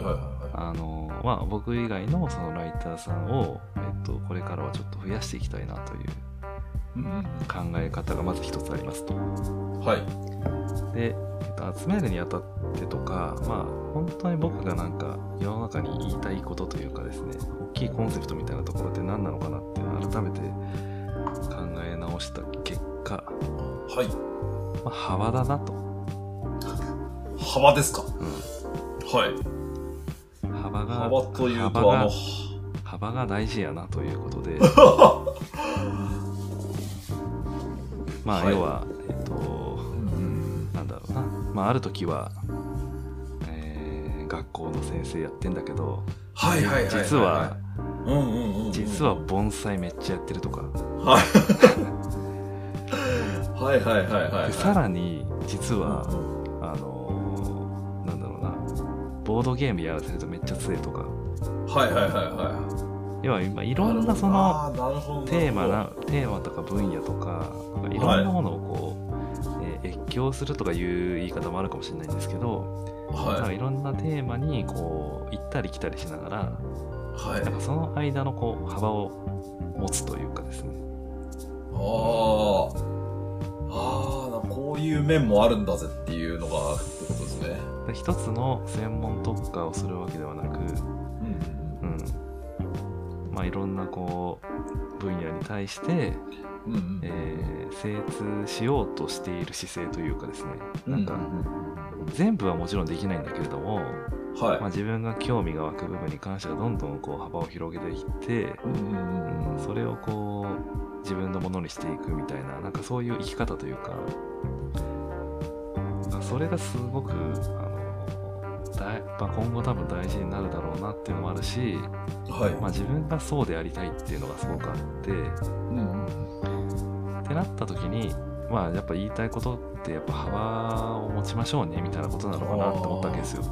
Speaker 1: は
Speaker 2: あのまあ、僕以外のそのライターさんを、えっと、これからはちょっと増やしていきたいなという
Speaker 1: いはい。うんうん
Speaker 2: 考え方がまず一つありますと。
Speaker 1: うん。はい。
Speaker 2: で、えっと、集めるにあたってとか、まあ、本当に僕がなんか世の中に言いたいことというかですね大きいコンセプトみたいなところって何なのかなっていうのを改めて考え直した結果、
Speaker 1: はい。
Speaker 2: まあ、幅だなと、
Speaker 1: 幅ですか
Speaker 2: う
Speaker 1: はい。
Speaker 2: ん、幅が
Speaker 1: 幅という
Speaker 2: 幅
Speaker 1: と、あ
Speaker 2: が
Speaker 1: の、
Speaker 2: 幅が大事やなというこ
Speaker 1: [LAUGHS]
Speaker 2: とでまあ
Speaker 1: はい
Speaker 2: 要は、えっと
Speaker 1: うん
Speaker 2: なんだろうな、まあ、ある時は、えー学校の先生やってんだけど
Speaker 1: はいはいはいはい。
Speaker 2: 実は、
Speaker 1: うんうんうんうん。
Speaker 2: 実は盆栽めっちゃやってるとか、
Speaker 1: はい。はいはいはいはい。
Speaker 2: でさ
Speaker 1: に
Speaker 2: らに実は、あのーなんだろうなボードゲームやらせるとめっちゃ強いとか
Speaker 1: はいはいはいはい。
Speaker 2: 要は今い
Speaker 1: い
Speaker 2: ろんなその
Speaker 1: あーなるほど
Speaker 2: テーマな。テーマとか分野とかなんかいろんなものをこう、えー越境するとかいう言い方もあるかもしれないんですけど、
Speaker 1: るほど
Speaker 2: なん
Speaker 1: は
Speaker 2: か
Speaker 1: い。
Speaker 2: いろんなテーマにこう行ったり来たりしながら
Speaker 1: はい。
Speaker 2: なんかその間のこう幅を持つというかですね
Speaker 1: ああ。ああ、なこういう面もあるんだぜっていうのが、ってことですね。
Speaker 2: で一つの専門特化をするわけではなく、
Speaker 1: うん
Speaker 2: うんまあ、いろんなこう分野に対して、
Speaker 1: うん。うんうん。
Speaker 2: えー精通しようとしている姿勢というかですねなん
Speaker 1: う
Speaker 2: か
Speaker 1: ん
Speaker 2: 全部はもちろんできないんだけれども、
Speaker 1: はい
Speaker 2: まあ、。自分が興味が湧く部分に関してはどんどんこう幅を広げていって、
Speaker 1: うんうんうん
Speaker 2: うん、それをこう自分のものにしていくみたいななんかそういう生き方というかなんかそれがすごくあのだい、まあ、今後多分大事になるだろうなっていうのもあるし、
Speaker 1: はい。
Speaker 2: まあ、自分がそうでありたいっていうのがすごくあってっ
Speaker 1: うん
Speaker 2: てなった時にまあやっぱ言いたいことってやっぱ幅を持ちましょうねみたいなことなのかなって思ったわけですよ。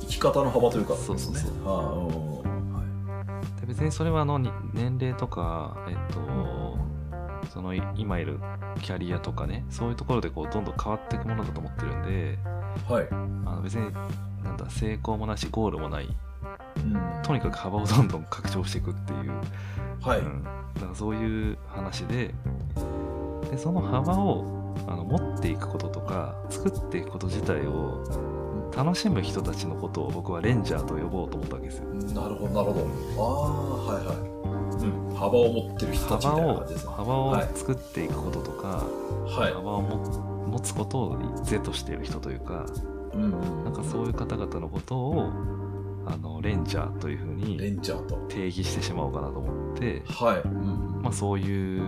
Speaker 1: 生き方の幅というか、
Speaker 2: そうそうそう
Speaker 1: ですね。はいうん
Speaker 2: で別にそれはあのに年齢とか、えっと、そのい今いるキャリアとかねそういうところでこうどんどん変わっていくものだと思ってるんで
Speaker 1: はい。
Speaker 2: あの別になんだ成功もなしゴールもない
Speaker 1: うん
Speaker 2: とにかく幅をどんどん拡張していくっていう、
Speaker 1: はい。
Speaker 2: うん、だからそういう話ででその幅をあの持っていくこととか作っていくこと自体を楽しむ人たちのことを僕はレンジャーと呼ぼうと思ったわけですよ。
Speaker 1: なるほど、なるほど。ああー、はいはい。うん。幅を持ってる人たちみ
Speaker 2: 幅
Speaker 1: たいな
Speaker 2: を
Speaker 1: 感じですね。
Speaker 2: 幅を
Speaker 1: はい
Speaker 2: 作っていくこととか、
Speaker 1: はい。
Speaker 2: 幅をも持つことを是としている人というか
Speaker 1: うんうん。
Speaker 2: なんかそういう方々のことをあのレンジャーというふう
Speaker 1: レ
Speaker 2: に
Speaker 1: ンジャーと。
Speaker 2: 定義してしまおうかなと思って、
Speaker 1: はい。うん
Speaker 2: まあ、そういう、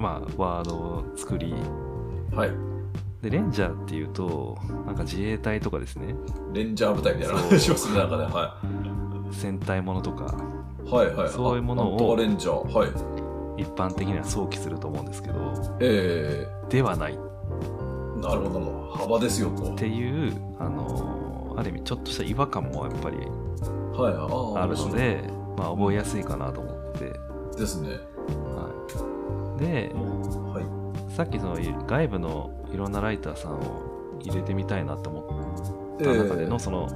Speaker 2: まあ、ワードを作り
Speaker 1: はい。
Speaker 2: でレンジャーっていうとなんか自衛隊とかですね
Speaker 1: レンジャー部隊みたいな
Speaker 2: そう
Speaker 1: 話をする中で、は
Speaker 2: 戦隊ものとか
Speaker 1: い、はいはい
Speaker 2: そういうもの
Speaker 1: あな
Speaker 2: を
Speaker 1: んとかレンジャーはい
Speaker 2: 一般的には想起すると思うんですけど
Speaker 1: え
Speaker 2: ではないっ
Speaker 1: ー、なるほどな幅ですよと
Speaker 2: ていうあのある意味ちょっとした違和感もやっぱり
Speaker 1: はいあー
Speaker 2: あるのでまあ覚えやすいかなと思って、
Speaker 1: ですね
Speaker 2: はい、で
Speaker 1: はい
Speaker 2: さっきその外部のいろんなライターさんを入れてみたいなと思って
Speaker 1: え
Speaker 2: った中でのその、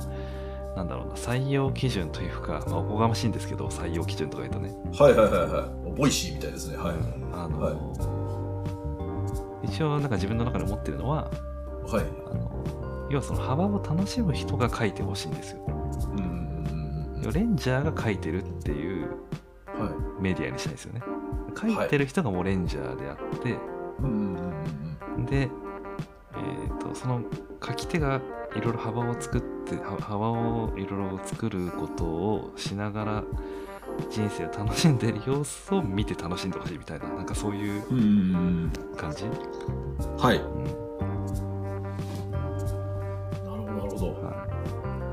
Speaker 2: なんだろうな採用基準というか、まあ、おこがましいんですけど採用基準とか言うとね
Speaker 1: はいはいはいはいボイシーみたいですねはい
Speaker 2: あの、一応なんか自分の中で持ってるのは
Speaker 1: はい
Speaker 2: あの要はその幅を楽しむ人が書いてほしいんですよ
Speaker 1: うんうんうん
Speaker 2: 要はレンジャーが書いてるっていう
Speaker 1: うんはい
Speaker 2: メディアにしたいんですよね書いてる人がもうレンジャーであって、
Speaker 1: うんうんうんうん
Speaker 2: で、えー、とその書き手がいろいろ幅を作っては幅をいろいろ作ることをしながら人生を楽しんでる様子を見て楽しんでほしいみたいななんかそういう
Speaker 1: うんうんうん
Speaker 2: 感じ、
Speaker 1: うんはいなる
Speaker 2: うん
Speaker 1: ほどなる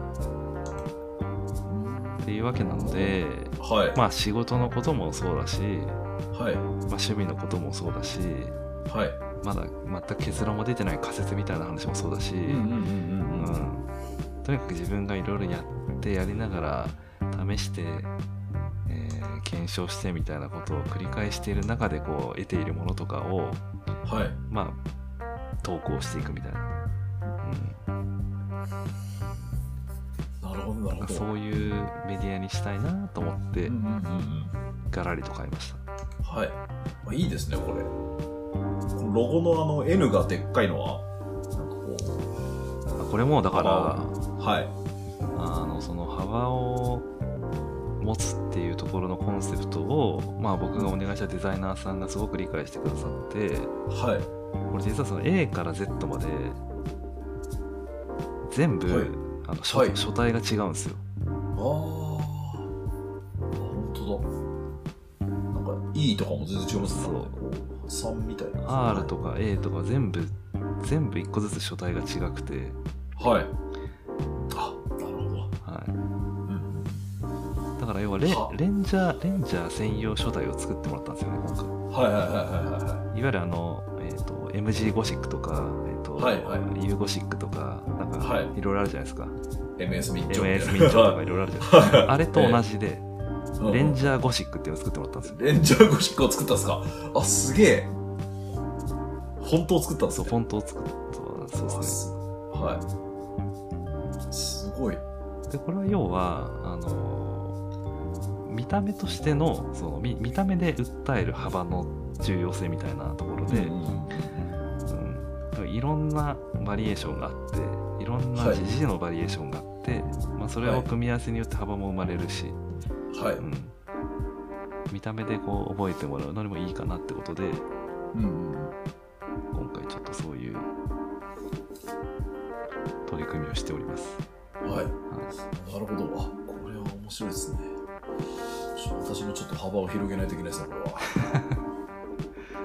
Speaker 1: ほど
Speaker 2: はい、っていうわけなので
Speaker 1: はい
Speaker 2: まあ仕事のこともそうだし、ま
Speaker 1: はい
Speaker 2: あ、趣味のこともそうだし
Speaker 1: はい
Speaker 2: まだ全く結論も出てない仮説みたいな話もそうだし、
Speaker 1: うんうんうんうんうん
Speaker 2: うん、とにかく自分がいろいろやってやりながら試して、えー検証してみたいなことを繰り返している中でこう得ているものとかを
Speaker 1: はい
Speaker 2: まあ投稿していくみたいな,、
Speaker 1: なるほどなる
Speaker 2: うん、なん
Speaker 1: ほ
Speaker 2: か
Speaker 1: ど
Speaker 2: そういうメディアにしたいなと思って、
Speaker 1: うんうんうんうん
Speaker 2: ガラリと買いました
Speaker 1: はい。まあ、いいですね、これ。このロゴのあの N がでっかいのは、なんかこ
Speaker 2: あこれもだから
Speaker 1: う、はい。
Speaker 2: あのその幅を持つっていうところのコンセプトを、まあ、僕がお願いしたデザイナーさんがすごく理解してくださって、
Speaker 1: はい。
Speaker 2: これ実はその A から Z まで全部、
Speaker 1: はい
Speaker 2: あの書,、
Speaker 1: はい
Speaker 2: 書体が違うんですよ。
Speaker 1: あーあ、本当だ。なんか E とかも全然違いますね。
Speaker 2: そう
Speaker 1: なんかこう。3みたいな。
Speaker 2: R とか A とか全部全部一個ずつ書体が違くて、
Speaker 1: はい。あ、なるほど。
Speaker 2: は
Speaker 1: うん。
Speaker 2: い、だから要はレ
Speaker 1: は
Speaker 2: レンジャーレンジャー専用書体を作ってもらったんですよね今
Speaker 1: は
Speaker 2: 回。
Speaker 1: いはいはいはいはい
Speaker 2: わゆるあの、えー、と MG ゴシックとか、えーと
Speaker 1: はいは
Speaker 2: U ゴシックとかなんか、
Speaker 1: はい
Speaker 2: いろいろあるじゃないですか
Speaker 1: い。MS 密着
Speaker 2: MS 民調とかいろいろあるじゃないですかあれと同じで、
Speaker 1: うん
Speaker 2: レンジャーゴシックっていうのを作ってもらったんですよ。
Speaker 1: レンジャーゴシックを作ったんですかあ、すげえ。フォントを作ったんです
Speaker 2: そう
Speaker 1: ね
Speaker 2: フォントを作ったそうですね。
Speaker 1: はい。すごい。
Speaker 2: でこれは要はあのー見た目としてのその見見た目で訴える幅の重要性みたいなところで、うんいろんなバリエーションがあっていろんな
Speaker 1: はい
Speaker 2: 時事のバリエーションがあって、まあ、それを組み合わせによって幅も生まれるし、
Speaker 1: はい。
Speaker 2: うん、見た目でこう覚えてもらうのにもいいかなってことで
Speaker 1: うん。
Speaker 2: 今回ちょっとそういう取り組みをしております。
Speaker 1: はい。なるほど。あ、これは面白いですね。ちょっと私もちょっと幅を広げないといけないですね、こ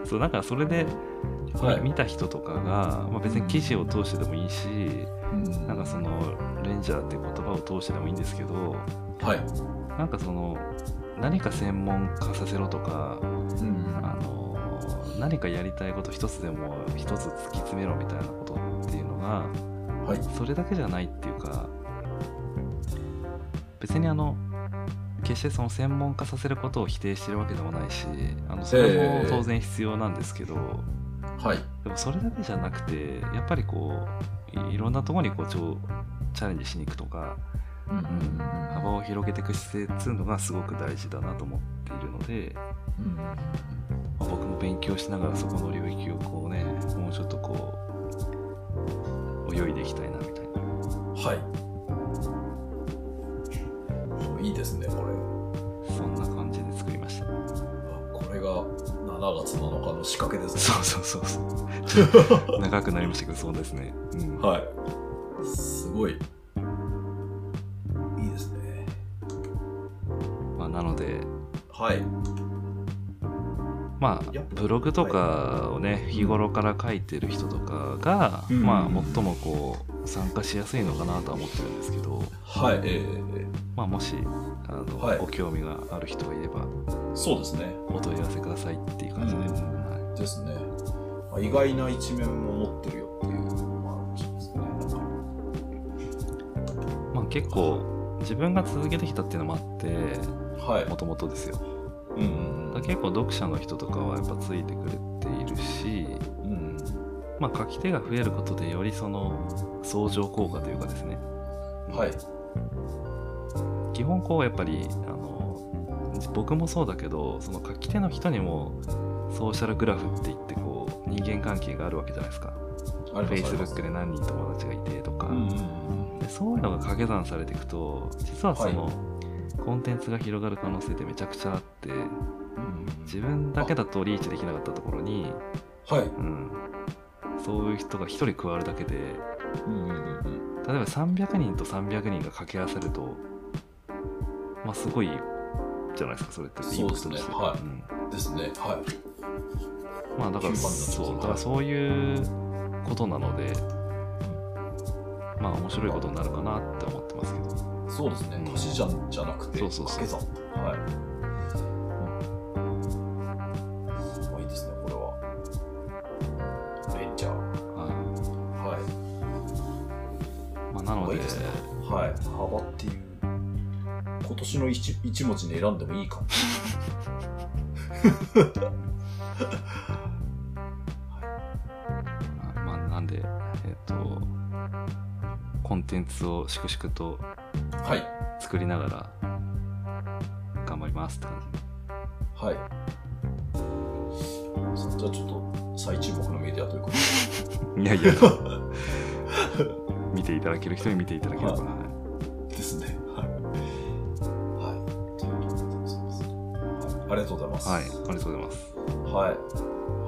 Speaker 2: そうなんかそれで
Speaker 1: れは。
Speaker 2: み見た人とかが、まあ、別に記事を通してでもいいし
Speaker 1: うん
Speaker 2: なんかそのレンジャーって言葉を通してでもいいんですけど
Speaker 1: はい。
Speaker 2: なんかその何か専門化させろとか
Speaker 1: うん
Speaker 2: あの何かやりたいこと一つでも一つ突き詰めろみたいなことっていうのが
Speaker 1: はい。
Speaker 2: それだけじゃないっていうか別にあの決してその専門化させることを否定してるわけでもないしあのそれも当然必要なんですけど。
Speaker 1: はい。
Speaker 2: でもそれだけじゃなくてやっぱりこういいろんなところにこうちょチャレンジしに行くとか、
Speaker 1: うんうん
Speaker 2: 幅を広げていく姿勢っていうのがすごく大事だなと思っているので、
Speaker 1: うん
Speaker 2: まあ僕も勉強しながらそこの領域をこうねもうちょっとこう泳いでいきたいなみたいな
Speaker 1: はい。いいですね、これ。
Speaker 2: そんな感じで作りました
Speaker 1: あこれが7月7日の仕掛けですね。
Speaker 2: そうそうそうそう長くなりましたけどそうですね、うん
Speaker 1: はい。すごい。いいですね。
Speaker 2: まあ、なので
Speaker 1: はい。
Speaker 2: まあ、ブログとかをね日頃から書いてる人とかが、
Speaker 1: うん
Speaker 2: まあ、最もこう参加しやすいのかなとは思ってるんですけど、
Speaker 1: はい、えー、
Speaker 2: まあ、もしあの、
Speaker 1: はい
Speaker 2: ご興味がある人がいれば
Speaker 1: そうですね。
Speaker 2: お問い合わせくださいっていう感じで、
Speaker 1: うん
Speaker 2: は
Speaker 1: ですね。まあ、意外な一面も持ってるよっていうのもあるかもしれないですね。
Speaker 2: いまあ、結構自分が続けてきたっていうのもあって
Speaker 1: はい。
Speaker 2: もともとですよ
Speaker 1: うんうん
Speaker 2: だから結構読者の人とかはやっぱついてくれているし、
Speaker 1: うん。うん
Speaker 2: まあ、書き手が増えることでよりその相乗効果というかですね
Speaker 1: うん。はい。
Speaker 2: 基本こうやっぱりあの僕もそうだけどその書き手の人にもソーシャルグラフって言ってこう人間関係があるわけじゃないですか
Speaker 1: ありがとうございます
Speaker 2: Facebook で何人友達がいてとか、
Speaker 1: うんうんうん。
Speaker 2: でそういうのが掛け算されていくと実はその、
Speaker 1: はい
Speaker 2: コンテンツが広がる可能性ってめちゃくちゃあって
Speaker 1: うん
Speaker 2: 自分だけだとリーチできなかったところに、
Speaker 1: はい。
Speaker 2: うん、そういう人が1人加わるだけで
Speaker 1: うんうんうん
Speaker 2: 例えば300人と300人が掛け合わせるとまあすごいじゃないですかそれって
Speaker 1: そうですね
Speaker 2: インパクトとして
Speaker 1: はい
Speaker 2: うん
Speaker 1: うん。ですね。は
Speaker 2: まあ
Speaker 1: 9番だっ
Speaker 2: だから
Speaker 1: たんですね
Speaker 2: そうだからそういうことなので、まあ面白いことになるかなって思ってますけど
Speaker 1: い。そうですね。足し算じゃなくて、
Speaker 2: そうそうそう
Speaker 1: 掛け算。はい。うんまあいいですね、これは。ベンチャー。
Speaker 2: は
Speaker 1: はい。
Speaker 2: いまあ、なの
Speaker 1: い
Speaker 2: で
Speaker 1: いですねはい。幅っていう。今年の一一文字に選んでもいいかも。
Speaker 2: あまあなんでえっ、とコンテンツを粛々と
Speaker 1: はい。
Speaker 2: 作りながら頑張りますって感じ
Speaker 1: はい。さじゃあちょっと最注目のメディアということで。
Speaker 2: いや
Speaker 1: [LAUGHS]
Speaker 2: いや見ていただける人に見ていただければ、
Speaker 1: はい
Speaker 2: はい
Speaker 1: ですね。はい。はい。ということでございますはいありがとうございます。
Speaker 2: はい、ありがとうございます。
Speaker 1: はい。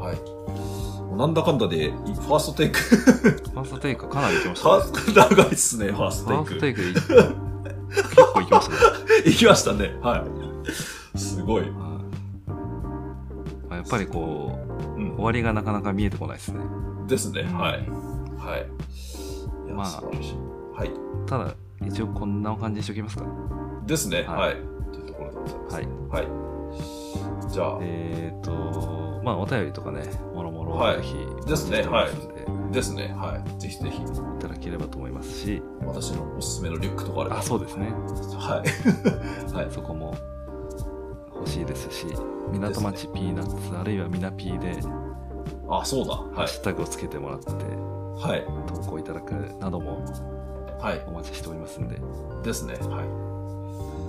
Speaker 1: はい。もうなんだかんだで、いファーストテイク。
Speaker 2: ファーストテイクかなり行きまし
Speaker 1: フ
Speaker 2: た
Speaker 1: ァー
Speaker 2: ね。
Speaker 1: スト長いっすね、ファース
Speaker 2: ファ
Speaker 1: ト
Speaker 2: ースト
Speaker 1: テ
Speaker 2: テ
Speaker 1: イ
Speaker 2: イクで結構行きましたね。
Speaker 1: ク。いきましたね。はい。すごい。
Speaker 2: はいまあやっぱりこ
Speaker 1: う
Speaker 2: う、
Speaker 1: ん
Speaker 2: 終。わりがなかなか見えてこないですね。
Speaker 1: ですね。は
Speaker 2: う
Speaker 1: い。はい。いや、
Speaker 2: まあ
Speaker 1: 素晴らしい。はい。
Speaker 2: んただ、一応こんな感じにしておきますか。
Speaker 1: ですね。
Speaker 2: は
Speaker 1: はいい。というところでございます。
Speaker 2: はい。
Speaker 1: はい。じゃあ、
Speaker 2: えっ、と、まあ、お便りとかね、もろもろ
Speaker 1: はい
Speaker 2: ぜひ、
Speaker 1: ですね
Speaker 2: お待ちしておりますん
Speaker 1: ですね。はい。ぜひぜひ、
Speaker 2: でいただければと思いますし、
Speaker 1: 私のおすすめのリュックとかあれば。
Speaker 2: あ、そうですね。
Speaker 1: はい。はい。
Speaker 2: そこも欲しいですし、港町ピーナッツ、あるいはみなピーで、
Speaker 1: あ、そうだ。
Speaker 2: ハ
Speaker 1: は
Speaker 2: ッ
Speaker 1: い。
Speaker 2: シュタグをつけてもらって、
Speaker 1: はい。
Speaker 2: 投稿いただくなども
Speaker 1: はい。
Speaker 2: お待ちしておりますんで、
Speaker 1: ですね。はい。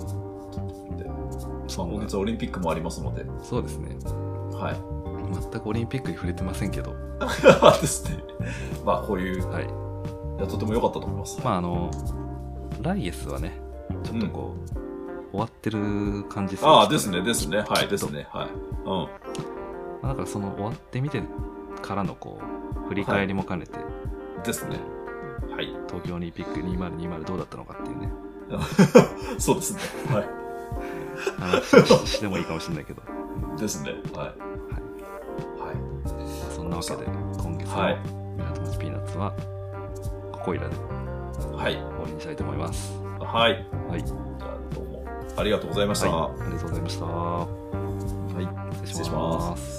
Speaker 1: でまあ
Speaker 2: そんな
Speaker 1: 今月はオリンピックもありますので、
Speaker 2: そうですね。
Speaker 1: は
Speaker 2: 全くオリンピックに触れてませんけど、
Speaker 1: い。 [LAUGHS] ですね。まあ、こういう、い
Speaker 2: はい。
Speaker 1: やとても良かったと思います。
Speaker 2: まああの、来月はね、ちょっとこう、終わってる感じする
Speaker 1: ああ、ですね、ですね。はい、です。ね。はい。うん。
Speaker 2: まあだからその終わってみてからのこう、振り返りも兼ねて、
Speaker 1: ですね。はい。
Speaker 2: 東京オリンピック2020どうだったのかってい
Speaker 1: [LAUGHS]
Speaker 2: うね、
Speaker 1: そうですね。はい。
Speaker 2: 話をししてもいいかもしれないけど、ま
Speaker 1: ですね。はい。はい。
Speaker 2: あそんなわけで、今月
Speaker 1: はい
Speaker 2: の港町ピーナッツは、ここいらで
Speaker 1: はい。
Speaker 2: 終わりにしたいと思います。
Speaker 1: はい。
Speaker 2: はい。
Speaker 1: じゃあ、どうも。ありがとうございました。
Speaker 2: はい、ありがとうございました。はいい、失
Speaker 1: 失礼します。